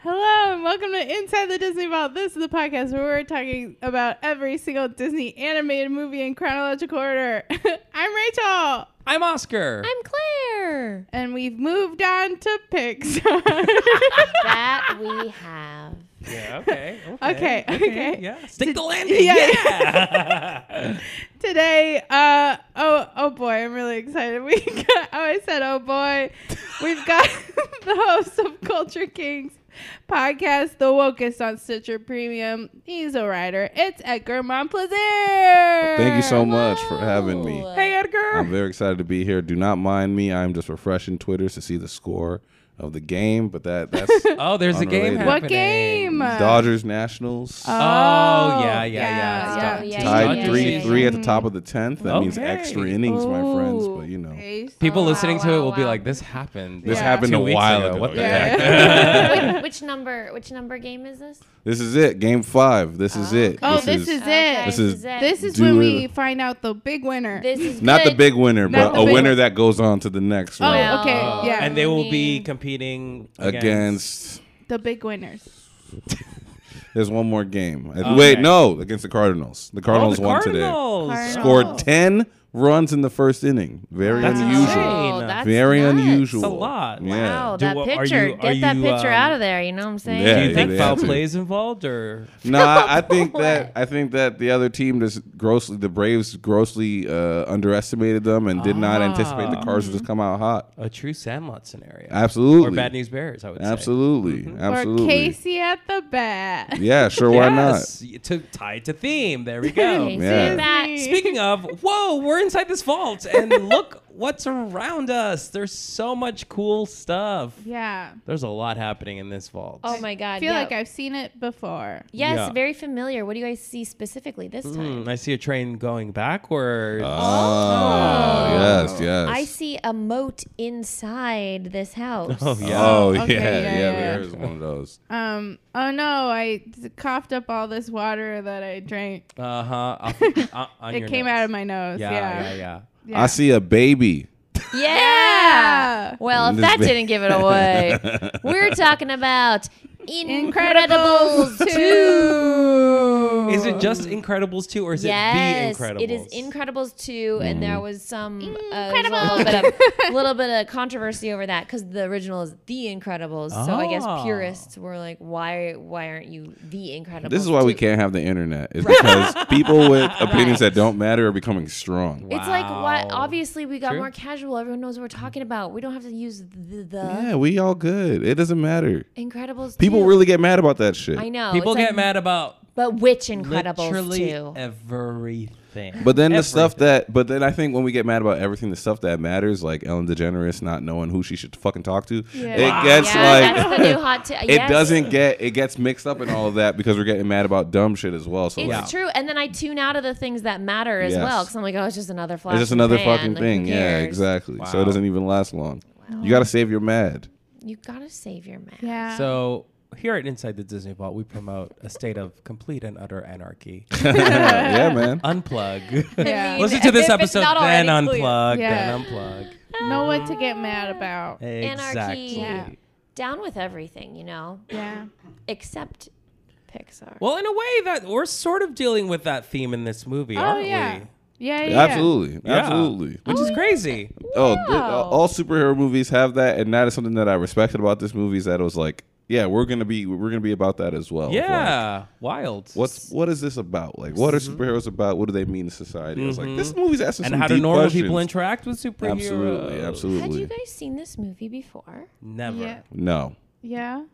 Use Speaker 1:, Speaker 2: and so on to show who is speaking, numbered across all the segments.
Speaker 1: Hello and welcome to Inside the Disney Vault. This is the podcast where we're talking about every single Disney animated movie in chronological order. I'm Rachel,
Speaker 2: I'm Oscar.
Speaker 3: I'm Claire.
Speaker 1: and we've moved on to Pixar.
Speaker 3: That we have.
Speaker 2: yeah, okay.
Speaker 1: okay, okay.
Speaker 2: Yeah. Stick the landing.
Speaker 1: yeah,
Speaker 2: Yeah.
Speaker 1: Today, uh, oh, oh boy, I'm really excited. We got, oh, I said, oh boy, we've got the host of Culture Kings podcast, The Wokest on Stitcher Premium. He's a writer. It's Edgar Monplaisir.
Speaker 4: Thank you so much for having me.
Speaker 3: Whoa.
Speaker 1: Hey, Edgar.
Speaker 4: I'm very excited to be here. Do not mind me. I'm just refreshing Twitter to see the score of the game, but that that's
Speaker 2: Oh, there's a game
Speaker 4: Unrelated.
Speaker 2: happening.
Speaker 1: what game?
Speaker 4: Dodgers Nationals
Speaker 2: Oh, yeah, yeah, yeah.
Speaker 3: yeah.
Speaker 2: Stop.
Speaker 3: Yeah,
Speaker 2: Stop.
Speaker 4: tied
Speaker 3: yeah,
Speaker 4: three
Speaker 3: yeah,
Speaker 4: three at the top of the tenth. That means
Speaker 2: Okay.
Speaker 4: extra innings, my friends.
Speaker 1: Ooh.
Speaker 4: But you know,
Speaker 2: People
Speaker 3: Wow,
Speaker 2: listening to it
Speaker 3: wow,
Speaker 2: will be
Speaker 3: wow.
Speaker 2: like, "This happened.
Speaker 4: this
Speaker 1: Yeah.
Speaker 4: happened
Speaker 2: Two
Speaker 4: a
Speaker 2: weeks
Speaker 4: while
Speaker 2: ago.
Speaker 4: ago.
Speaker 2: What the
Speaker 4: Yeah.
Speaker 2: heck?
Speaker 3: which, which number? Which number game is this?
Speaker 4: This is it. Game five. This is it.
Speaker 1: Oh, this is it.
Speaker 4: This is-
Speaker 3: it.
Speaker 1: This is
Speaker 4: Do
Speaker 1: when
Speaker 4: it.
Speaker 1: we find out the big winner.
Speaker 3: This is
Speaker 4: not the
Speaker 3: good.
Speaker 4: big winner,
Speaker 1: Not
Speaker 4: but
Speaker 1: the
Speaker 4: a
Speaker 1: big
Speaker 4: winner
Speaker 1: one.
Speaker 4: that goes on to the next
Speaker 1: Oh,
Speaker 4: round
Speaker 3: Well,
Speaker 1: okay, yeah.
Speaker 5: and they will be
Speaker 3: mean,
Speaker 5: competing against.
Speaker 4: against.
Speaker 1: the big winners.
Speaker 4: There's one more game. I-
Speaker 5: Okay.
Speaker 4: Wait, no, against the Cardinals. The
Speaker 2: Oh,
Speaker 4: Cardinals
Speaker 2: the
Speaker 4: won today.
Speaker 2: Cardinals.
Speaker 1: Cardinals. Oh.
Speaker 4: scored 10 runs in the first inning. Very
Speaker 2: That's
Speaker 4: unusual.
Speaker 2: insane.
Speaker 3: Oh, that's
Speaker 4: Very
Speaker 3: nuts.
Speaker 4: unusual.
Speaker 2: That's a lot.
Speaker 4: Yeah.
Speaker 3: Wow,
Speaker 5: Do-
Speaker 3: that
Speaker 5: what- are
Speaker 3: picture.
Speaker 5: you- are
Speaker 3: Get that
Speaker 5: you,
Speaker 3: picture out
Speaker 5: um,
Speaker 3: of there. You know what I'm saying?
Speaker 4: Yeah,
Speaker 2: Do you think
Speaker 4: they
Speaker 2: foul
Speaker 4: have to.
Speaker 2: play is involved or?
Speaker 4: No, I, I think that I think that the other team just grossly the Braves grossly uh, underestimated them and did not anticipate the Cards would just come out hot.
Speaker 2: A true Sandlot scenario.
Speaker 4: Absolutely.
Speaker 2: Or Ah. Bad News Mm-hmm. Bears, I would
Speaker 4: Absolutely. Absolutely.
Speaker 1: Or Casey at the bat.
Speaker 4: Yeah, sure
Speaker 2: say.
Speaker 4: why
Speaker 2: yes. not? To, tied to theme. There we go.
Speaker 3: Okay,
Speaker 4: Yeah.
Speaker 3: see that?
Speaker 2: Speaking of, whoa, we're inside this vault and look what's around us. There's so much cool stuff.
Speaker 1: Yeah.
Speaker 2: There's a lot happening in this vault.
Speaker 3: Oh my God.
Speaker 1: I feel
Speaker 3: yeah.
Speaker 1: like I've seen it before.
Speaker 3: Yes,
Speaker 2: Yeah.
Speaker 3: very familiar. What do you guys see specifically this time?
Speaker 2: Mm, I see a train going backwards.
Speaker 4: not? Oh, yes, yes.
Speaker 3: I see a moat inside this house.
Speaker 2: Oh, yeah.
Speaker 4: Oh,
Speaker 1: Okay,
Speaker 4: yeah,
Speaker 1: yeah,
Speaker 4: yeah,
Speaker 1: yeah.
Speaker 4: there is one of those.
Speaker 1: Um. Oh no! I d- coughed up all this water that I drank.
Speaker 2: Uh huh.
Speaker 1: it came out of my nose.
Speaker 2: Yeah,
Speaker 1: Yeah.
Speaker 2: yeah, yeah.
Speaker 1: Yeah.
Speaker 4: I see a baby.
Speaker 3: Yeah.
Speaker 1: Yeah.
Speaker 3: Well, if
Speaker 4: This
Speaker 3: that
Speaker 4: ba-
Speaker 3: didn't give it away, we're talking about
Speaker 1: Incredibles
Speaker 3: Incredibles 2.
Speaker 2: Is it just Incredibles 2 or is
Speaker 3: yes,
Speaker 2: it The Incredibles? Mm.
Speaker 3: it is Incredibles 2, and there was some uh, there's
Speaker 1: Incredibles.
Speaker 3: a little bit of little bit of controversy over that because the original is The Incredibles. So I guess
Speaker 2: Oh.
Speaker 3: purists were like, why why aren't you The Incredibles?
Speaker 4: This is why we
Speaker 3: 2?
Speaker 4: can't have the internet. Is because people with opinions that don't matter are becoming strong.
Speaker 3: It's like why?
Speaker 2: Wow.
Speaker 3: Obviously, we got
Speaker 2: True.
Speaker 3: more casual. Everyone knows what we're talking about. We don't have to use the, the
Speaker 4: Yeah, we all good. It doesn't matter.
Speaker 3: Incredibles.
Speaker 4: People
Speaker 3: 2.
Speaker 4: really get mad about that shit.
Speaker 3: I know
Speaker 2: People
Speaker 3: it's like,
Speaker 2: get mad about
Speaker 3: But which Incredibles
Speaker 2: literally
Speaker 3: too?
Speaker 2: everything.
Speaker 4: But then the stuff
Speaker 2: Everything.
Speaker 4: that, but then I think when we get mad about everything, the stuff that matters, like Ellen DeGeneres not knowing who she should fucking talk to, it
Speaker 1: Wow.
Speaker 4: gets
Speaker 3: yeah,
Speaker 4: like,
Speaker 3: that's the new hot. T-
Speaker 4: it doesn't get, it gets mixed up in all of that because we're getting mad about dumb shit as well. So
Speaker 3: It's
Speaker 4: like,
Speaker 3: true, and then I tune out of the things that matter as
Speaker 4: Yes.
Speaker 3: well because I'm like, oh, it's just another flash.
Speaker 4: it's just
Speaker 3: in the
Speaker 4: another
Speaker 3: pan.
Speaker 4: fucking
Speaker 3: Like, who
Speaker 4: thing. Yeah,
Speaker 3: cares?
Speaker 4: exactly. So
Speaker 2: Wow.
Speaker 4: it doesn't even last long. You gotta save your mad.
Speaker 3: You gotta save your man.
Speaker 1: Yeah.
Speaker 2: So here at Inside the Disney Vault, we promote a state of complete and utter anarchy.
Speaker 4: yeah, man.
Speaker 2: unplug.
Speaker 1: Yeah.
Speaker 3: mean,
Speaker 2: Listen to
Speaker 3: if-
Speaker 2: this
Speaker 3: if it's
Speaker 2: episode,
Speaker 3: not
Speaker 2: then
Speaker 3: already clear.
Speaker 2: unplug,
Speaker 1: Yeah.
Speaker 2: then unplug.
Speaker 1: know what to get mad about.
Speaker 2: Eh. Exactly.
Speaker 1: Yeah.
Speaker 3: Down with everything, you know,
Speaker 1: Yeah.
Speaker 3: except Pixar.
Speaker 2: Well, in a way that we're sort of dealing with that theme in this movie,
Speaker 1: Oh
Speaker 2: aren't
Speaker 1: yeah.
Speaker 2: we?
Speaker 1: Yeah. Yeah.
Speaker 4: Absolutely,
Speaker 2: Yeah.
Speaker 4: absolutely.
Speaker 2: Which is crazy.
Speaker 4: Oh, th- all superhero movies have that, and that is something that I respected about this movie. Is that it was like, yeah, we're gonna be we're gonna be about that as well. Like,
Speaker 2: Yeah. Wild.
Speaker 4: what's what is this about? Like, what are superheroes about? What do they mean to society? It's like this movie's asking
Speaker 2: Mm-hmm. and
Speaker 4: some
Speaker 2: how do
Speaker 4: deep
Speaker 2: normal
Speaker 4: questions.
Speaker 2: people interact with superheroes?
Speaker 4: Absolutely,
Speaker 3: Had you
Speaker 4: absolutely.
Speaker 3: guys seen this movie before?
Speaker 2: Never.
Speaker 1: Yeah.
Speaker 4: No,
Speaker 1: Yeah.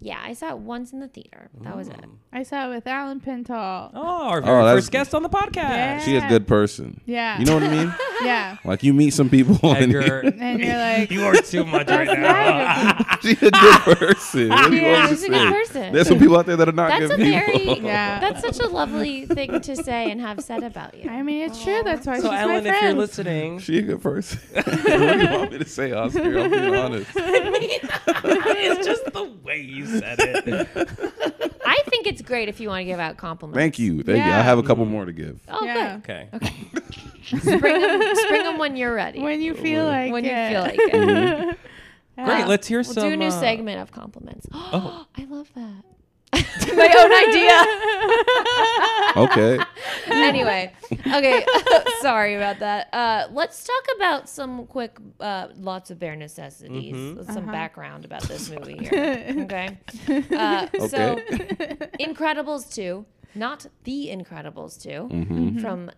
Speaker 3: Yeah, I saw it once in the theater. That was
Speaker 4: Mm.
Speaker 3: it.
Speaker 1: I saw it with Alan Pintal.
Speaker 2: Oh, our very
Speaker 4: that's-
Speaker 2: first guest on the podcast.
Speaker 1: Yeah.
Speaker 4: she a good person.
Speaker 1: Yeah.
Speaker 4: you know what I mean.
Speaker 1: Yeah.
Speaker 4: Like you meet some people and you-
Speaker 2: Edgar,
Speaker 1: And you're like,
Speaker 2: you are too much right now.
Speaker 4: she's a good person. What do you want me
Speaker 3: Yeah,
Speaker 4: to
Speaker 3: she's a good
Speaker 4: say?
Speaker 3: person.
Speaker 4: There's some people out there that are not
Speaker 3: That's
Speaker 4: good
Speaker 3: a
Speaker 4: people.
Speaker 3: very
Speaker 1: Yeah.
Speaker 3: that's such a lovely thing to say and have said about you.
Speaker 1: I mean, it's true. That's why
Speaker 2: So,
Speaker 1: she's
Speaker 2: Ellen,
Speaker 1: my
Speaker 2: if you're
Speaker 1: friend.
Speaker 2: listening,
Speaker 4: She a good person. what do you want me to say, Oscar? I'm being honest.
Speaker 2: it's just the way you said it.
Speaker 3: I I think it's great if you want to give out compliments.
Speaker 4: Thank you. Thank you. I
Speaker 1: Yeah.
Speaker 4: have a couple more to give.
Speaker 3: Oh,
Speaker 1: Yeah.
Speaker 2: Okay.
Speaker 3: good. Spring them, when you're ready.
Speaker 1: when you feel like
Speaker 3: When
Speaker 1: it.
Speaker 3: you feel like it.
Speaker 4: Mm-hmm.
Speaker 2: Great. Let's hear
Speaker 3: We'll
Speaker 2: some.
Speaker 3: do a new
Speaker 2: uh,
Speaker 3: segment of compliments.
Speaker 2: Oh.
Speaker 3: I love that. My own idea.
Speaker 4: Okay.
Speaker 3: anyway, okay. sorry about that. Uh, let's talk about some quick, uh, lots of bare necessities. Some background about this movie here. Uh-huh. Okay. Uh, So, Incredibles 2, not The Incredibles 2, from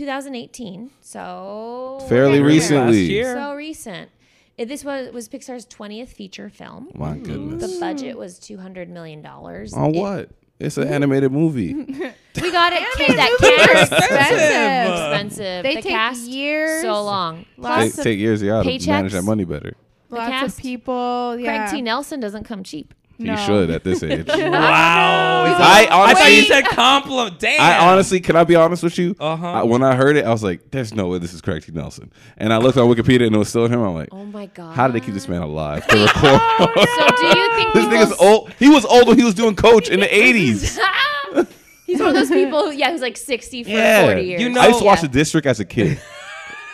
Speaker 3: 2018. So,
Speaker 4: Fairly
Speaker 3: Okay.
Speaker 4: recently.
Speaker 2: Last year.
Speaker 3: So recent. Uh, This was, was Pixar's 20th feature film.
Speaker 4: My goodness.
Speaker 3: The budget was $200 million.
Speaker 1: Mm-hmm.
Speaker 4: On
Speaker 3: It-
Speaker 4: what? It's an animated movie.
Speaker 3: we got it. Kid, that cast
Speaker 1: expensive.
Speaker 3: expensive.
Speaker 1: They
Speaker 3: the
Speaker 1: take
Speaker 3: cast,
Speaker 1: years.
Speaker 3: So long.
Speaker 4: Take,
Speaker 1: Lots
Speaker 3: Plus,
Speaker 1: of
Speaker 4: take years of y'all to manage
Speaker 3: paychecks.
Speaker 4: that money better.
Speaker 1: Lots
Speaker 3: cast.
Speaker 1: of people. Yeah.
Speaker 3: Craig T. Nelson doesn't come cheap.
Speaker 1: No.
Speaker 4: You should at this age.
Speaker 2: Wow. He's like,
Speaker 4: I
Speaker 2: I
Speaker 4: honestly,
Speaker 2: thought you said compliment. Damn.
Speaker 4: I honestly, can I be honest with you?
Speaker 2: Uh-huh.
Speaker 4: I- when I heard it, I was like, "There's no way this is Craig T. Nelson." And I looked on Wikipedia and it was still him. I'm like,
Speaker 3: Oh my God.
Speaker 4: "How did they keep this man alive?" To record?
Speaker 3: So do you think
Speaker 4: this
Speaker 3: people
Speaker 4: nigga's old. He was old when he was doing Coach in the '80s.
Speaker 3: He's one of those people, who, yeah, who's like 60 for
Speaker 4: Yeah.
Speaker 3: 40 years.
Speaker 2: You know-
Speaker 4: I used to watch
Speaker 3: Yeah.
Speaker 4: The District as a kid.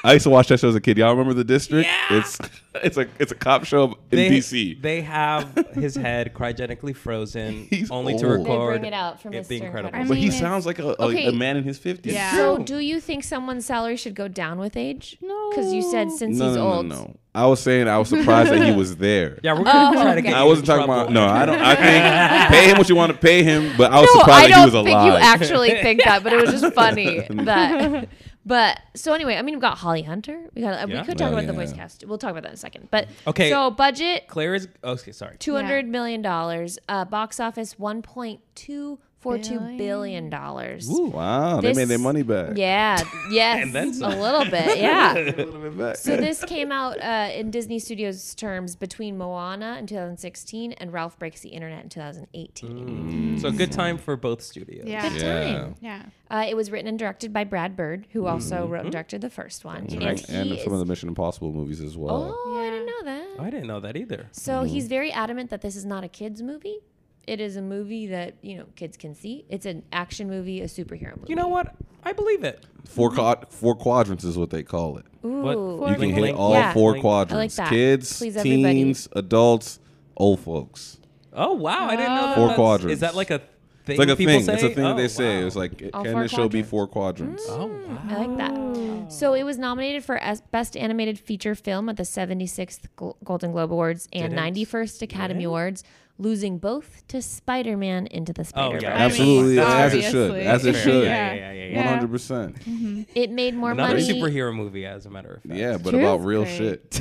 Speaker 4: I used to watch that show as a kid. Y'all remember The District?
Speaker 2: Yeah.
Speaker 4: It's it's a it's a cop show in
Speaker 2: they,
Speaker 4: DC.
Speaker 2: They have his head cryogenically frozen,
Speaker 4: He's
Speaker 2: only to
Speaker 4: old.
Speaker 2: record.
Speaker 4: They
Speaker 3: bring it out from Mr.
Speaker 2: the Incredibles.
Speaker 1: I
Speaker 4: but
Speaker 1: mean,
Speaker 4: he
Speaker 1: it's-
Speaker 4: sounds like a, a,
Speaker 3: Okay.
Speaker 4: a man in his 50s.
Speaker 1: Yeah.
Speaker 3: So do you think someone's salary should go down with age? No. Because you said since
Speaker 4: no,
Speaker 3: he's
Speaker 4: no,
Speaker 3: old.
Speaker 4: no, no. I was saying I was surprised that he was there.
Speaker 2: yeah, we're gonna try to
Speaker 3: Oh, okay.
Speaker 2: get.
Speaker 4: I
Speaker 2: you
Speaker 4: wasn't
Speaker 2: in
Speaker 4: talking
Speaker 2: trouble.
Speaker 4: about no. I don't. I think pay him what you want to pay him, but I was
Speaker 3: No,
Speaker 4: surprised
Speaker 3: I
Speaker 4: that he
Speaker 3: don't
Speaker 4: was
Speaker 3: think
Speaker 4: alive.
Speaker 3: you actually think that, but it was just funny that. But so anyway, I mean, we've got Holly Hunter. We got. uh,
Speaker 2: Yeah.
Speaker 3: We could talk
Speaker 4: Oh,
Speaker 3: about the
Speaker 4: yeah.
Speaker 3: voice cast. We'll talk about that in a second. But
Speaker 2: Okay.
Speaker 3: so budget
Speaker 2: Claire is. oh, Okay, sorry.
Speaker 3: two hundred million dollars. Uh, box office one point two four two billion dollars.
Speaker 4: wow,
Speaker 3: This-
Speaker 4: they made their money back.
Speaker 3: Yeah. Yes.
Speaker 2: And then
Speaker 3: a
Speaker 2: some.
Speaker 3: little bit. Yeah.
Speaker 4: A little bit back.
Speaker 3: So this came out uh, in Disney Studios terms between Moana in 2016 and Ralph Breaks the Internet in
Speaker 2: Mm.
Speaker 3: 2018.
Speaker 4: Mm.
Speaker 2: So good time for both studios.
Speaker 1: Yeah.
Speaker 3: Good
Speaker 4: yeah.
Speaker 3: time.
Speaker 1: Yeah.
Speaker 3: Uh, it was written and directed by Brad Bird, who also wrote and directed the first one.
Speaker 4: Right. And
Speaker 3: he
Speaker 4: some
Speaker 3: is-
Speaker 4: of the Mission Impossible movies as well.
Speaker 3: oh, I
Speaker 1: Yeah.
Speaker 3: didn't know that.
Speaker 2: I didn't know that either.
Speaker 3: So he's very adamant that this is not a kids movie. It is a movie that you know kids can see. It's an action movie, a superhero movie.
Speaker 2: You know what? I believe it.
Speaker 4: Four qua- four quadrants is what they call it.
Speaker 2: What-
Speaker 3: Ooh.
Speaker 4: You can
Speaker 2: Link,
Speaker 4: hit
Speaker 2: link,
Speaker 4: all
Speaker 3: Yeah.
Speaker 4: four
Speaker 2: link.
Speaker 4: quadrants:
Speaker 3: that.
Speaker 4: kids,
Speaker 3: Please, everybody.
Speaker 4: teens, adults, old folks.
Speaker 2: Oh wow! I didn't know that.
Speaker 4: Four
Speaker 2: that's-
Speaker 4: quadrants.
Speaker 2: Is that like a thing?
Speaker 4: It's like a
Speaker 2: people
Speaker 4: thing.
Speaker 2: Say?
Speaker 4: It's a thing
Speaker 2: Oh,
Speaker 4: that they say.
Speaker 2: wow.
Speaker 4: It's like,
Speaker 3: All
Speaker 4: can
Speaker 3: four
Speaker 4: this show be
Speaker 3: quadrants.
Speaker 4: four quadrants?
Speaker 2: Oh wow!
Speaker 3: I like that. So it was nominated for as Best Animated Feature Film at the 76th Gol- Golden Globe Awards and
Speaker 2: Didn't
Speaker 3: 91st Academy
Speaker 2: win?
Speaker 3: Awards, losing both to Spider-Man Into the
Speaker 2: Oh, yeah.
Speaker 3: Spider-Verse.
Speaker 4: Absolutely, as it should,
Speaker 1: obviously.
Speaker 4: as it
Speaker 2: Fair.
Speaker 4: should.
Speaker 2: Yeah, yeah, yeah, yeah.
Speaker 4: One hundred percent.
Speaker 2: Mm-hmm.
Speaker 3: It made more
Speaker 2: Another
Speaker 3: money.
Speaker 2: superhero movie, as a matter of fact.
Speaker 4: Yeah, but
Speaker 3: True.
Speaker 4: about real
Speaker 1: Great.
Speaker 4: shit.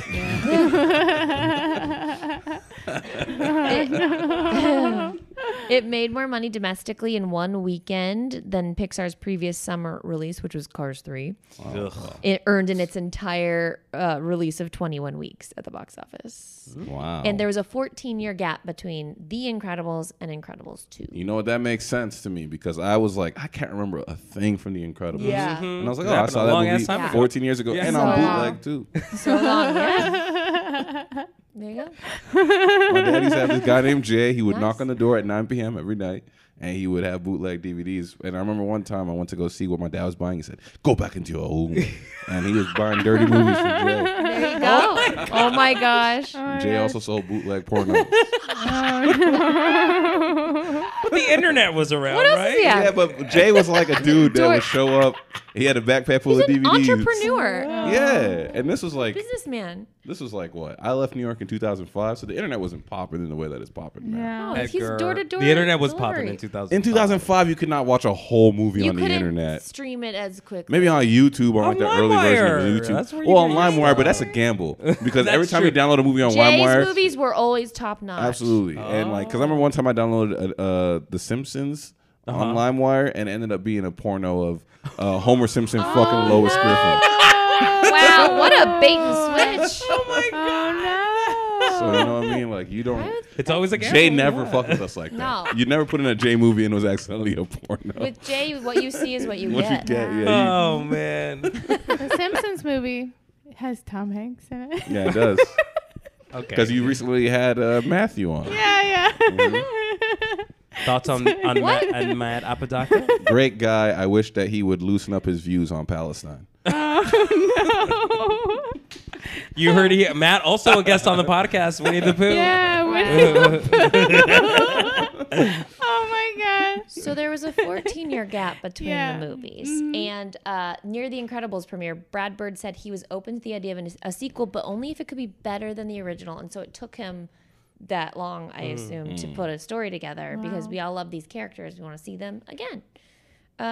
Speaker 3: It made more money domestically in one weekend than Pixar's previous summer release, which was Cars 3. It earned in its entire uh, release of 21 weeks at the box office.
Speaker 4: Wow.
Speaker 3: And there was a 14 year gap between The Incredibles and Incredibles 2.
Speaker 4: You know what? That makes sense to me because I was like, I can't remember a thing from The Incredibles.
Speaker 3: Yeah. Mhm.
Speaker 4: And I was like,
Speaker 2: It
Speaker 4: oh, I
Speaker 2: happened
Speaker 4: saw
Speaker 2: a long
Speaker 4: that
Speaker 2: ass
Speaker 4: movie
Speaker 2: time ago.
Speaker 4: 14 years ago.
Speaker 2: Yeah.
Speaker 4: And
Speaker 3: So-
Speaker 4: on bootleg, too.
Speaker 3: So long, yeah. There you go.
Speaker 4: My dad used to have this guy named Jay. He would knock
Speaker 3: Nice.
Speaker 4: on the door at 9 p.m. every night and he would have bootleg DVDs. And I remember one time I went to go see what my dad was buying. He said, go back into your old. one." and he was buying dirty movies from Jay.
Speaker 3: There you go. Oh my gosh.
Speaker 4: Jay also sold bootleg porno.
Speaker 2: But the internet was around,
Speaker 3: What else
Speaker 2: right?
Speaker 3: is he at?
Speaker 4: yeah, but Jay was like a dude that
Speaker 3: Door-
Speaker 4: would show up. He had a backpack full
Speaker 3: He's
Speaker 4: of
Speaker 3: an
Speaker 4: DVDs.
Speaker 3: entrepreneur,
Speaker 4: Yeah, and this was like
Speaker 3: businessman.
Speaker 4: This was like what? I left New York in 2005, so the internet wasn't popping in the way that it's popping now.
Speaker 3: Oh,
Speaker 1: Yeah.
Speaker 3: if he's
Speaker 2: Edgar-
Speaker 3: door to door.
Speaker 2: The internet was popping
Speaker 3: delivery.
Speaker 2: in 2000.
Speaker 4: In 2005, you could not watch a whole movie
Speaker 3: You
Speaker 4: on the
Speaker 3: couldn't
Speaker 4: internet.
Speaker 3: stream it as quickly.
Speaker 4: Maybe on YouTube or
Speaker 2: On
Speaker 4: like the early version
Speaker 2: LimeWire.
Speaker 4: of YouTube.
Speaker 2: That's where you
Speaker 4: well, on
Speaker 2: can watch
Speaker 4: LimeWire, but that's a gamble because every
Speaker 2: That's
Speaker 4: time you
Speaker 2: true.
Speaker 4: download a movie on
Speaker 3: Jay's
Speaker 4: LimeWire,
Speaker 3: movies were always top notch.
Speaker 4: absolutely. And like, because I remember one time I downloaded uh, uh, The Simpsons
Speaker 2: Uh-huh.
Speaker 4: on LimeWire and it ended up being a porno of uh, Homer Simpson fucking Lois Griffin.
Speaker 3: Wow, what a bait and switch.
Speaker 4: So you
Speaker 3: Oh.
Speaker 4: know what I mean? Like, you don't.
Speaker 2: It's always a game.
Speaker 4: Jay never fucked with us like
Speaker 3: No.
Speaker 4: that. You never put in a Jay movie and it was accidentally a porno.
Speaker 3: With Jay, what you see is what you
Speaker 4: What you
Speaker 3: get.
Speaker 4: get, yeah,
Speaker 2: Oh man.
Speaker 1: The Simpsons movie has Tom Hanks in it.
Speaker 4: you- yeah, it does.
Speaker 2: Okay.
Speaker 4: Because you recently had uh, Matthew on.
Speaker 1: Yeah, yeah.
Speaker 2: Thoughts on on Matt, and Matt Apodaca?
Speaker 4: Great guy. I wish that he would loosen up his views on Palestine.
Speaker 1: Oh no.
Speaker 2: You heard he Matt also a guest on the podcast. Winnie the Pooh.
Speaker 1: Yeah. Winnie the Pooh. oh my gosh.
Speaker 3: So there was a 14 year gap between
Speaker 1: Yeah. Mm-hmm.
Speaker 3: the movies. And uh, near the Incredibles premiere, Brad Bird said he was open to the idea of an, a sequel, but only if it could be better than the original. And so it took him that long, I assume, to put a story together because we all love these characters. We want to see them again. Uh,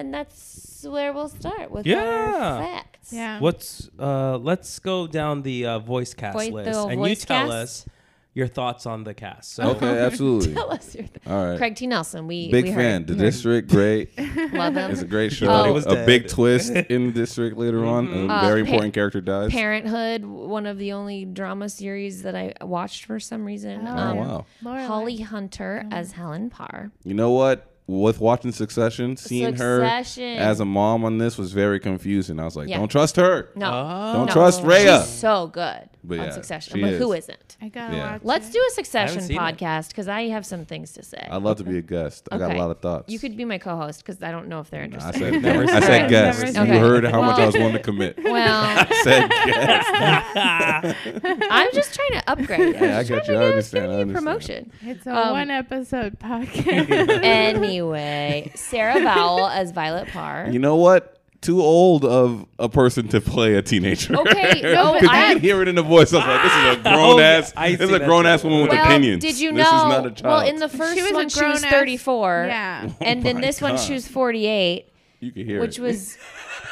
Speaker 3: and that's where we'll start with
Speaker 2: Yeah.
Speaker 3: our facts.
Speaker 1: Yeah.
Speaker 2: What's uh let's go down the uh, voice cast
Speaker 3: Voice- the
Speaker 2: list and you
Speaker 3: voice
Speaker 2: tell
Speaker 3: cast?
Speaker 2: us your thoughts on the cast. So
Speaker 4: Okay, absolutely.
Speaker 3: Tell us your th-
Speaker 4: All right.
Speaker 3: Craig T. Nelson. We
Speaker 4: Big
Speaker 3: we heard-
Speaker 4: fan. The
Speaker 3: we heard-
Speaker 4: District, great.
Speaker 3: Love him.
Speaker 4: It's a great show.
Speaker 3: Oh. He
Speaker 2: was
Speaker 4: a big
Speaker 2: dead.
Speaker 4: twist in the District later on. A
Speaker 3: Uh,
Speaker 4: very
Speaker 3: pa-
Speaker 4: important character dies.
Speaker 3: Parenthood, one of the only drama series that I watched for some reason.
Speaker 1: Oh.
Speaker 4: oh
Speaker 3: Um,
Speaker 4: wow.
Speaker 1: Lorelai.
Speaker 3: Holly Hunter
Speaker 4: Oh.
Speaker 3: as Helen Parr.
Speaker 4: You know what? With watching Succession, seeing
Speaker 3: Succession.
Speaker 4: her as a mom on this was very confusing. I was like,
Speaker 3: Yeah.
Speaker 4: don't trust her.
Speaker 3: No.
Speaker 2: Oh.
Speaker 4: Don't
Speaker 3: No.
Speaker 4: trust Rhea.
Speaker 3: She's so good
Speaker 4: But
Speaker 3: on
Speaker 4: yeah,
Speaker 3: Succession,
Speaker 4: she
Speaker 3: but
Speaker 4: is.
Speaker 3: who isn't?
Speaker 1: I gotta
Speaker 4: Yeah.
Speaker 1: watch.
Speaker 3: Let's
Speaker 1: it.
Speaker 3: do a Succession
Speaker 2: seen it.
Speaker 3: podcast because I have some things to say.
Speaker 4: I'd love to be a guest. I got a
Speaker 3: Okay.
Speaker 4: lot of thoughts.
Speaker 3: You could be my co-host because I don't know if they're
Speaker 4: I
Speaker 3: interested.
Speaker 4: said,
Speaker 2: Never
Speaker 4: I
Speaker 2: seen
Speaker 4: said
Speaker 2: it.
Speaker 4: guest.
Speaker 2: Never
Speaker 4: You
Speaker 3: seen it.
Speaker 4: heard how much I
Speaker 3: Well-
Speaker 4: was willing to commit.
Speaker 3: well,
Speaker 4: said guest.
Speaker 3: I'm just trying to upgrade.
Speaker 4: Yeah, I
Speaker 3: I'm just trying to
Speaker 4: got you. I
Speaker 3: get us
Speaker 4: understand. I
Speaker 3: getting you
Speaker 4: understand.
Speaker 3: promotion.
Speaker 1: It's a
Speaker 3: um,
Speaker 1: one episode podcast.
Speaker 3: Anyway, Sarah Vowell as Violet Parr.
Speaker 4: You know what? Too old of a person to play a teenager.
Speaker 3: Okay, no,
Speaker 4: 'Cause
Speaker 3: but
Speaker 4: you
Speaker 3: I-
Speaker 4: can hear it in the voice. I was like, this is a
Speaker 2: Oh,
Speaker 4: grown
Speaker 2: yeah,
Speaker 4: ass.
Speaker 2: I
Speaker 4: This is
Speaker 2: see
Speaker 4: a
Speaker 2: that
Speaker 4: grown ass
Speaker 2: too.
Speaker 4: woman with
Speaker 3: well,
Speaker 4: opinions.
Speaker 3: did you know?
Speaker 4: This is not a child.
Speaker 3: Well, in the first
Speaker 1: was a
Speaker 3: one, she was
Speaker 1: grown-ass-
Speaker 3: 34.
Speaker 1: yeah.
Speaker 3: And
Speaker 4: Oh
Speaker 3: in
Speaker 4: my
Speaker 3: this one, she
Speaker 4: God.
Speaker 3: was 48,
Speaker 4: you can hear
Speaker 3: which
Speaker 4: it.
Speaker 3: was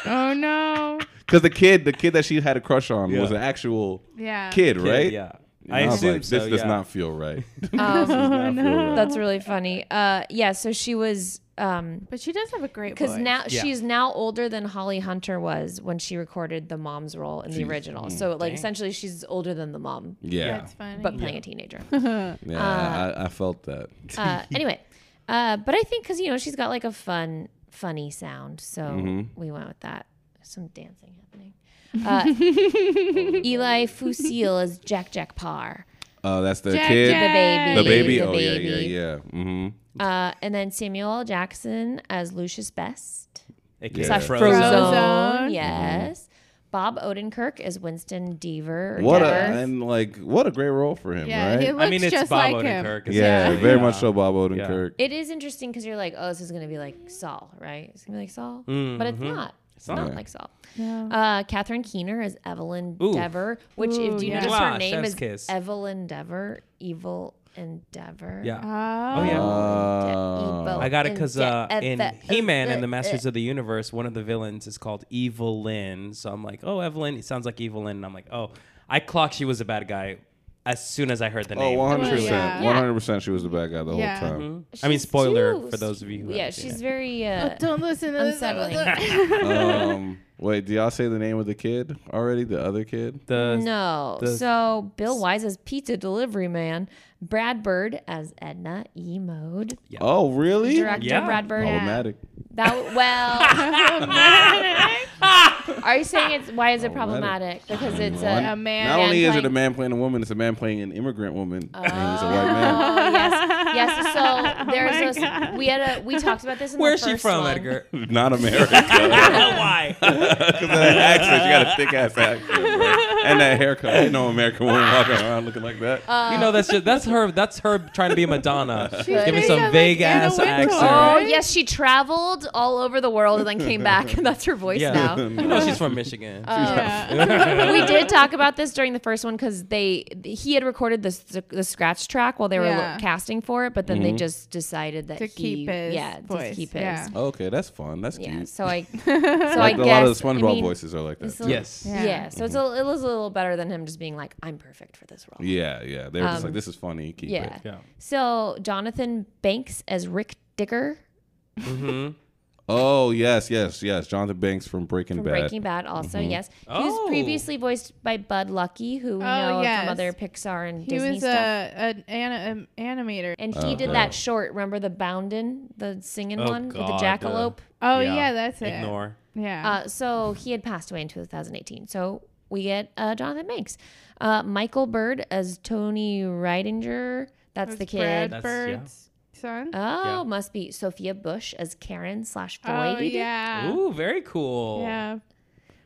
Speaker 1: Oh no.
Speaker 4: because the kid, the kid that she had a crush on,
Speaker 2: Yeah.
Speaker 4: was an actual
Speaker 1: Yeah.
Speaker 4: kid,
Speaker 2: Kid,
Speaker 4: right?
Speaker 2: Yeah.
Speaker 4: And
Speaker 2: I,
Speaker 4: was
Speaker 2: assume
Speaker 4: like,
Speaker 2: so.
Speaker 4: This does
Speaker 2: yeah.
Speaker 4: not feel right.
Speaker 3: um,
Speaker 4: Not feel right.
Speaker 3: that's really funny. Uh, yeah, so she was um
Speaker 1: But she does have a great voice.
Speaker 3: because now
Speaker 2: Yeah.
Speaker 3: she's now older than Holly Hunter was when she recorded the mom's role in the original. So like essentially, she's older than the mom,
Speaker 4: Mm, Yeah,
Speaker 1: That's funny.
Speaker 3: but playing a teenager.
Speaker 4: yeah. I, I felt that.
Speaker 3: uh,
Speaker 4: Mm-hmm.
Speaker 3: anyway, uh, but I think because you know she's got like a fun, funny sound, so
Speaker 4: Mm-hmm.
Speaker 3: we went with that. Some dancing happening. Uh, Eli Fusil is Jack Jack Parr,
Speaker 4: Oh, that's the
Speaker 1: Jack,
Speaker 4: kid,
Speaker 3: the
Speaker 1: Jack. Yay.
Speaker 3: baby,
Speaker 4: the baby.
Speaker 3: the
Speaker 4: oh yeah,
Speaker 3: baby.
Speaker 4: yeah, yeah. Mm-hmm.
Speaker 3: Uh, and then Samuel L. Jackson as Lucius Best.
Speaker 2: AKA
Speaker 4: Yeah.
Speaker 3: Sorry,
Speaker 2: Frozen.
Speaker 1: Frozen.
Speaker 3: Frozone, Yes. Bob Odenkirk as Winston Deaver. or
Speaker 4: What a
Speaker 3: Dever.
Speaker 4: and like what a great role for him,
Speaker 1: yeah,
Speaker 4: right?
Speaker 1: he looks
Speaker 2: I mean, it's
Speaker 1: just
Speaker 2: Bob
Speaker 1: like him.
Speaker 2: Odenkirk.
Speaker 4: yeah, very
Speaker 2: Yeah.
Speaker 4: much so. Bob Odenkirk.
Speaker 3: it is interesting because you're like, oh, this is gonna be like Saul, right? It's gonna be like Saul, but
Speaker 2: Mm-hmm.
Speaker 3: it's not. It's not
Speaker 4: not.
Speaker 3: like Saul.
Speaker 1: No.
Speaker 3: Uh, Catherine Keener as Evelyn
Speaker 2: Ooh.
Speaker 3: Dever, which
Speaker 1: Ooh,
Speaker 3: if do you
Speaker 1: yeah.
Speaker 3: notice
Speaker 2: Mwah,
Speaker 3: her name
Speaker 2: chef's
Speaker 3: is
Speaker 2: kiss.
Speaker 3: Evelyn Dever, Evil Endeavor.
Speaker 2: Yeah.
Speaker 1: Oh,
Speaker 2: Oh, yeah.
Speaker 4: Oh.
Speaker 3: Evil
Speaker 2: I got it because uh, in
Speaker 3: Endeavor.
Speaker 2: He Man
Speaker 3: uh,
Speaker 2: and the Masters of the Universe, one of the villains is called Evil Lyn. So I'm like, oh, Evelyn, it sounds like Evil Lyn. And I'm like, oh, I clocked she was a bad guy as soon as I heard the
Speaker 4: Oh,
Speaker 2: name.
Speaker 4: 100
Speaker 1: Yeah.
Speaker 4: percent, 100 percent. She was the bad guy the
Speaker 1: Yeah.
Speaker 4: whole time.
Speaker 2: I mean,
Speaker 3: She's
Speaker 2: spoiler
Speaker 3: too-
Speaker 2: for those of you who
Speaker 3: yeah,
Speaker 2: haven't seen
Speaker 3: she's
Speaker 2: it.
Speaker 3: very uh,
Speaker 1: Don't listen to
Speaker 3: Unsettling.
Speaker 1: this.
Speaker 4: um, wait, did y'all say the name of the kid already? The other kid?
Speaker 2: the
Speaker 3: No.
Speaker 2: the-
Speaker 3: so Bill Wise as pizza delivery man, Brad Bird as Edna E. Mode,
Speaker 4: Oh, really?
Speaker 3: director
Speaker 2: Yeah.
Speaker 3: Brad Bird.
Speaker 4: Problematic.
Speaker 3: That well, are you saying it's why is it problematic? Because it's a, um,
Speaker 1: A man.
Speaker 4: Not only is it a
Speaker 3: playing-
Speaker 4: man playing a woman, it's a man playing an immigrant woman, and he's a white man.
Speaker 3: Oh, yes, yes.
Speaker 1: Oh
Speaker 3: So there's a we had a we talked about this. In
Speaker 2: Where's
Speaker 3: the
Speaker 2: she
Speaker 3: first
Speaker 2: from,
Speaker 3: one. Uh,
Speaker 2: Edgar?
Speaker 4: Not America.
Speaker 2: Why?
Speaker 4: Because of that accent, she got a thick ass accent, bro. and that haircut. Ain't no American woman walking around looking like that.
Speaker 3: Uh,
Speaker 2: you know that's just, that's her that's her trying to be Madonna, giving
Speaker 1: doing
Speaker 2: some
Speaker 1: it like
Speaker 2: vague
Speaker 1: in a
Speaker 2: ass
Speaker 1: window.
Speaker 2: accent.
Speaker 3: Oh yes, she traveled all over the world and then came back, and that's her voice
Speaker 2: Yeah,
Speaker 3: now.
Speaker 2: you know she's from Michigan.
Speaker 3: Uh, we did talk about this during the first one because they he had recorded the the scratch track while they were
Speaker 1: Yeah.
Speaker 3: casting for it, but then
Speaker 4: Mm-hmm.
Speaker 3: they just decided that
Speaker 1: To
Speaker 3: he-
Speaker 1: keep his
Speaker 3: yeah
Speaker 1: voice,
Speaker 3: just keep his
Speaker 1: yeah.
Speaker 4: okay, that's fun. That's
Speaker 3: yeah.
Speaker 4: cute.
Speaker 3: So I so I
Speaker 4: like
Speaker 3: guess
Speaker 4: a lot of
Speaker 3: I
Speaker 4: the SpongeBob
Speaker 3: mean,
Speaker 4: voices are like that.
Speaker 3: it's a
Speaker 4: too.
Speaker 3: little-
Speaker 2: Yes.
Speaker 3: yeah.
Speaker 1: Yeah.
Speaker 3: So it's a, it was a little better than him just being like I'm perfect for this role.
Speaker 4: Yeah, yeah. They were just like, this is funny. Keep
Speaker 3: Um, Yeah.
Speaker 4: it.
Speaker 2: Yeah.
Speaker 3: So Jonathan Banks as Rick Dicker
Speaker 4: Oh yes, yes, yes. Jonathan Banks from Breaking
Speaker 3: from
Speaker 4: Bad. Mm-hmm.
Speaker 3: Breaking Bad, also yes, he was
Speaker 2: Oh.
Speaker 3: previously voiced by Bud Lucky, who we
Speaker 1: Oh,
Speaker 3: know
Speaker 1: yes.
Speaker 3: from other Pixar and
Speaker 1: he
Speaker 3: Disney
Speaker 1: was uh,
Speaker 3: stuff.
Speaker 1: a, an, an, an animator.
Speaker 3: And he did
Speaker 4: Oh, Okay.
Speaker 3: that short. Remember the Boundin, the singing
Speaker 2: Oh,
Speaker 3: one with
Speaker 2: God,
Speaker 3: the
Speaker 2: uh,
Speaker 3: jackalope.
Speaker 1: Oh yeah, that's it.
Speaker 2: Ignore.
Speaker 1: Yeah.
Speaker 3: Uh, so he had passed away in 2018. So we get uh, Jonathan Banks, uh, Michael Bird as Tony Ridinger. That's the kid.
Speaker 1: Brad
Speaker 2: That's- yeah.
Speaker 1: Bird's son.
Speaker 3: Oh,
Speaker 2: Yeah.
Speaker 3: must be Sophia Bush as Karen slash Floyd.
Speaker 1: oh yeah.
Speaker 2: Ooh, very cool.
Speaker 1: Yeah.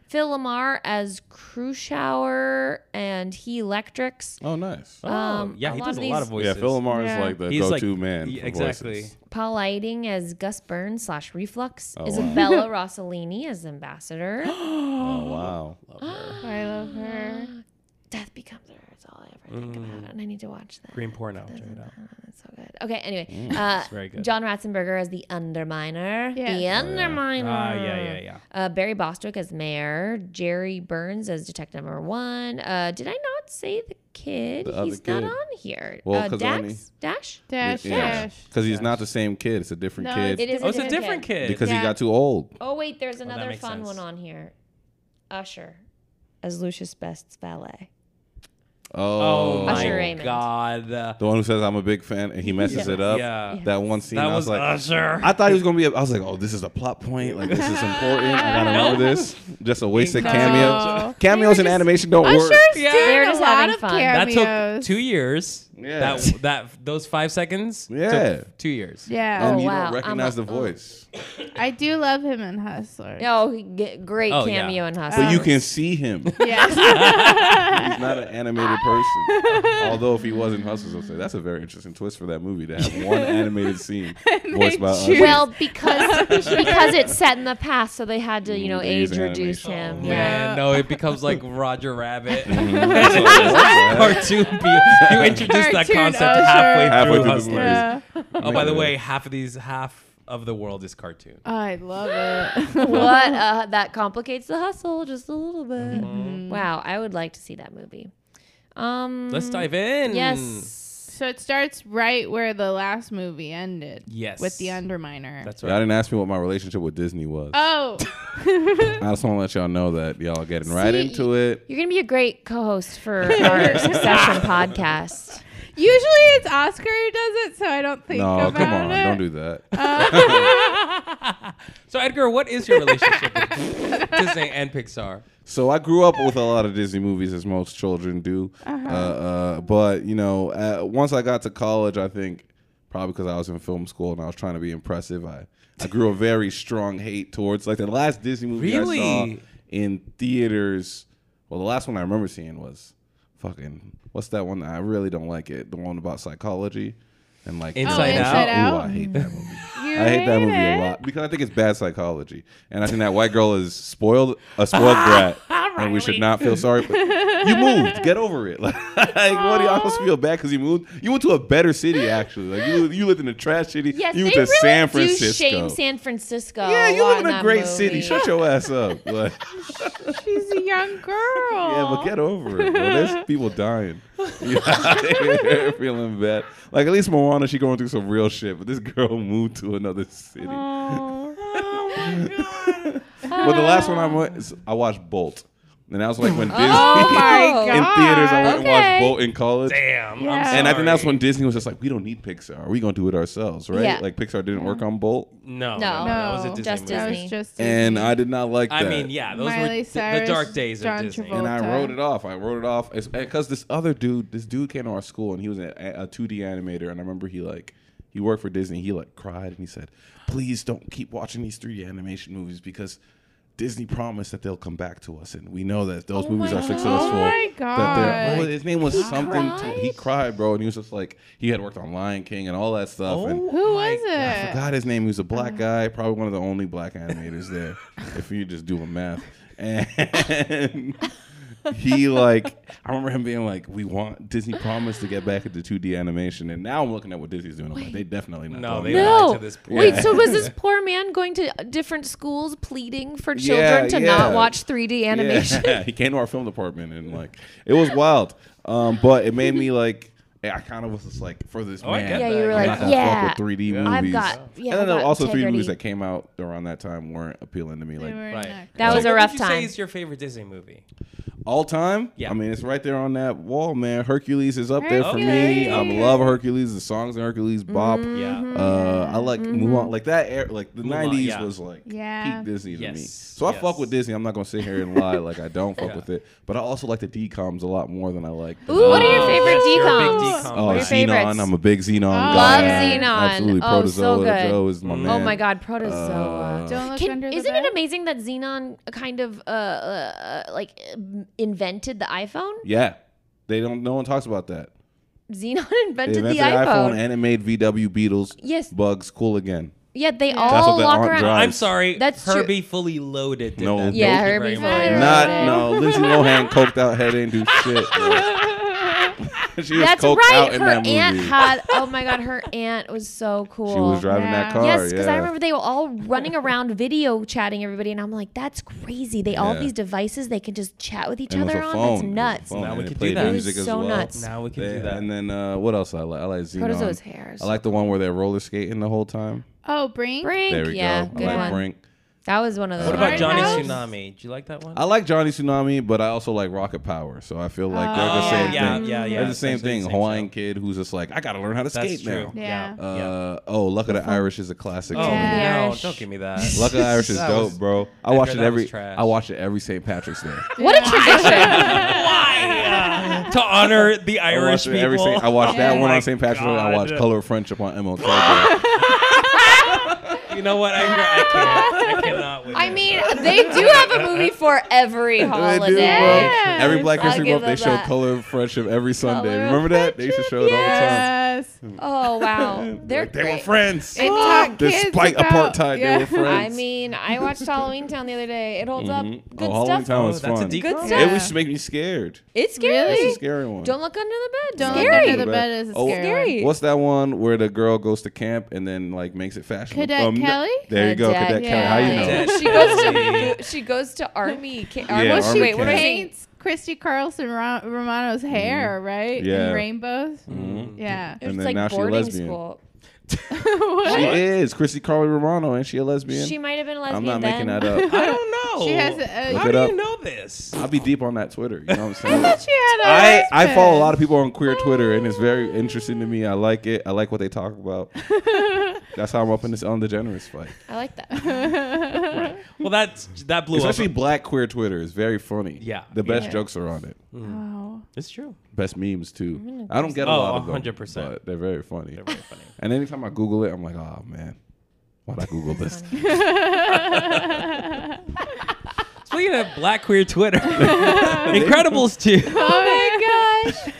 Speaker 3: Phil Lamar as Crushauer and he electrics.
Speaker 4: Oh, nice.
Speaker 2: Oh,
Speaker 3: Um,
Speaker 2: yeah,
Speaker 3: a
Speaker 2: he
Speaker 3: lot
Speaker 2: does
Speaker 3: of
Speaker 2: a lot
Speaker 3: these-
Speaker 2: of voices.
Speaker 4: Yeah, Phil Lamar is
Speaker 1: Yeah.
Speaker 4: like the
Speaker 2: He's like-
Speaker 4: go-to man.
Speaker 2: Yeah,
Speaker 4: for
Speaker 2: exactly.
Speaker 4: voices.
Speaker 3: Paul Lighting as Gus Burns slash Reflux.
Speaker 4: Oh, wow.
Speaker 3: Isabella Rossellini as Ambassador.
Speaker 4: Oh wow.
Speaker 2: Love her.
Speaker 1: I love her.
Speaker 3: Death Becomes Her is all I ever think about. And I need to watch that.
Speaker 2: Green porno. Check it out.
Speaker 3: That's so good. Okay, anyway. uh,
Speaker 2: very good.
Speaker 3: John Ratzenberger as the Underminer.
Speaker 1: Yeah. Oh,
Speaker 3: The
Speaker 1: yeah.
Speaker 3: Underminer.
Speaker 2: Ah, yeah, yeah,
Speaker 1: Mm.
Speaker 2: yeah.
Speaker 3: Uh, Barry Bostwick as Mayor. Jerry Burns as Detective Number One. Uh, did I not say the kid?
Speaker 4: The other
Speaker 3: He's not
Speaker 4: kid.
Speaker 3: on here.
Speaker 4: Well,
Speaker 3: uh,
Speaker 4: 'cause
Speaker 3: Dax?
Speaker 4: only-
Speaker 3: Dash?
Speaker 1: Dash dash.
Speaker 4: Because he's not the same kid. It's a different
Speaker 1: No,
Speaker 4: kid
Speaker 1: it's-
Speaker 3: It is
Speaker 2: Oh, it's a different kid.
Speaker 4: because
Speaker 1: Yeah.
Speaker 4: he got too old.
Speaker 3: Oh wait, there's another
Speaker 2: makes
Speaker 3: fun
Speaker 2: sense.
Speaker 3: one on here. Usher as Lucius Best's valet.
Speaker 4: Oh,
Speaker 2: oh
Speaker 3: Usher
Speaker 2: my
Speaker 3: Raymond.
Speaker 2: god.
Speaker 4: the one who says I'm a big fan and he messes it up.
Speaker 2: Yeah.
Speaker 4: That one scene,
Speaker 2: That
Speaker 4: I was,
Speaker 2: was
Speaker 4: like,
Speaker 2: Usher.
Speaker 4: I thought he was gonna be. A, I was like, oh, this is a plot point. Like this is important. I gotta remember this. Just a wasted
Speaker 2: No.
Speaker 1: They were
Speaker 4: cameo. Cameos in
Speaker 1: just-
Speaker 4: animation don't
Speaker 1: Usher's
Speaker 4: work.
Speaker 1: doing
Speaker 3: They're
Speaker 1: a
Speaker 3: just
Speaker 1: lot
Speaker 3: having
Speaker 1: of
Speaker 3: fun.
Speaker 2: that
Speaker 1: cameos.
Speaker 2: took two years.
Speaker 4: Yeah.
Speaker 2: That that those five seconds. took
Speaker 4: Yeah.
Speaker 2: two years.
Speaker 1: yeah,
Speaker 4: And
Speaker 3: Oh,
Speaker 4: you
Speaker 3: wow. I'm
Speaker 4: don't recognize
Speaker 3: a-
Speaker 4: the voice,
Speaker 1: I do love him in Hustler.
Speaker 3: Oh, he g- great
Speaker 2: Oh, yeah.
Speaker 3: cameo in Hustle.
Speaker 4: but you can see him. He's
Speaker 1: Yes.
Speaker 4: not an animated person. Although if he was in Hustlers, I'd say that's a very interesting twist for that movie to have one animated scene voiced by Usher.
Speaker 3: Well, because because it's set in the past, so they had to you know
Speaker 4: Mm,
Speaker 3: age
Speaker 4: use
Speaker 3: reduce him.
Speaker 2: Man,
Speaker 3: yeah.
Speaker 2: no, it becomes like Roger Rabbit.
Speaker 4: Mhm. That's what it was.
Speaker 2: Cartoon. be- You introduced that
Speaker 1: Cartoon
Speaker 2: concept
Speaker 1: Usher.
Speaker 2: halfway,
Speaker 4: Halfway
Speaker 2: through,
Speaker 4: through the
Speaker 2: Hustlers.
Speaker 4: movie.
Speaker 1: yeah.
Speaker 2: Oh, by the way, half of these, half of the world is cartoon.
Speaker 1: I love it.
Speaker 3: What uh, that complicates the hustle just a little bit. Wow, I would like to see that movie. Um,
Speaker 2: Mm-hmm.
Speaker 1: Mm-hmm.
Speaker 2: Let's dive in.
Speaker 3: yes.
Speaker 1: so it starts right where the last movie ended.
Speaker 2: Yes.
Speaker 1: With the Underminer.
Speaker 2: That's
Speaker 4: Y'all didn't
Speaker 2: right.
Speaker 4: ask me what my relationship with Disney was.
Speaker 1: oh.
Speaker 4: I just want to let y'all know that y'all are getting right
Speaker 3: See,
Speaker 4: into it.
Speaker 3: You're gonna be a great co-host for our Succession podcast.
Speaker 1: Usually it's Oscar who does it, so I don't think
Speaker 4: No,
Speaker 1: about
Speaker 4: come on,
Speaker 1: it.
Speaker 4: don't do that.
Speaker 2: So Edgar, what is your relationship with Disney and Pixar?
Speaker 4: So I grew up with a lot of Disney movies, as most children do. uh uh, but you know, uh, once I got to college, I think probably because I was in film school and I was trying to be impressive, I, I grew a very strong hate towards like the last Disney movie I saw
Speaker 2: Really?
Speaker 4: in theaters. Well, the last one I remember seeing was fucking what's that one? I really don't like it. The one about psychology and like
Speaker 2: Inside
Speaker 4: Ooh,
Speaker 2: Out?
Speaker 4: I hate that movie.
Speaker 1: You
Speaker 4: I hate that movie
Speaker 1: it?
Speaker 4: a lot because I think it's bad psychology, and I think that white girl is spoiled, a spoiled brat, and we should not feel sorry. for You moved, get over it. Like, what do y'all supposed to feel bad because you moved? You went to a better city, actually. Like you, you lived in a trash city.
Speaker 3: Yes,
Speaker 4: you went
Speaker 3: they
Speaker 4: to
Speaker 3: really
Speaker 4: San
Speaker 3: do shame
Speaker 4: Francisco.
Speaker 3: San Francisco.
Speaker 4: yeah, you
Speaker 3: a lot
Speaker 4: live in a
Speaker 3: that
Speaker 4: great
Speaker 3: movie.
Speaker 4: city. Shut your ass up. Like,
Speaker 1: She's a young girl.
Speaker 4: yeah, but get over it. Bro. There's people dying. You out here feeling bad. Like at least Moana, she going through some real shit, but this girl moved to another city.
Speaker 1: Oh.
Speaker 4: But the last one I went, is- I watched Bolt, and that was like when Disney
Speaker 3: Oh
Speaker 1: my
Speaker 3: my
Speaker 4: in
Speaker 1: God.
Speaker 4: theaters. I went and
Speaker 3: Okay.
Speaker 4: watched Bolt in college,
Speaker 2: Damn.
Speaker 1: Yeah.
Speaker 4: and I think that's when Disney was just like, we don't need Pixar. We gonna do it ourselves, right?
Speaker 3: Yeah.
Speaker 4: Like Pixar didn't work on Bolt,
Speaker 2: No, no,
Speaker 3: No.
Speaker 2: that was a
Speaker 1: No,
Speaker 2: Disney
Speaker 3: just
Speaker 2: movie.
Speaker 1: That was
Speaker 3: Disney.
Speaker 1: just
Speaker 4: and
Speaker 1: Disney.
Speaker 4: I did not like.
Speaker 2: I
Speaker 4: that.
Speaker 2: mean, yeah, those were
Speaker 1: Miley
Speaker 2: th- the
Speaker 1: Cyrus,
Speaker 2: dark days
Speaker 1: John
Speaker 2: of Disney.
Speaker 1: Travolta.
Speaker 4: and I
Speaker 1: Volta.
Speaker 4: wrote it off. I wrote it off because this other dude, this dude came to our school and he was a, a 2D animator, and I remember he like he worked for Disney. He like cried and he said, "Please don't keep watching these 3D animation movies because." Disney promised that they'll come back to us, and we know that those
Speaker 3: Oh
Speaker 4: movies
Speaker 3: my
Speaker 4: are
Speaker 3: God.
Speaker 4: successful.
Speaker 1: Oh my
Speaker 4: that they're-
Speaker 1: God.
Speaker 4: what was- his name was something. to-
Speaker 3: cried?
Speaker 4: he cried, bro, and he was just like he had worked on Lion King and all that stuff. and
Speaker 1: Who was
Speaker 4: I
Speaker 1: it?
Speaker 4: forgot his name. He was a black
Speaker 3: Uh-huh.
Speaker 4: guy, probably one of the only black animators there. if you just do a math, and he like, I remember him being like, "We want Disney promised to get back into 2D animation," and now I'm looking at what Disney's doing. I'm like, they definitely not.
Speaker 2: No,
Speaker 4: doing
Speaker 2: they
Speaker 4: that.
Speaker 2: lied
Speaker 3: No.
Speaker 2: to this poor
Speaker 3: Wait,
Speaker 2: guy.
Speaker 3: so was this poor man going to different schools pleading for
Speaker 4: Yeah,
Speaker 3: children to not
Speaker 4: yeah.
Speaker 3: watch 3D animation?
Speaker 4: Yeah. he came to our film department and like it was wild. Um, but it made me like I kind of was just like for this
Speaker 2: Oh, I
Speaker 4: man.
Speaker 2: get Yeah,
Speaker 3: you that. were
Speaker 4: I'm
Speaker 3: like,
Speaker 4: not gonna fuck
Speaker 3: yeah,
Speaker 4: with 3D
Speaker 3: I've
Speaker 4: movies.
Speaker 3: got- yeah, I've
Speaker 4: and then
Speaker 3: got
Speaker 4: also 3D
Speaker 3: integrity.
Speaker 4: movies that came out around that time weren't appealing to me.
Speaker 1: They
Speaker 4: Like
Speaker 1: were
Speaker 2: Right.
Speaker 1: not-
Speaker 3: That was
Speaker 2: So
Speaker 3: a
Speaker 2: what
Speaker 3: rough
Speaker 2: would you
Speaker 3: time.
Speaker 2: Say is your favorite Disney movie?
Speaker 4: All time?
Speaker 2: Yeah.
Speaker 4: I mean, it's right there on that wall, man. Hercules is up there for me. I
Speaker 1: Hercules.
Speaker 4: love Hercules. The songs in Hercules bop.
Speaker 3: Mm-hmm.
Speaker 2: Yeah.
Speaker 4: Uh, I like Mulan. Like that, era, like the
Speaker 2: Mulan,
Speaker 4: 90s
Speaker 2: yeah.
Speaker 4: was like
Speaker 1: Yeah.
Speaker 4: peak Disney to me.
Speaker 2: Yes,
Speaker 4: So I fuck
Speaker 2: yes.
Speaker 4: with Disney. I'm not going to sit here and lie like I don't fuck
Speaker 2: Yeah.
Speaker 4: with it. But I also like the DCOMs a lot more than I like. the-
Speaker 3: Ooh, what are your
Speaker 2: Oh,
Speaker 3: favorite
Speaker 2: yes, you're a big
Speaker 3: decoms?
Speaker 2: decom
Speaker 4: Oh,
Speaker 3: What are your
Speaker 4: Xenon.
Speaker 3: favorites? Oh,
Speaker 4: I'm a big Xenon guy.
Speaker 1: Love
Speaker 4: man.
Speaker 3: Xenon.
Speaker 4: Absolutely.
Speaker 3: Oh, so
Speaker 4: Protozoa
Speaker 3: good.
Speaker 4: Joe is my
Speaker 2: Mm-hmm.
Speaker 4: man. Uh,
Speaker 3: Oh my God, protozoa.
Speaker 1: Don't look
Speaker 3: Uh, Can-
Speaker 1: under the
Speaker 3: isn't
Speaker 1: bed.
Speaker 3: it amazing that Xenon kind of uh, uh, uh, like um, invented the iPhone?
Speaker 4: Yeah. They don't. No one talks about that.
Speaker 3: Xenon
Speaker 4: They
Speaker 3: invented,
Speaker 4: invented
Speaker 3: the iPhone.
Speaker 4: and it made VW Beatles.
Speaker 3: Yes.
Speaker 4: Bugs cool again.
Speaker 3: Yet they
Speaker 4: That's what
Speaker 3: all
Speaker 4: the
Speaker 3: walk
Speaker 4: aunt
Speaker 3: around.
Speaker 4: drives.
Speaker 2: I'm sorry.
Speaker 3: That's
Speaker 2: That's
Speaker 3: true.
Speaker 2: Herbie fully loaded. Did
Speaker 4: No.
Speaker 2: that.
Speaker 3: Yeah,
Speaker 2: Thank you
Speaker 3: Herbie
Speaker 2: very
Speaker 3: fully
Speaker 2: much.
Speaker 3: loaded.
Speaker 4: Not
Speaker 3: Right.
Speaker 4: no. Lindsay Lohan coked out head ain't do shit. she was
Speaker 3: That's
Speaker 4: coked
Speaker 3: right.
Speaker 4: out in
Speaker 3: Her
Speaker 4: that movie.
Speaker 3: aunt had. Oh my god, her aunt was so cool.
Speaker 4: she was driving
Speaker 1: Yeah.
Speaker 4: that car.
Speaker 3: Yes, because
Speaker 4: yeah.
Speaker 3: I remember they were all running around video chatting everybody, and I'm like, that's crazy. They all have
Speaker 4: Yeah.
Speaker 3: these devices they can just chat with each
Speaker 4: And it was
Speaker 3: other
Speaker 4: a
Speaker 3: on.
Speaker 4: phone.
Speaker 3: That's nuts.
Speaker 4: It was a phone,
Speaker 2: Now
Speaker 4: and
Speaker 2: we
Speaker 4: it
Speaker 2: could do
Speaker 4: played
Speaker 2: that. It was
Speaker 4: music as
Speaker 3: so
Speaker 4: well.
Speaker 3: nuts.
Speaker 2: Now we can
Speaker 4: Yeah,
Speaker 2: do that.
Speaker 4: And then uh, what else I like? I like Xenon.
Speaker 3: Protozoa's hair.
Speaker 4: I like the one where they're roller skating the whole time.
Speaker 1: Oh, Brink.
Speaker 3: Brink.
Speaker 4: There we
Speaker 3: yeah,
Speaker 4: go.
Speaker 3: good
Speaker 4: I like
Speaker 3: one.
Speaker 4: Brink.
Speaker 3: That was one of those.
Speaker 2: what about
Speaker 1: Smart
Speaker 2: Johnny
Speaker 1: House?
Speaker 2: Tsunami? Do you like that one?
Speaker 4: I like Johnny Tsunami, but I also like Rocket Power. So I feel like they're the
Speaker 1: Oh,
Speaker 4: same
Speaker 2: yeah,
Speaker 4: thing.
Speaker 2: yeah, yeah.
Speaker 4: They're the same
Speaker 2: Essentially
Speaker 4: thing.
Speaker 2: the same
Speaker 4: Hawaiian
Speaker 2: show.
Speaker 4: kid who's just like, I gotta learn how to
Speaker 2: That's
Speaker 4: skate
Speaker 2: true.
Speaker 4: now.
Speaker 1: Yeah.
Speaker 4: Uh, Oh, Luck of the Irish is a classic.
Speaker 2: Oh
Speaker 4: to me.
Speaker 1: Yeah.
Speaker 2: no!
Speaker 3: Irish.
Speaker 2: Don't give me that.
Speaker 4: Luck of the Irish is
Speaker 2: That
Speaker 4: dope,
Speaker 2: was-
Speaker 4: bro. I
Speaker 2: Edgar,
Speaker 4: watch it
Speaker 2: that was
Speaker 4: every.
Speaker 2: trash.
Speaker 4: I watch it every St. Patrick's Day.
Speaker 3: What a tradition.
Speaker 2: Why? to honor the
Speaker 4: I
Speaker 2: Irish
Speaker 4: watch, it
Speaker 2: people.
Speaker 4: every Saint- I watch that
Speaker 2: Oh
Speaker 4: one
Speaker 2: my
Speaker 4: on St. Patrick's Day. I watch
Speaker 2: God.
Speaker 4: Color of Friendship on MLK. Day.
Speaker 2: You know what? I, I can't. I cannot with
Speaker 3: I
Speaker 2: it.
Speaker 3: mean, they do have a movie for every
Speaker 4: They
Speaker 3: holiday.
Speaker 4: do, bro.
Speaker 1: Yes.
Speaker 4: Every Black
Speaker 3: I'll
Speaker 4: History
Speaker 3: give
Speaker 4: Month, they
Speaker 3: them
Speaker 4: show
Speaker 3: that.
Speaker 4: Color of Friendship every Sunday.
Speaker 1: of
Speaker 4: Remember that? They used to show it
Speaker 1: Yes.
Speaker 3: Oh wow, they're
Speaker 4: all the time. They were
Speaker 3: great.
Speaker 4: friends.
Speaker 3: It
Speaker 1: Fuck.
Speaker 3: talk-
Speaker 1: Kids
Speaker 4: Despite
Speaker 1: about-
Speaker 4: apartheid,
Speaker 1: yeah.
Speaker 4: they were
Speaker 3: I
Speaker 4: friends.
Speaker 3: mean, I watched Halloween Town the other day. It holds
Speaker 4: Mhm.
Speaker 3: up. Good
Speaker 4: oh, Halloween
Speaker 3: stuff.
Speaker 4: Town was
Speaker 2: Oh, that's a
Speaker 4: fun.
Speaker 2: deep
Speaker 3: Good
Speaker 2: cut.
Speaker 3: stuff.
Speaker 4: It used to make me scared.
Speaker 3: It's scary.
Speaker 1: Really?
Speaker 4: It's a scary one.
Speaker 3: Don't look under the bed.
Speaker 1: Don't look
Speaker 3: scary.
Speaker 1: under the bed is a
Speaker 4: Oh,
Speaker 1: scary.
Speaker 3: Scary.
Speaker 4: What's that one where the girl goes to camp and then like makes it fashionable?
Speaker 1: Cadet
Speaker 4: no-
Speaker 1: Kelly?
Speaker 4: There you go,
Speaker 3: Cadet
Speaker 4: Cadet Kelly. How you know?
Speaker 2: Kelly.
Speaker 3: she goes to she goes to army. Ca- army
Speaker 4: Yeah,
Speaker 1: Well, she
Speaker 4: Army Mm-hmm.
Speaker 3: wait, what am I saying?
Speaker 1: paints Christy Carlson Ro- Romano's hair, right?
Speaker 4: Yeah. Mm-hmm.
Speaker 1: In rainbows. Yeah.
Speaker 4: And
Speaker 3: It's
Speaker 4: then
Speaker 3: like
Speaker 4: now she a
Speaker 3: boarding
Speaker 4: lesbian.
Speaker 3: school.
Speaker 1: What?
Speaker 4: She is Christy Carly Romano, and she a lesbian.
Speaker 3: She might have been a lesbian
Speaker 4: I'm not
Speaker 3: then.
Speaker 4: making that up.
Speaker 2: I don't know.
Speaker 1: She has a-
Speaker 2: How
Speaker 4: Look it
Speaker 2: do
Speaker 4: up.
Speaker 2: you know this?
Speaker 4: I'll be deep on that Twitter. You know what
Speaker 1: I
Speaker 4: I'm saying?
Speaker 1: thought she had a Oh.
Speaker 4: I, I
Speaker 1: husband.
Speaker 4: follow a lot of people on queer Twitter, and it's very interesting to me. I like it. I like what they talk about. That's how I'm up in this on the generous fight.
Speaker 3: I like that.
Speaker 2: Well, that's that blew
Speaker 4: Especially
Speaker 2: up.
Speaker 4: black queer Twitter is very funny.
Speaker 2: Yeah.
Speaker 4: the best
Speaker 3: Yeah.
Speaker 4: jokes are on it.
Speaker 1: Oh.
Speaker 2: It's true.
Speaker 4: Best memes too. I don't get a
Speaker 2: Oh,
Speaker 4: lot of them.
Speaker 2: 100%.
Speaker 4: but They're very funny.
Speaker 2: They're very funny.
Speaker 4: And anytime I Google it, I'm like, oh man, why'd I Google this?
Speaker 2: Speaking of black queer Twitter, Incredibles too.
Speaker 3: oh my gosh,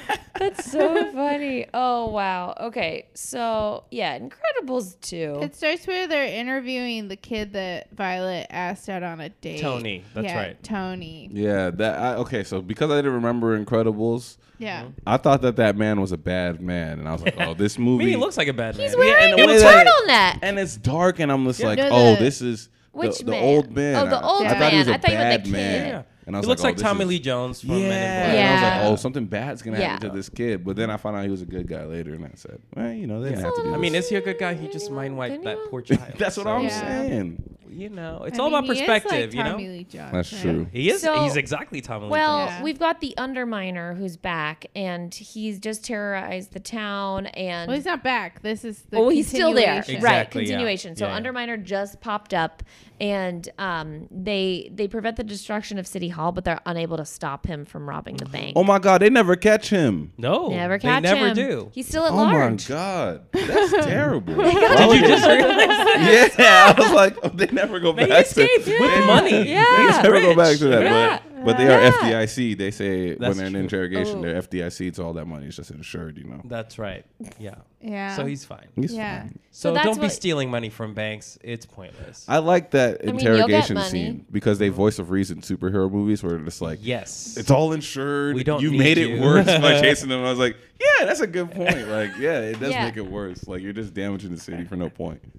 Speaker 3: that's so funny. Oh wow. Okay, so yeah, Incredibles two.
Speaker 1: It starts where they're interviewing the kid that Violet asked out on a date.
Speaker 2: Tony, that's
Speaker 1: Yeah,
Speaker 2: right.
Speaker 1: Tony.
Speaker 4: yeah, that. I, okay, so because I didn't remember Incredibles,
Speaker 2: Mm-hmm.
Speaker 1: Yeah.
Speaker 4: I thought that that man was a bad man, and I was like, oh, this movie.
Speaker 2: Me, he looks like a bad
Speaker 3: He's
Speaker 2: man.
Speaker 3: wearing
Speaker 4: the
Speaker 3: a
Speaker 4: way that- Oh,
Speaker 3: turtleneck.
Speaker 4: and it's dark, and I'm just like,
Speaker 1: No,
Speaker 4: oh,
Speaker 1: the-
Speaker 4: this is the-
Speaker 3: Which
Speaker 4: the,
Speaker 3: man?
Speaker 4: old man.
Speaker 3: Oh, the
Speaker 4: I-
Speaker 3: old
Speaker 4: I, thought he was
Speaker 3: man.
Speaker 4: a
Speaker 3: I thought you meant
Speaker 4: bad
Speaker 3: the kid.
Speaker 4: man.
Speaker 2: Yeah.
Speaker 4: And I was
Speaker 2: he looks like
Speaker 4: like, oh, this
Speaker 2: Tommy
Speaker 4: is-
Speaker 2: Lee Jones from
Speaker 4: Yeah.
Speaker 2: Men in Black.
Speaker 4: And I was
Speaker 3: Yeah.
Speaker 4: like, oh, something bad's gonna happen
Speaker 3: Yeah.
Speaker 4: to this kid. But then I found out he was a good guy later, and I said, well, you know, they didn't have to do.
Speaker 2: I
Speaker 4: this.
Speaker 2: mean, is he a good guy? He just mind wiped that poor child.
Speaker 4: that's what
Speaker 2: So,
Speaker 4: I'm
Speaker 1: Yeah.
Speaker 4: saying.
Speaker 2: You know, it's
Speaker 1: I
Speaker 2: all
Speaker 1: mean,
Speaker 2: about
Speaker 1: he is
Speaker 2: perspective.
Speaker 1: like
Speaker 2: you know,
Speaker 1: Tommy Lee Jones,
Speaker 4: That's
Speaker 1: right?
Speaker 4: true.
Speaker 2: he is.
Speaker 3: So-
Speaker 2: he's exactly Tommy Lee.
Speaker 3: Well,
Speaker 2: Jones.
Speaker 1: Yeah.
Speaker 3: we've got the underminer who's back, and he's just terrorized the town. And
Speaker 1: Well, he's not back. This is the.
Speaker 3: oh, he's still there,
Speaker 1: continuation.
Speaker 3: right?
Speaker 2: Exactly, yeah.
Speaker 3: Continuation. So
Speaker 2: Yeah, yeah.
Speaker 3: underminer just popped up, and um, they they prevent the destruction of City Hall, but they're unable to stop him from robbing the bank.
Speaker 4: Oh my God, they never catch him.
Speaker 2: no,
Speaker 3: never catch
Speaker 2: they never
Speaker 3: him.
Speaker 2: do.
Speaker 3: He's still at
Speaker 4: Oh
Speaker 3: large.
Speaker 4: my god, that's terrible. Oh,
Speaker 2: Did you just realize
Speaker 4: yeah, I was like, oh, they never go
Speaker 2: he
Speaker 4: back. to-
Speaker 2: escaped with money?
Speaker 4: They
Speaker 3: Yeah.
Speaker 4: never go back to that.
Speaker 3: Yeah.
Speaker 4: But, but they are
Speaker 3: Yeah. Oh.
Speaker 4: FDIC. They say when
Speaker 2: That's
Speaker 4: they're in
Speaker 2: true.
Speaker 4: interrogation, they're FDIC. So all that money is just insured, you know.
Speaker 2: That's right. Yeah.
Speaker 1: Yeah.
Speaker 2: So he's fine.
Speaker 4: He's
Speaker 1: Yeah.
Speaker 4: fine.
Speaker 2: So,
Speaker 3: that's
Speaker 2: don't be
Speaker 3: what-
Speaker 2: stealing money from banks. It's pointless.
Speaker 4: I like that
Speaker 3: mean, you'll get
Speaker 4: interrogation
Speaker 3: money.
Speaker 4: scene because they voice of reason superhero movies where it's like,
Speaker 2: yes.
Speaker 4: it's all insured.
Speaker 2: We don't
Speaker 4: You
Speaker 2: need
Speaker 4: made it
Speaker 2: you."
Speaker 4: worse by chasing them. I was like, yeah, that's a good point. Like, yeah, it does
Speaker 3: Yeah.
Speaker 4: make it worse. Like, you're just damaging the city for no point.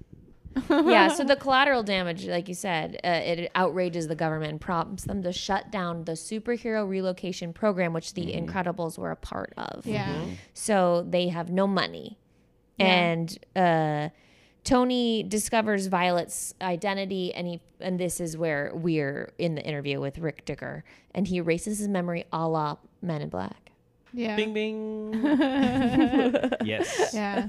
Speaker 3: yeah, so the collateral damage, like you said, uh, it outrages the government and prompts them to shut down the superhero relocation program, which the
Speaker 2: Mm-hmm.
Speaker 3: Incredibles were a part of.
Speaker 1: Yeah.
Speaker 3: So they have no money.
Speaker 1: Yeah.
Speaker 3: And uh, Tony discovers Violet's identity, and he and this is where we're in the interview with Rick Dicker, and he erases his memory a la Men in Black.
Speaker 1: Yeah.
Speaker 2: Bing bing. yes.
Speaker 1: Yeah.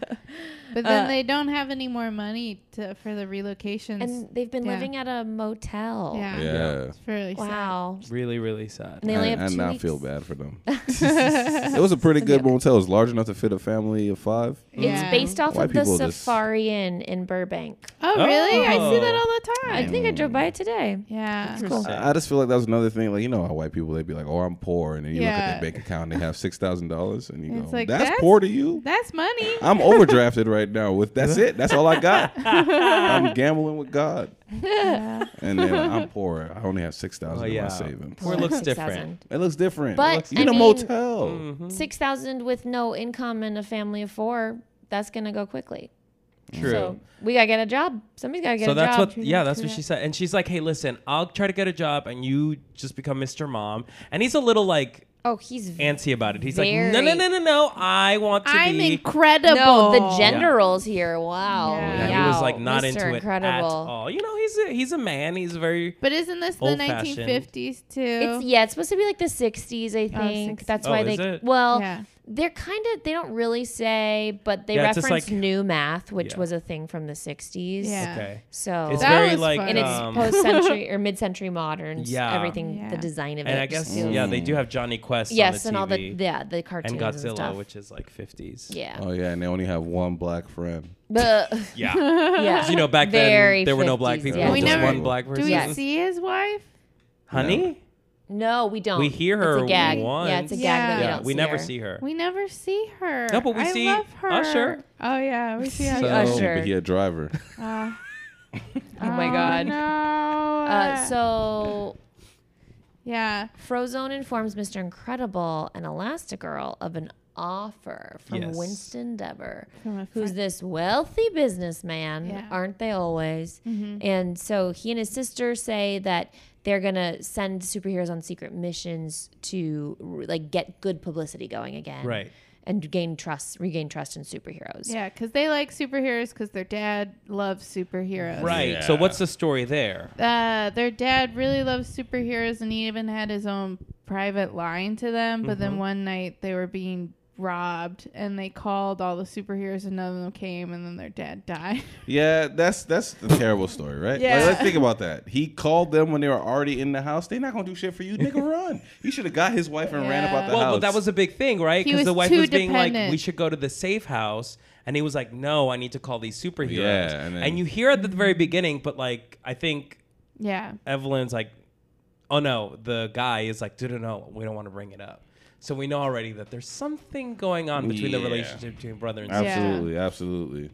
Speaker 1: But then
Speaker 3: Uh,
Speaker 1: they don't have any more money to, for the relocations.
Speaker 3: And they've been
Speaker 1: Yeah.
Speaker 3: living at a motel.
Speaker 1: yeah.
Speaker 4: Yeah.
Speaker 1: It's really sad.
Speaker 3: Wow.
Speaker 2: Really, really sad.
Speaker 3: And they only
Speaker 4: And-
Speaker 3: have
Speaker 4: and
Speaker 3: two
Speaker 4: I
Speaker 3: weeks.
Speaker 4: feel bad for them. it was a pretty good motel. It was large enough to fit a family of five.
Speaker 1: Yeah.
Speaker 3: It's based off
Speaker 4: White
Speaker 3: of the
Speaker 4: people just-
Speaker 3: Safari Inn in Burbank.
Speaker 1: Oh, really? I see that
Speaker 2: Oh.
Speaker 1: all the
Speaker 3: I
Speaker 1: time.
Speaker 3: think I drove by it today.
Speaker 1: yeah.
Speaker 3: Cool.
Speaker 4: I I just feel like that was another thing. Like you know how white people they be like, "Oh, I'm poor," and then you look
Speaker 1: Yeah.
Speaker 4: at their bank account and they have six thousand dollars, and you
Speaker 1: It's
Speaker 4: go,
Speaker 1: like,
Speaker 4: "That's,
Speaker 1: that's-
Speaker 4: poor to you."
Speaker 1: That's money.
Speaker 4: I'm overdrafted right now. With that's it. That's all I got. I'm gambling with God,
Speaker 1: Yeah.
Speaker 4: and then like, I'm poor. I only have six thousand
Speaker 2: Oh,
Speaker 4: in my
Speaker 2: yeah.
Speaker 4: savings.
Speaker 2: Poor looks
Speaker 3: 6,000.
Speaker 2: different.
Speaker 4: It looks different.
Speaker 3: But,
Speaker 4: it looks,
Speaker 3: I
Speaker 4: you in a
Speaker 3: mean-
Speaker 4: motel.
Speaker 2: Mm.
Speaker 3: Six thousand with no income and a family of four. That's gonna go quickly.
Speaker 2: True.
Speaker 3: So we gotta get a job. Somebody's gotta get
Speaker 2: so
Speaker 3: a
Speaker 2: that's
Speaker 3: job.
Speaker 2: what yeah that's what she said and she's like hey listen i'll try to get a job and you just become mr mom and he's a little like
Speaker 3: Oh, he's v-
Speaker 2: antsy about it he's
Speaker 3: Very.
Speaker 2: like no no no no no i want to
Speaker 1: I'm
Speaker 2: be
Speaker 1: incredible.
Speaker 3: no the gender roles here. Wow.
Speaker 1: Yeah.
Speaker 2: and he was
Speaker 3: Wow.
Speaker 2: like not
Speaker 3: Mr.
Speaker 2: into
Speaker 3: Incredible.
Speaker 2: it at all you know he's a, he's a man he's very
Speaker 1: But isn't this the
Speaker 2: Old-fashioned.
Speaker 1: 1950s too?
Speaker 3: It's yeah, it's supposed to be like the '60s, I think.
Speaker 1: 60s.
Speaker 3: That's
Speaker 2: Oh,
Speaker 3: why
Speaker 2: is
Speaker 3: they
Speaker 2: it?
Speaker 3: well,
Speaker 1: Yeah.
Speaker 3: they're kind of they don't really say, but they
Speaker 2: Yeah, it's just
Speaker 3: reference
Speaker 2: like-
Speaker 3: new math, which
Speaker 2: Yeah.
Speaker 3: was a thing from the '60s.
Speaker 1: Yeah.
Speaker 2: okay
Speaker 3: So
Speaker 2: it's
Speaker 1: That
Speaker 2: very
Speaker 1: was
Speaker 2: like
Speaker 1: fun.
Speaker 3: and it's
Speaker 2: um,
Speaker 3: post-century or mid-century modern.
Speaker 2: Yeah.
Speaker 3: Yeah. Everything,
Speaker 1: Yeah.
Speaker 3: the design of it.
Speaker 2: and i guess
Speaker 3: too.
Speaker 2: yeah they do have johnny quest
Speaker 3: Yes,
Speaker 2: on
Speaker 3: and
Speaker 2: the
Speaker 3: all the
Speaker 2: TV
Speaker 3: yeah the cartoons
Speaker 2: and
Speaker 3: and
Speaker 2: godzilla
Speaker 3: stuff.
Speaker 2: which is like 50s
Speaker 3: yeah.
Speaker 4: Oh yeah, and they only have one black friend.
Speaker 3: But
Speaker 2: yeah 'Cause,
Speaker 3: yeah.
Speaker 2: you know back
Speaker 3: Very
Speaker 2: then there were no black
Speaker 3: 50s,
Speaker 2: people
Speaker 3: yeah.
Speaker 1: We
Speaker 2: just
Speaker 1: never-
Speaker 2: one black
Speaker 1: Do
Speaker 2: person
Speaker 1: we
Speaker 3: Yes.
Speaker 1: see his wife?
Speaker 2: honey
Speaker 3: No, we don't.
Speaker 2: We hear
Speaker 3: It's
Speaker 2: her
Speaker 3: a gag. Yeah,
Speaker 2: once.
Speaker 3: it's a
Speaker 1: Yeah.
Speaker 3: gag that we
Speaker 2: yeah
Speaker 3: don't
Speaker 2: we
Speaker 3: see
Speaker 2: never
Speaker 3: her.
Speaker 2: see her
Speaker 1: We never see her.
Speaker 2: No, but we
Speaker 1: I
Speaker 2: see
Speaker 1: love her.
Speaker 2: Usher.
Speaker 1: Oh yeah, we see
Speaker 4: So,
Speaker 1: Usher.
Speaker 3: Usher.
Speaker 4: but he a driver.
Speaker 1: Uh,
Speaker 3: Oh my god.
Speaker 1: No.
Speaker 3: Uh, so
Speaker 1: yeah,
Speaker 3: Frozone informs Mr. Incredible and Elastigirl of an offer from
Speaker 2: Yes.
Speaker 3: Winston Dever,
Speaker 1: From a
Speaker 3: who's
Speaker 1: friend.
Speaker 3: this wealthy businessman,
Speaker 1: Yeah.
Speaker 3: aren't they always? And so he and his sister say that they're going to send superheroes on secret missions to like get good publicity going again.
Speaker 2: Right.
Speaker 3: And gain trust, regain trust in superheroes.
Speaker 1: yeah, because they like superheroes because their dad loves superheroes.
Speaker 2: right so what's the story there
Speaker 1: Uh, their dad really loves superheroes, and he even had his own private line to them. But then one night they were being robbed, and they called all the superheroes, and none of them came, and then their dad died.
Speaker 4: Yeah, that's that's a terrible story, right?
Speaker 1: Yeah.
Speaker 4: Like, let's think about that. He called them when they were already in the house. They're not gonna do shit for you, nigga. Run. He should have got his wife and ran
Speaker 1: Yeah.
Speaker 4: about the
Speaker 2: Well,
Speaker 4: house.
Speaker 2: but that was a big thing, right?
Speaker 1: He
Speaker 2: Because
Speaker 1: was
Speaker 2: the wife
Speaker 1: too
Speaker 2: was being like,
Speaker 1: dependent.
Speaker 2: "We should go to the safe house," and he was like, "No, I need to call these superheroes."
Speaker 4: Yeah, and then-
Speaker 2: you hear at the very beginning, but like, I think
Speaker 1: yeah,
Speaker 2: Evelyn's like, "Oh no," the guy is like, "No, no, no, we don't want to bring it up." So we know already that there's something going on between the
Speaker 4: Yeah.
Speaker 2: relationship between brother and sister.
Speaker 4: absolutely, absolutely.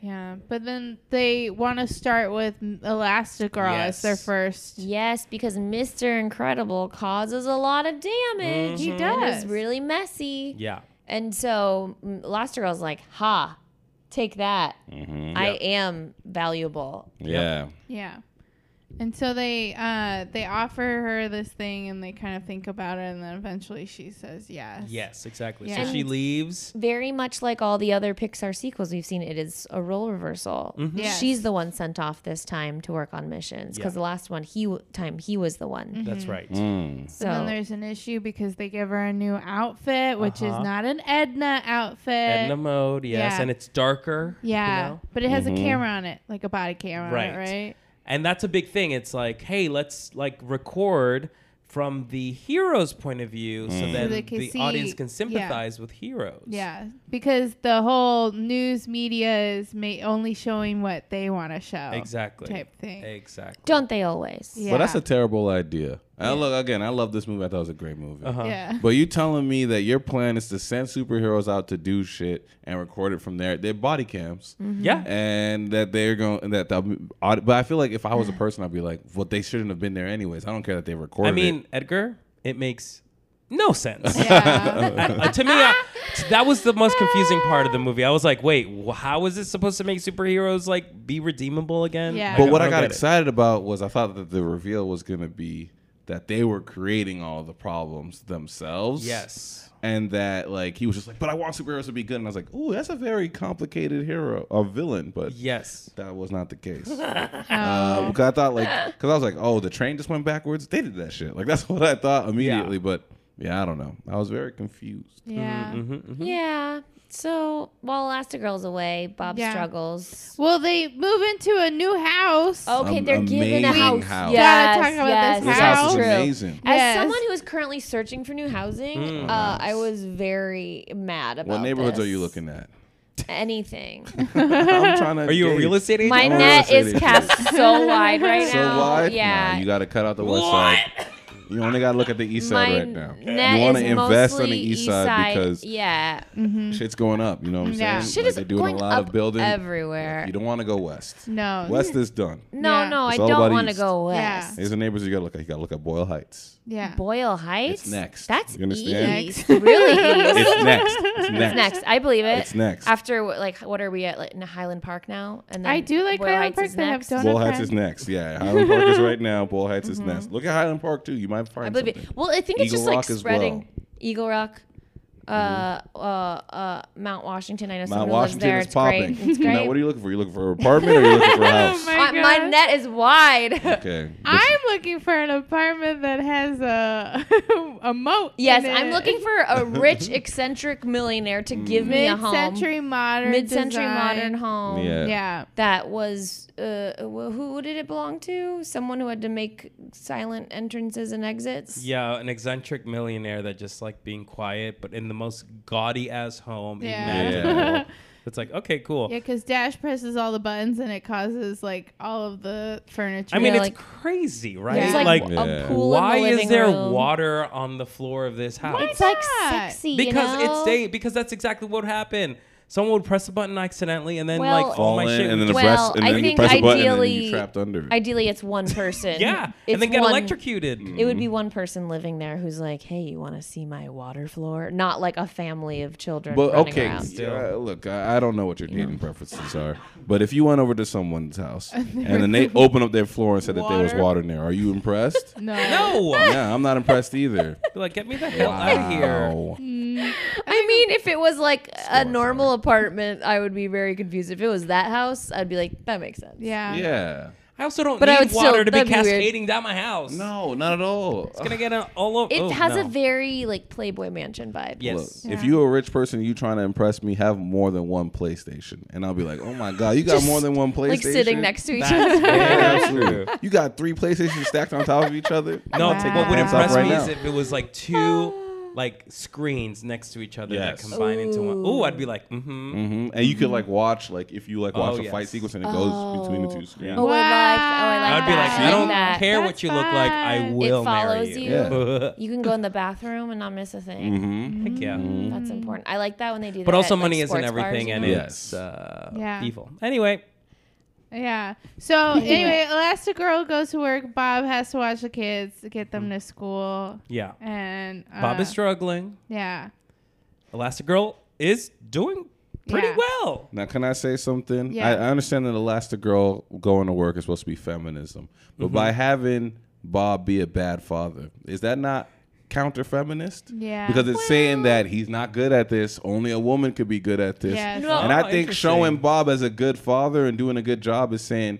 Speaker 1: yeah. But then they want to start with Elastigirl as their
Speaker 2: Yes.
Speaker 1: first.
Speaker 3: Yes, because Mr. Incredible causes a lot of damage.
Speaker 1: He
Speaker 3: And
Speaker 1: does.
Speaker 3: is really messy.
Speaker 2: Mm-hmm. Yeah,
Speaker 3: And so mm, Lost Girl's like, ha, take that.
Speaker 2: Mm-hmm.
Speaker 3: I am valuable.
Speaker 4: Yeah.
Speaker 1: Yeah. And so they uh, they offer her this thing, and they kind of think about it, and then eventually she says yes.
Speaker 2: yes, exactly.
Speaker 1: Yeah.
Speaker 2: So she leaves.
Speaker 3: Very much like all the other Pixar sequels we've seen, it is a role reversal.
Speaker 1: Yes.
Speaker 3: She's the one sent off this time to work on missions
Speaker 2: Mm-hmm. Yeah.
Speaker 3: because the last one, he w- time he was the one.
Speaker 2: That's right.
Speaker 4: Mm-hmm.
Speaker 1: So Mm-hmm. then
Speaker 3: So
Speaker 1: there's an issue because they give her a new outfit, which
Speaker 2: Uh-huh.
Speaker 1: is not an Edna outfit.
Speaker 2: Edna mode, yes,
Speaker 1: yeah.
Speaker 2: and it's darker. you
Speaker 1: Yeah,
Speaker 2: know?
Speaker 1: but it has
Speaker 4: Mm-hmm.
Speaker 1: a camera on it, like a body camera, right?
Speaker 2: Right.
Speaker 1: right?
Speaker 2: and that's a big thing it's like hey let's like record from the hero's point of view
Speaker 4: Mm.
Speaker 2: so then
Speaker 1: they
Speaker 2: the
Speaker 1: can see-
Speaker 2: audience
Speaker 1: yeah.
Speaker 2: can sympathize with heroes
Speaker 1: Yeah, because the whole news media is ma- only showing what they want to show.
Speaker 2: exactly
Speaker 1: Type thing.
Speaker 2: exactly
Speaker 3: don't they always?
Speaker 1: Yeah.
Speaker 4: But that's a terrible idea. And I look again, I love this movie. I thought it was a great movie.
Speaker 1: Yeah.
Speaker 4: But you telling me that your plan is to send superheroes out to do shit and record it from their their body cams,
Speaker 1: Mm-hmm.
Speaker 2: yeah
Speaker 4: and that they're going that the aud- but I feel like if I was a person, I'd be like, well, they shouldn't have been there anyways. I don't care that they recorded.
Speaker 2: i
Speaker 4: it.
Speaker 2: mean edgar it makes no sense
Speaker 1: Yeah.
Speaker 2: Uh, to me I, that was the most confusing part of the movie i was like wait wh- how is this supposed to make superheroes like be redeemable again
Speaker 1: Yeah.
Speaker 4: But
Speaker 1: I
Speaker 4: what I
Speaker 2: don't
Speaker 4: got
Speaker 2: get it.
Speaker 4: excited about was I thought that the reveal was gonna be that they were creating all the problems themselves.
Speaker 2: Yes.
Speaker 4: And that like he was just like, but I want superheroes to be good, and I was like, ooh, that's a very complicated hero, a villain, but
Speaker 2: Yes.
Speaker 4: that was not the case. Uh, because I thought like, because I was like, oh, the train just went backwards. They did that shit. Like that's what I thought immediately. But yeah, I don't know. I was very confused.
Speaker 1: yeah.
Speaker 4: Mm-hmm.
Speaker 2: Mm-hmm,
Speaker 1: Mm-hmm.
Speaker 3: Yeah. So while Elastigirl's away, Bob
Speaker 1: Yeah.
Speaker 3: struggles.
Speaker 1: Well, they move into a new house.
Speaker 3: Okay,
Speaker 4: Am-
Speaker 3: they're given a
Speaker 4: amazing
Speaker 3: house.
Speaker 4: house.
Speaker 1: Gotta talk about this
Speaker 4: This
Speaker 1: house
Speaker 4: house
Speaker 1: is
Speaker 4: is
Speaker 1: True.
Speaker 4: amazing. Mm.
Speaker 3: As
Speaker 1: Yes.
Speaker 3: someone who is currently searching for new housing, uh, I was very mad about
Speaker 4: Oh, What neighborhoods
Speaker 3: this.
Speaker 4: are you looking at?
Speaker 3: Anything.
Speaker 4: I'm trying to.
Speaker 2: Are you a
Speaker 4: gauge.
Speaker 2: real estate agent?
Speaker 3: My
Speaker 4: I'm a
Speaker 3: net
Speaker 4: real
Speaker 3: is
Speaker 4: estate
Speaker 3: cast so wide right
Speaker 4: So
Speaker 3: now.
Speaker 4: wide?
Speaker 3: Yeah.
Speaker 4: Nah, you got to cut out the west side. You only got to look at the east side
Speaker 3: My
Speaker 4: right now.
Speaker 3: net
Speaker 4: you wanna
Speaker 3: is
Speaker 4: invest on
Speaker 3: mostly
Speaker 4: the east side, because
Speaker 3: yeah,
Speaker 4: shit's going up. You know what I'm
Speaker 1: Yeah.
Speaker 4: saying?
Speaker 3: shit
Speaker 4: Like,
Speaker 3: is
Speaker 4: they're doing
Speaker 3: going
Speaker 4: a lot
Speaker 3: up
Speaker 4: of building.
Speaker 3: everywhere.
Speaker 4: You don't want to go west.
Speaker 1: no.
Speaker 4: West is done.
Speaker 3: No,
Speaker 1: Yeah.
Speaker 3: no,
Speaker 4: It's
Speaker 3: I
Speaker 4: all
Speaker 3: don't
Speaker 4: about
Speaker 3: want to
Speaker 4: east.
Speaker 3: go
Speaker 1: Yeah.
Speaker 3: west.
Speaker 4: These are neighbors you got to look at. You got to look at Boyle Heights.
Speaker 1: Yeah.
Speaker 3: Boyle Heights.
Speaker 4: It's next.
Speaker 3: That's
Speaker 4: You understand?
Speaker 3: east. really east.
Speaker 4: It's next. It's next.
Speaker 3: It's next. I believe it.
Speaker 4: It's next.
Speaker 3: After what- like, what are we at? Like in Highland Park now, and
Speaker 1: I do like
Speaker 3: Boyle
Speaker 1: Highland Park.
Speaker 3: is
Speaker 1: They have
Speaker 3: next.
Speaker 1: donuts.
Speaker 4: Boyle Heights is next. Yeah, Highland Park is right now. Boyle Heights is next. Look at Highland Park too. You might find
Speaker 3: Mm-hmm. I believe
Speaker 4: something.
Speaker 3: it. Well, I think it's
Speaker 4: Eagle
Speaker 3: just
Speaker 4: Rock
Speaker 3: like
Speaker 4: as
Speaker 3: spreading
Speaker 4: well. Mm-hmm.
Speaker 3: Eagle Rock, uh, uh, uh, Mount Washington. I know someone
Speaker 4: Mount
Speaker 3: who
Speaker 4: Washington
Speaker 3: lives
Speaker 4: is
Speaker 3: there. It's
Speaker 4: popping.
Speaker 3: great. It's
Speaker 4: Now,
Speaker 3: great.
Speaker 4: what are you looking for? You looking for an apartment or you looking for a house?
Speaker 1: my
Speaker 3: Uh, my
Speaker 1: God.
Speaker 3: net is wide.
Speaker 4: Okay.
Speaker 1: I'm looking for an apartment that has a a moat.
Speaker 3: Yes,
Speaker 1: in
Speaker 3: I'm
Speaker 1: it.
Speaker 3: looking for a rich, eccentric millionaire to give me a home.
Speaker 1: mid-century modern,
Speaker 3: Mid-century modern
Speaker 1: design.
Speaker 3: home.
Speaker 4: Mm. Yeah.
Speaker 1: Yeah.
Speaker 3: That was uh, wh- who did it belong to? Someone who had to make silent entrances and exits.
Speaker 2: Yeah, an eccentric millionaire that just like being quiet, but in the most gaudy ass home
Speaker 1: Yeah.
Speaker 2: imaginable. it's like okay, cool.
Speaker 1: Yeah, because Dash presses all the buttons and it causes like all of the furniture.
Speaker 2: I mean,
Speaker 3: Yeah,
Speaker 2: it's
Speaker 3: like-
Speaker 2: crazy, right?
Speaker 3: It's like,
Speaker 2: Like,
Speaker 3: a
Speaker 4: Yeah.
Speaker 3: pool.
Speaker 2: why
Speaker 3: in the
Speaker 2: is
Speaker 3: living
Speaker 2: there
Speaker 3: room.
Speaker 2: water on the floor of this house?
Speaker 3: It's like
Speaker 1: not?
Speaker 3: sexy.
Speaker 2: because
Speaker 3: you know?
Speaker 2: it's day. Because that's exactly what happened. Someone would press a button accidentally, and then
Speaker 3: Well-
Speaker 2: like all
Speaker 4: Fall
Speaker 2: my
Speaker 4: in
Speaker 2: shit.
Speaker 4: and then
Speaker 2: would
Speaker 4: a
Speaker 2: just-
Speaker 3: Well,
Speaker 4: press and
Speaker 3: I
Speaker 4: then you
Speaker 3: think
Speaker 4: press a button and then
Speaker 3: ideally-
Speaker 4: you trapped under. it.
Speaker 3: Ideally, it's one person.
Speaker 2: yeah,
Speaker 3: it's
Speaker 2: and then get
Speaker 3: one-
Speaker 2: electrocuted. Mm-hmm.
Speaker 3: It would be one person living there who's like, "Hey, you want to see my water floor?" Not like a family of children.
Speaker 4: But
Speaker 3: running
Speaker 4: okay,
Speaker 3: around.
Speaker 4: yeah, look, I, I don't know what your dating preferences are, but if you went over to someone's house and then they opened up their floor and said that there was
Speaker 1: Water.
Speaker 4: water in there, are you impressed?
Speaker 1: no.
Speaker 2: No,
Speaker 4: yeah, I'm not impressed either.
Speaker 2: Be like get me the hell out of here.
Speaker 4: Wow.
Speaker 3: I mean, if it was like a normal apartment, I would be very confused. If it was that house, I'd be like, "That makes sense."
Speaker 1: Yeah.
Speaker 4: Yeah.
Speaker 2: I also don't
Speaker 3: But I
Speaker 2: need
Speaker 3: would still-
Speaker 2: water to be
Speaker 3: that'd be weird.
Speaker 2: cascading down my house.
Speaker 4: No, not at all.
Speaker 2: it's gonna get an all over.
Speaker 3: It
Speaker 2: oh,
Speaker 3: has a
Speaker 2: no.
Speaker 3: very like Playboy Mansion vibe.
Speaker 2: yes.
Speaker 4: Look, if
Speaker 1: Yeah.
Speaker 4: you a rich person, you trying to impress me, have more than one PlayStation, and I'll be like, oh my god, you got
Speaker 3: Just,
Speaker 4: more than one PlayStation.
Speaker 3: Like sitting next to each
Speaker 2: That's
Speaker 3: other.
Speaker 2: very
Speaker 4: Yeah,
Speaker 2: true.
Speaker 4: absolutely. You got three PlayStations stacked on top of each other.
Speaker 2: No,
Speaker 1: Wow.
Speaker 2: what would
Speaker 1: Hands
Speaker 4: up
Speaker 2: impress
Speaker 4: right
Speaker 2: me
Speaker 4: now.
Speaker 2: is if it was like two like screens next to each other
Speaker 4: Yes.
Speaker 2: that combine into one. Ooh, I'd be like, mm-hmm.
Speaker 4: hmm And you could like watch, like if you like watch
Speaker 2: Oh,
Speaker 4: a fight
Speaker 2: yes.
Speaker 4: sequence and it goes between the two screens.
Speaker 3: Oh, I like. Oh, I like
Speaker 2: I'd be like,
Speaker 3: that.
Speaker 2: I don't
Speaker 3: that.
Speaker 2: care
Speaker 1: That's
Speaker 2: what you look like. I
Speaker 1: fine. It
Speaker 2: will
Speaker 3: follows
Speaker 2: marry
Speaker 3: you.
Speaker 2: you.
Speaker 4: Yeah.
Speaker 3: You can go in the bathroom and not miss a thing.
Speaker 4: Mm-hmm.
Speaker 2: Heck yeah.
Speaker 3: That's important. I like that when they do that.
Speaker 2: But also,
Speaker 3: at, like,
Speaker 2: money isn't
Speaker 3: sports bars
Speaker 2: everything,
Speaker 3: and
Speaker 2: and
Speaker 3: all.
Speaker 4: Yes.
Speaker 2: it's uh,
Speaker 1: Yeah.
Speaker 2: evil. Anyway,
Speaker 1: Yeah. So anyway, Elastigirl goes to work. Bob has to watch the kids, get them to school,
Speaker 2: yeah.
Speaker 1: and uh,
Speaker 2: Bob is struggling.
Speaker 1: Yeah.
Speaker 2: Elastigirl is doing pretty
Speaker 1: Yeah.
Speaker 2: well.
Speaker 4: Now, can I say something?
Speaker 1: Yeah.
Speaker 4: I, I understand that Elastigirl going to work is supposed to be feminism, but by having Bob be a bad father, is that not counter feminist?
Speaker 1: Yeah.
Speaker 4: Because it's saying that he's not good at this, only a woman could be good at this.
Speaker 1: Yes.
Speaker 2: No.
Speaker 4: And
Speaker 2: Oh,
Speaker 4: I think
Speaker 2: interesting.
Speaker 4: showing Bob as a good father and doing a good job is saying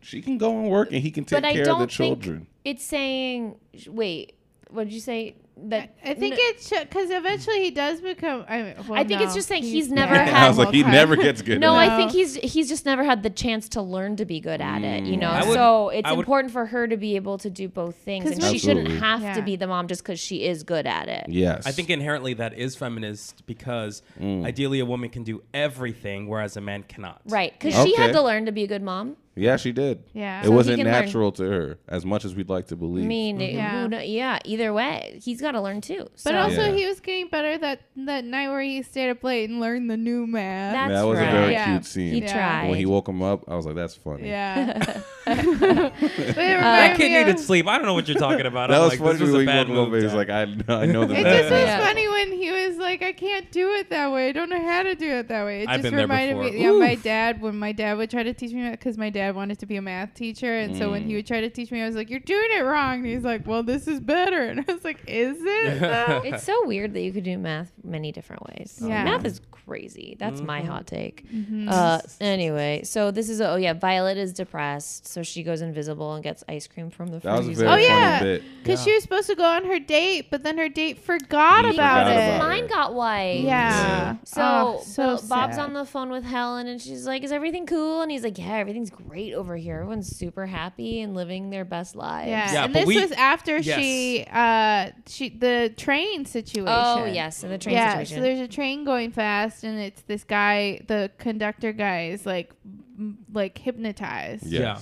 Speaker 4: she can go and work and he can take
Speaker 3: but I
Speaker 4: care
Speaker 3: don't
Speaker 4: of the
Speaker 3: think
Speaker 4: children.
Speaker 3: it's saying. Wait, what did you say? That
Speaker 1: I think
Speaker 3: n-
Speaker 1: it's because eventually he does become. I, mean, well,
Speaker 3: I think it's
Speaker 1: no.
Speaker 3: just saying he's never
Speaker 1: bad
Speaker 3: had-
Speaker 1: the
Speaker 3: I was
Speaker 1: whole
Speaker 4: he
Speaker 1: time.
Speaker 4: never gets good
Speaker 3: No,
Speaker 4: at
Speaker 1: I
Speaker 3: I
Speaker 1: know.
Speaker 3: think he's he's just never had the chance to learn to be good at it, you know.
Speaker 2: Mm. I would-
Speaker 3: so it's
Speaker 2: I would-
Speaker 3: important for her to be able to do both things,
Speaker 1: 'Cause
Speaker 3: and
Speaker 1: when-
Speaker 3: she shouldn't
Speaker 4: Absolutely.
Speaker 3: have to
Speaker 1: Yeah.
Speaker 3: be the mom just because she is good at it.
Speaker 4: Yes.
Speaker 2: I think inherently that is feminist because
Speaker 4: Mm.
Speaker 2: ideally a woman can do everything, whereas a man cannot.
Speaker 3: Right? Because she had
Speaker 4: Okay.
Speaker 3: to learn to be a good mom.
Speaker 4: Yeah, she did.
Speaker 1: Yeah.
Speaker 4: It
Speaker 1: So he
Speaker 4: wasn't
Speaker 3: can learn.
Speaker 4: natural to her as much as we'd like to
Speaker 3: I
Speaker 4: believe.
Speaker 3: mean, it-
Speaker 1: Yeah.
Speaker 3: who kno- yeah. Either way, he's got to learn too. So.
Speaker 1: But also,
Speaker 4: Yeah.
Speaker 1: he was getting better that that night where he stayed up late and learned the new math.
Speaker 3: That's
Speaker 4: that was
Speaker 3: right.
Speaker 4: a very
Speaker 1: Yeah.
Speaker 4: cute scene.
Speaker 3: he
Speaker 1: Yeah.
Speaker 3: tried.
Speaker 4: When he woke him up, I was like, that's funny.
Speaker 1: yeah.
Speaker 2: That
Speaker 1: That
Speaker 2: kid needed sleep. I don't know what you're talking about.
Speaker 4: That
Speaker 2: I'm
Speaker 4: was
Speaker 2: like,
Speaker 4: funny
Speaker 2: this was
Speaker 4: when
Speaker 2: a
Speaker 4: he
Speaker 2: bad
Speaker 4: woke up
Speaker 2: move.
Speaker 4: and he's
Speaker 2: Dad.
Speaker 4: like, "Ah, I, I know the
Speaker 1: It
Speaker 2: uh,
Speaker 1: just was
Speaker 3: Yeah.
Speaker 1: funny when he was like, "I can't do it that way. I don't know how to do it that way." It
Speaker 2: I've
Speaker 1: just
Speaker 2: been there
Speaker 1: reminded
Speaker 2: before.
Speaker 1: me. Yeah, my
Speaker 2: Oof.
Speaker 1: dad when my dad would try to teach me because my dad wanted to be a math teacher, and so
Speaker 2: Mm.
Speaker 1: when he would try to teach me, I was like, "You're doing it wrong." And he's like, "Well, this is better," and I was like, "Is it?" though?"
Speaker 3: It's so weird that you could do math many different ways.
Speaker 1: Yeah. Mm-hmm.
Speaker 3: Math is crazy. That's
Speaker 4: Mm-hmm.
Speaker 3: my hot take. Uh, anyway, so this is, oh yeah, Violet is depressed. So she goes invisible and gets ice cream from the
Speaker 4: That was a
Speaker 3: freezer.
Speaker 4: very
Speaker 1: Oh, yeah.
Speaker 4: funny bit.
Speaker 1: Because she was supposed to go on her date, but then her date forgot
Speaker 4: Forgot
Speaker 1: about
Speaker 4: about
Speaker 1: it.
Speaker 4: it.
Speaker 3: Mine got white.
Speaker 1: Yeah.
Speaker 3: So,
Speaker 1: Oh,
Speaker 3: Bo- Bob's
Speaker 1: sad.
Speaker 3: on the phone with Helen, and she's like, "Is everything cool?" And he's like, "Yeah, everything's great over here. Everyone's super happy and living their best lives."
Speaker 1: Yeah.
Speaker 2: Yeah,
Speaker 1: and
Speaker 2: but
Speaker 1: this
Speaker 2: we-
Speaker 1: was after she uh she the train situation.
Speaker 3: Oh yes, and the train
Speaker 1: yeah,
Speaker 3: situation.
Speaker 1: so there's a train going fast, and it's this guy, the conductor guy, is like, m- like hypnotized. Yeah.
Speaker 2: yeah.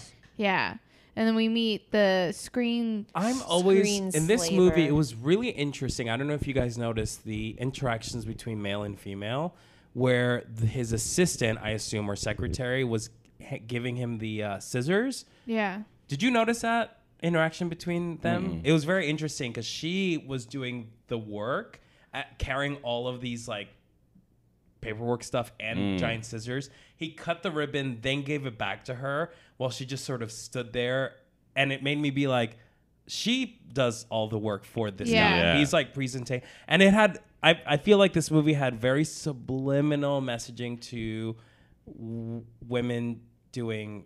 Speaker 4: Yes.
Speaker 1: and then we meet the screen.
Speaker 2: I'm always
Speaker 3: Screen
Speaker 2: in this movie.
Speaker 3: slaver.
Speaker 2: It was really interesting. I don't know if you guys noticed the interactions between male and female, where th- his assistant, I assume, or secretary, was h- giving him the uh, scissors.
Speaker 1: Yeah,
Speaker 2: Did you notice that interaction between them? It was very interesting because she was doing the work, at carrying all of these like paperwork stuff and
Speaker 4: Mm.
Speaker 2: giant scissors. He cut the ribbon, then gave it back to her while she just sort of stood there. And it made me be like, she does all the work for this
Speaker 1: Yeah.
Speaker 2: guy.
Speaker 4: Yeah.
Speaker 2: He's like presenting. And it had, I, I feel like this movie had very subliminal messaging to w- women doing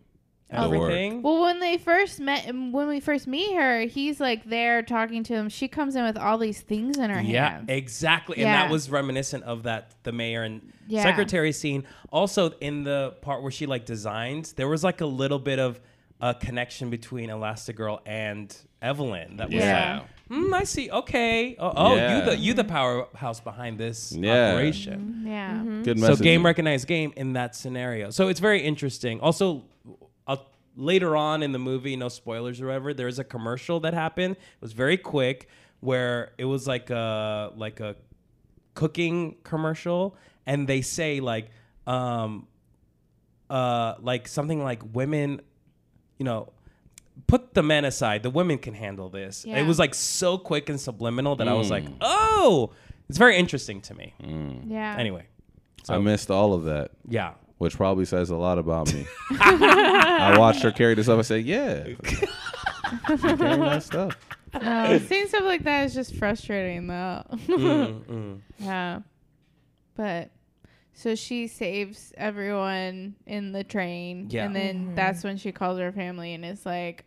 Speaker 4: The work.
Speaker 2: everything.
Speaker 1: Well, when they first met, when we first meet her, he's like there talking to him. She comes in with all these things in her
Speaker 2: Yeah,
Speaker 1: hand.
Speaker 2: exactly. And
Speaker 1: Yeah.
Speaker 2: that was reminiscent of that the mayor and
Speaker 1: Yeah.
Speaker 2: secretary scene. Also in the part where she like designs, there was like a little bit of a connection between Elastigirl and Evelyn. That was
Speaker 1: Yeah.
Speaker 2: like, mm, I see. Okay. Oh, oh,
Speaker 4: Yeah.
Speaker 2: you the you the powerhouse behind this
Speaker 4: Yeah.
Speaker 2: operation.
Speaker 1: yeah.
Speaker 3: Mm-hmm.
Speaker 4: Good
Speaker 2: So
Speaker 4: message.
Speaker 2: game recognized game in that scenario. So it's very interesting. Also, I'll, later on in the movie, no spoilers or whatever, there is a commercial that happened. It was very quick, where it was like a like a cooking commercial, and they say like um uh like something like women, you know. Put the men aside. The women can handle this.
Speaker 1: Yeah.
Speaker 2: It was like so quick and subliminal that I was like, "Oh, it's very interesting to me."
Speaker 1: Yeah.
Speaker 2: Anyway,
Speaker 4: I missed all of that.
Speaker 2: yeah.
Speaker 4: which probably says a lot about me. I watched her carry this up. I said, "Yeah, She carrying that stuff."
Speaker 1: No, seeing Uh, stuff like that is just frustrating, though.
Speaker 2: Mm,
Speaker 1: Yeah. But so she saves everyone in the train.
Speaker 2: Yeah.
Speaker 1: And then
Speaker 3: Mm-hmm.
Speaker 1: that's when she calls her family and is like,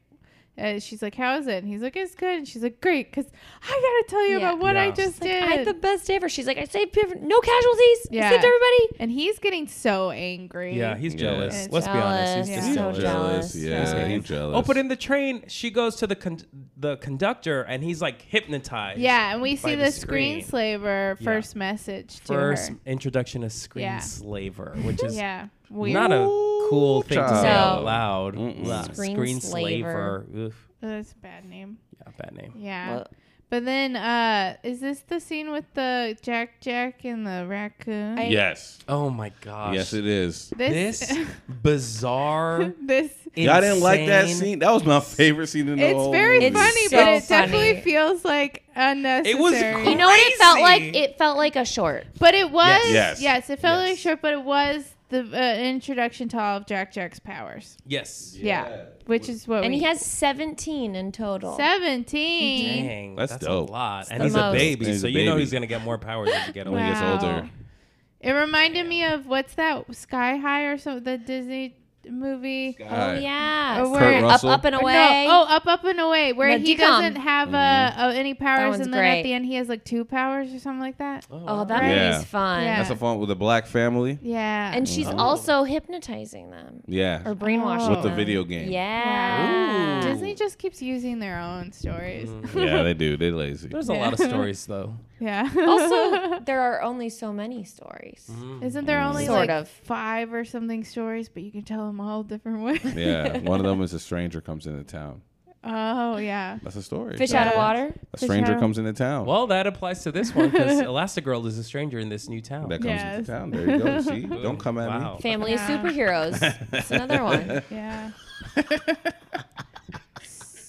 Speaker 1: uh, she's like, how is it? And he's like, it's good. And she's like, great, because I got to tell you
Speaker 3: Yeah.
Speaker 1: about what I
Speaker 2: Yeah.
Speaker 1: just
Speaker 3: Like,
Speaker 1: did.
Speaker 3: I had the best day ever. She's like, I saved every- no casualties.
Speaker 1: Yeah.
Speaker 3: I saved everybody.
Speaker 1: and he's getting so angry.
Speaker 2: Yeah, he's
Speaker 4: Yeah.
Speaker 2: jealous.
Speaker 1: It's
Speaker 2: Let's be honest, he's
Speaker 3: jealous.
Speaker 2: just
Speaker 1: Yeah.
Speaker 2: jealous.
Speaker 3: So
Speaker 4: Jealous,
Speaker 3: jealous.
Speaker 4: yeah,
Speaker 1: Yeah.
Speaker 4: you jealous.
Speaker 2: Oh, but in the train, she goes to the con- the conductor, and he's like hypnotized.
Speaker 1: Yeah, and we
Speaker 2: By
Speaker 1: see
Speaker 2: the
Speaker 1: the, screen
Speaker 2: screen.
Speaker 1: screenslaver first message to
Speaker 2: First
Speaker 1: her.
Speaker 2: introduction of screen
Speaker 1: Yeah.
Speaker 2: slaver, which is
Speaker 1: Yeah, weird.
Speaker 2: not a cool thing to say out
Speaker 3: Child.
Speaker 2: loud.
Speaker 4: Mm-mm.
Speaker 2: Uh,
Speaker 3: Screen
Speaker 2: slaver. Oof.
Speaker 1: That's a bad name.
Speaker 2: Yeah, bad name.
Speaker 1: Yeah.
Speaker 3: Well-
Speaker 1: but then, uh, is this the scene with the Jack Jack and the raccoon?
Speaker 3: I-
Speaker 4: yes,
Speaker 2: Oh my gosh.
Speaker 4: yes, it is.
Speaker 2: This bizarre.
Speaker 1: this.
Speaker 4: Y'all didn't like that
Speaker 2: insane-
Speaker 4: scene. That was my favorite scene in the
Speaker 1: It's
Speaker 4: whole.
Speaker 1: very
Speaker 4: movie.
Speaker 3: It's
Speaker 1: funny,
Speaker 3: so
Speaker 1: but it
Speaker 3: funny.
Speaker 1: definitely feels like unnecessary.
Speaker 2: cool.
Speaker 3: You know what it felt like?
Speaker 2: Crazy.
Speaker 3: It felt like a short.
Speaker 1: but it was yes.
Speaker 4: Yes.
Speaker 1: it felt like
Speaker 2: Yes.
Speaker 1: short, but it was the uh, introduction to all of Jack Jack's powers.
Speaker 2: Yes.
Speaker 1: Yeah, which is what
Speaker 3: And
Speaker 1: we,
Speaker 3: he has 17 in total.
Speaker 1: 17
Speaker 2: Dang,
Speaker 4: That's
Speaker 2: that's,
Speaker 4: dope.
Speaker 2: a lot. And
Speaker 3: the
Speaker 2: he's a
Speaker 3: most.
Speaker 2: baby,
Speaker 4: He's a
Speaker 2: so you know
Speaker 4: baby.
Speaker 2: he's gonna get more powers as he gets
Speaker 4: when
Speaker 2: older.
Speaker 4: he gets
Speaker 1: Wow.
Speaker 4: older.
Speaker 1: It reminded me of what's that Sky High or something? The Disney movie.
Speaker 3: Oh, yeah.
Speaker 1: Oh, where- Kurt
Speaker 3: up,
Speaker 4: Russell.
Speaker 3: up and
Speaker 1: No,
Speaker 3: away.
Speaker 1: oh, up, up and away, where
Speaker 3: No,
Speaker 1: he
Speaker 3: decom.
Speaker 1: doesn't have uh, uh, any powers,
Speaker 3: one's
Speaker 1: and then at
Speaker 3: great.
Speaker 1: the end he has like two powers or something like that.
Speaker 3: Oh, that
Speaker 1: Right.
Speaker 4: Yeah.
Speaker 3: movie's fun.
Speaker 1: Yeah.
Speaker 4: That's a fun with a black family.
Speaker 1: Yeah.
Speaker 3: And she's also hypnotizing them
Speaker 4: Yeah,
Speaker 3: or brainwashing
Speaker 1: Oh. With
Speaker 4: Oh. the
Speaker 3: them.
Speaker 4: video game.
Speaker 3: Yeah.
Speaker 1: Disney just keeps using their own stories.
Speaker 4: yeah, they do. They're lazy.
Speaker 2: There's a lot of stories though.
Speaker 1: yeah.
Speaker 3: also, there are only so many stories.
Speaker 1: isn't there only
Speaker 3: Sort
Speaker 1: like
Speaker 3: of.
Speaker 1: five or something stories, but you can tell them all different ways?
Speaker 4: Yeah, one of them is a stranger comes into town.
Speaker 1: Oh yeah.
Speaker 4: That's a story.
Speaker 3: Fish out of water.
Speaker 4: A stranger
Speaker 1: Fish out-
Speaker 4: comes into town.
Speaker 2: Well, that applies to this one because Elastigirl is a stranger in this new town.
Speaker 4: That comes
Speaker 1: Yes.
Speaker 4: into town. There you go. See, don't come at me.
Speaker 2: wow.
Speaker 3: Family
Speaker 1: Yeah.
Speaker 3: of superheroes. It's another one.
Speaker 1: Yeah.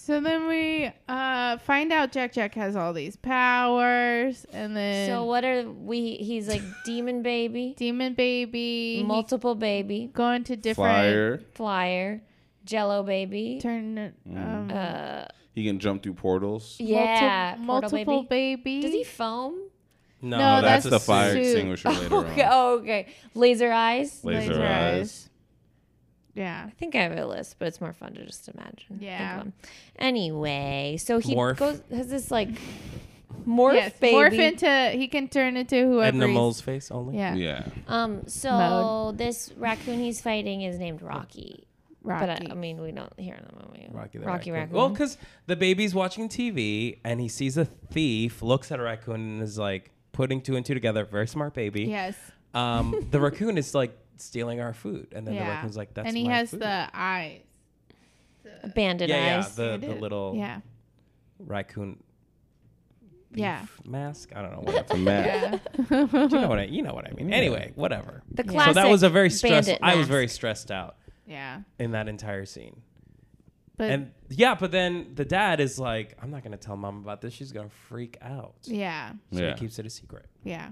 Speaker 1: So then we uh, find out Jack Jack has all these powers, and then
Speaker 3: So what are we? He's like demon baby,
Speaker 1: Demon Baby he
Speaker 3: multiple baby,
Speaker 1: going to different
Speaker 4: Flyer.
Speaker 3: flyer, Jello baby.
Speaker 1: turn.
Speaker 2: Mm.
Speaker 1: Um,
Speaker 3: Uh,
Speaker 4: He can jump through portals.
Speaker 3: yeah,
Speaker 1: multi-
Speaker 3: portal
Speaker 1: multiple
Speaker 3: baby.
Speaker 1: baby.
Speaker 3: Does he foam?
Speaker 1: No,
Speaker 2: No,
Speaker 4: Oh, that's,
Speaker 1: that's
Speaker 4: the
Speaker 2: a
Speaker 4: fire
Speaker 1: suit.
Speaker 4: extinguisher later
Speaker 3: Okay.
Speaker 4: on.
Speaker 3: Oh, okay. Laser eyes.
Speaker 4: Laser,
Speaker 1: Laser
Speaker 4: eyes.
Speaker 1: eyes. yeah.
Speaker 3: I think I have a list, but it's more fun to just imagine. Think
Speaker 1: Yeah.
Speaker 3: of 'em. Anyway, so he
Speaker 2: Morph.
Speaker 3: goes has this like morph
Speaker 1: yes.
Speaker 3: baby.
Speaker 1: Morph into. He can turn into whoever.
Speaker 2: Edna
Speaker 1: he's-
Speaker 2: Mole's face only.
Speaker 1: Yeah.
Speaker 4: Yeah.
Speaker 3: um. So
Speaker 1: Mode.
Speaker 3: this raccoon he's fighting is named Rocky. But
Speaker 1: Rocky.
Speaker 3: I, I mean, we don't hear in the movie.
Speaker 2: Rocky the
Speaker 3: Rocky
Speaker 2: raccoon.
Speaker 3: raccoon.
Speaker 2: Well, because the baby's watching TV and he sees a thief, looks at a raccoon and is like putting two and two together. Very smart baby.
Speaker 1: yes.
Speaker 2: Um, the raccoon is like stealing our food, and then the
Speaker 1: Yeah.
Speaker 2: raccoon's like, "That's
Speaker 1: and he
Speaker 2: my
Speaker 1: has
Speaker 2: food."
Speaker 1: the eyes.
Speaker 3: Bandit
Speaker 2: yeah,
Speaker 3: eyes.
Speaker 2: yeah, the,
Speaker 1: It
Speaker 2: the
Speaker 1: is.
Speaker 2: little
Speaker 1: Yeah.
Speaker 2: raccoon
Speaker 1: Yeah.
Speaker 2: mask. I don't know what.
Speaker 4: The map.
Speaker 1: Yeah.
Speaker 2: you know what I, you know what I mean. Anyway, whatever.
Speaker 3: The
Speaker 2: so
Speaker 3: classic.
Speaker 2: that was a very stressed.
Speaker 3: bandit
Speaker 2: I was
Speaker 3: mask.
Speaker 2: very stressed out
Speaker 1: yeah.
Speaker 2: in that entire scene.
Speaker 1: But
Speaker 2: and yeah, but then the dad is like, "I'm not gonna tell mom about this. She's gonna freak out."
Speaker 1: yeah.
Speaker 2: So
Speaker 4: Yeah.
Speaker 2: he keeps it a secret.
Speaker 1: Yeah.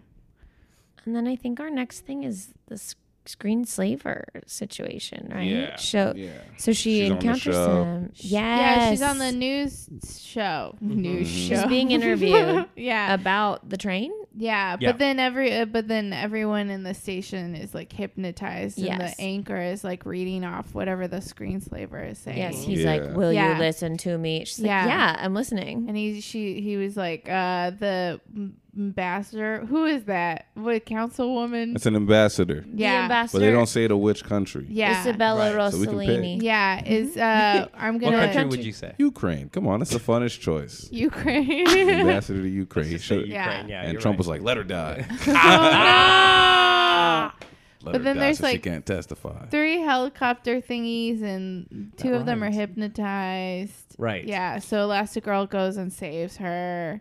Speaker 3: And then I think our next thing is the s- screen slaver situation, right?
Speaker 4: Yeah.
Speaker 3: So,
Speaker 4: Yeah.
Speaker 3: so she
Speaker 4: She's on the
Speaker 3: encounters
Speaker 4: show.
Speaker 3: him. Yes.
Speaker 1: Yeah. She's on the news show.
Speaker 2: Mm-hmm.
Speaker 1: News show.
Speaker 3: She's being interviewed
Speaker 1: yeah.
Speaker 3: about the train.
Speaker 1: Yeah,
Speaker 2: Yeah.
Speaker 1: but then every uh, but then everyone in the station is like hypnotized, and
Speaker 3: Yes.
Speaker 1: the anchor is like reading off whatever the screenslaver is saying.
Speaker 3: Yes, he's
Speaker 4: Yeah.
Speaker 3: like, "Will
Speaker 1: Yeah.
Speaker 3: you listen to me?" She's
Speaker 1: Yeah.
Speaker 3: like, "Yeah, I'm listening."
Speaker 1: and he she he was like uh the m- ambassador. Who is that? What councilwoman?
Speaker 4: It's an ambassador.
Speaker 3: The
Speaker 1: yeah,
Speaker 4: But
Speaker 3: ambassador,
Speaker 4: they don't say to which country.
Speaker 1: yeah,
Speaker 3: Isabella
Speaker 2: Right.
Speaker 4: So we can pick.
Speaker 3: Rossellini.
Speaker 1: yeah. Is uh I'm
Speaker 2: What
Speaker 1: gonna
Speaker 2: country would you say?
Speaker 4: Ukraine. Come on, that's the funnest choice.
Speaker 1: Ukraine.
Speaker 4: ambassador to Ukraine.
Speaker 2: Just say
Speaker 4: Should-
Speaker 1: Yeah.
Speaker 2: Ukraine. Yeah.
Speaker 4: and
Speaker 2: you're
Speaker 4: Trump
Speaker 2: right.
Speaker 4: was like, "Let her die."
Speaker 2: Ah.
Speaker 1: Oh,
Speaker 4: Let
Speaker 1: But
Speaker 4: her
Speaker 1: then
Speaker 4: die
Speaker 1: there's,
Speaker 4: so she
Speaker 1: like,
Speaker 4: can't testify.
Speaker 1: Three helicopter thingies, and two
Speaker 2: That
Speaker 1: of them are
Speaker 2: rhymes.
Speaker 1: hypnotized.
Speaker 2: Right.
Speaker 1: Yeah. So Elastigirl goes and saves her.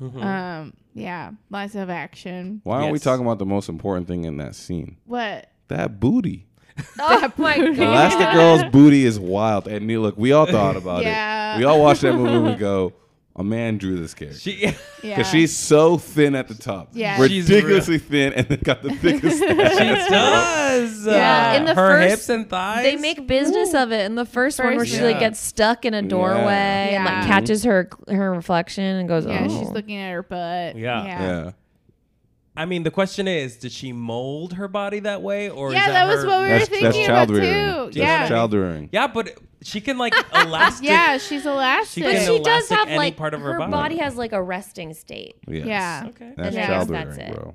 Speaker 1: Um. Yeah. Lots of action.
Speaker 4: Why aren't we
Speaker 2: Yes.
Speaker 4: talking about the most important thing in that scene?
Speaker 1: What?
Speaker 4: That booty.
Speaker 3: Oh my god!
Speaker 4: Elastic Girl's booty is wild. And you- look, we all thought about
Speaker 1: Yeah.
Speaker 4: it. We all watched that movie and we go, a man drew this character.
Speaker 2: She.
Speaker 1: Yeah.
Speaker 4: Because she's so thin at the top.
Speaker 1: Yeah.
Speaker 2: She's real.
Speaker 4: Ridiculously thin and then got the thickest ass.
Speaker 2: She does.
Speaker 1: Yeah.
Speaker 2: Uh,
Speaker 3: In the
Speaker 2: her
Speaker 3: first-
Speaker 2: hips and thighs.
Speaker 3: They make business of it in the first, one where
Speaker 1: First
Speaker 3: she
Speaker 4: one.
Speaker 3: like gets stuck in a doorway and
Speaker 1: Yeah.
Speaker 3: like catches her her reflection and goes,
Speaker 1: Yeah,
Speaker 3: "Oh."
Speaker 1: she's looking at her butt.
Speaker 2: Yeah.
Speaker 1: Yeah. Yeah,
Speaker 4: Yeah.
Speaker 2: I mean, the question is, did she mold her body that way, or is that,
Speaker 1: that was
Speaker 2: her-
Speaker 1: what we were
Speaker 4: That's, that's
Speaker 1: thinking about
Speaker 4: child
Speaker 1: too.
Speaker 4: rearing.
Speaker 1: yeah.
Speaker 4: That's child rearing.
Speaker 2: Yeah, but she can like elastic.
Speaker 1: yeah, she's elastic.
Speaker 2: can
Speaker 3: But she does
Speaker 2: elastic
Speaker 3: have
Speaker 2: any
Speaker 3: like
Speaker 2: part of her
Speaker 3: her
Speaker 2: body.
Speaker 3: body has like a resting state.
Speaker 4: Yes.
Speaker 1: yeah.
Speaker 2: Okay.
Speaker 4: That's
Speaker 1: Yeah.
Speaker 4: child
Speaker 3: That's
Speaker 4: rearing,
Speaker 3: it.
Speaker 4: bro.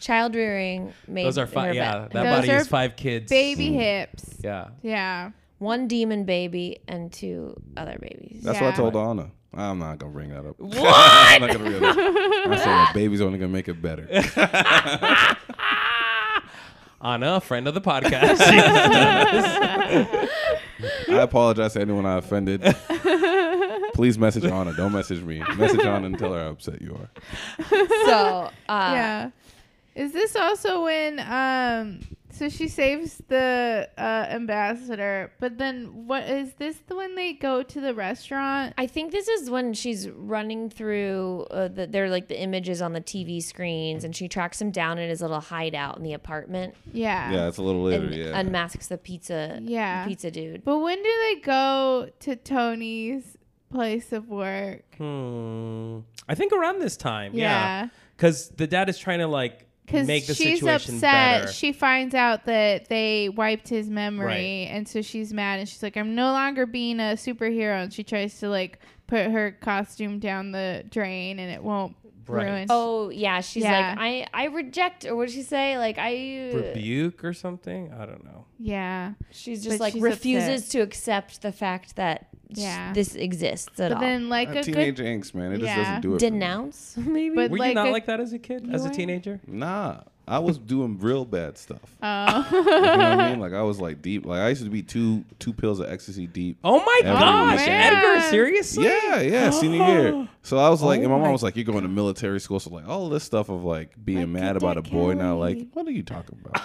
Speaker 3: Child rearing made
Speaker 2: Those are
Speaker 3: her
Speaker 2: five. Yeah,
Speaker 3: ba-
Speaker 2: that
Speaker 1: Those
Speaker 2: body
Speaker 1: are
Speaker 2: is five kids.
Speaker 1: Baby hips.
Speaker 2: Yeah.
Speaker 1: Yeah.
Speaker 3: one demon baby and two other babies.
Speaker 4: That's what I
Speaker 1: Yeah.
Speaker 4: told Anna. I'm not gonna bring that up. What? I'm not gonna bring that up. I said the baby's only gonna make it better.
Speaker 2: Anna, a friend of the podcast.
Speaker 4: I apologize to anyone I offended. Please message Anna. Don't message me. Message Anna and tell her how upset you are.
Speaker 3: So, uh,
Speaker 1: yeah. Is this also when um so she saves the uh ambassador, but then what is this the when they go to the restaurant?
Speaker 3: I think this is when she's running through uh, the they're like the images on the TV screens, and she tracks him down in his little hideout in the apartment
Speaker 1: Yeah.
Speaker 4: Yeah, it's a little later.
Speaker 3: and
Speaker 4: yeah.
Speaker 3: unmasks the pizza
Speaker 1: Yeah.
Speaker 3: pizza dude.
Speaker 1: But when do they go to Tony's place of work?
Speaker 2: hmm. I think around this time.
Speaker 1: Yeah.
Speaker 2: Yeah. Because the dad is trying to like
Speaker 1: because
Speaker 2: make the
Speaker 1: she's
Speaker 2: situation
Speaker 1: upset.
Speaker 2: better.
Speaker 1: She finds out that they wiped his memory,
Speaker 2: Right.
Speaker 1: and so she's mad, and she's like, "I'm no longer being a superhero." And she tries to like put her costume down the drain, and it won't
Speaker 2: Right.
Speaker 1: ruin.
Speaker 3: Oh yeah, she's
Speaker 1: Yeah.
Speaker 3: like I I reject or what did she say? Like
Speaker 1: uh,
Speaker 3: I
Speaker 2: Rebuke or something? I don't know.
Speaker 1: yeah.
Speaker 3: she's just
Speaker 1: but
Speaker 3: like
Speaker 1: she's
Speaker 3: refuses
Speaker 1: upset.
Speaker 3: to accept the fact that sh-
Speaker 1: Yeah.
Speaker 3: this exists at
Speaker 1: But
Speaker 3: all.
Speaker 1: then, like
Speaker 4: Uh,
Speaker 1: a
Speaker 4: teenage
Speaker 1: good
Speaker 4: angst, man. It just
Speaker 1: Yeah.
Speaker 4: doesn't do it. for me.
Speaker 3: Denounce maybe.
Speaker 1: But-
Speaker 2: Were
Speaker 1: Like
Speaker 2: you not
Speaker 1: a-
Speaker 2: like that as a kid? As a
Speaker 1: were?
Speaker 2: teenager?
Speaker 4: Nah, I was doing real bad stuff.
Speaker 1: oh,
Speaker 4: You know what I mean? Like I was like deep. Like I used to be two two pills of ecstasy deep.
Speaker 2: Oh my
Speaker 4: Every
Speaker 2: gosh,
Speaker 4: weekend.
Speaker 2: Edgar!
Speaker 1: Man.
Speaker 2: Seriously?
Speaker 4: Yeah, yeah, senior year. So I was like, and my mom
Speaker 2: Oh. my
Speaker 4: was like, "You're going to military school." So like all this stuff of like being mad about a boy not like, what are you talking about?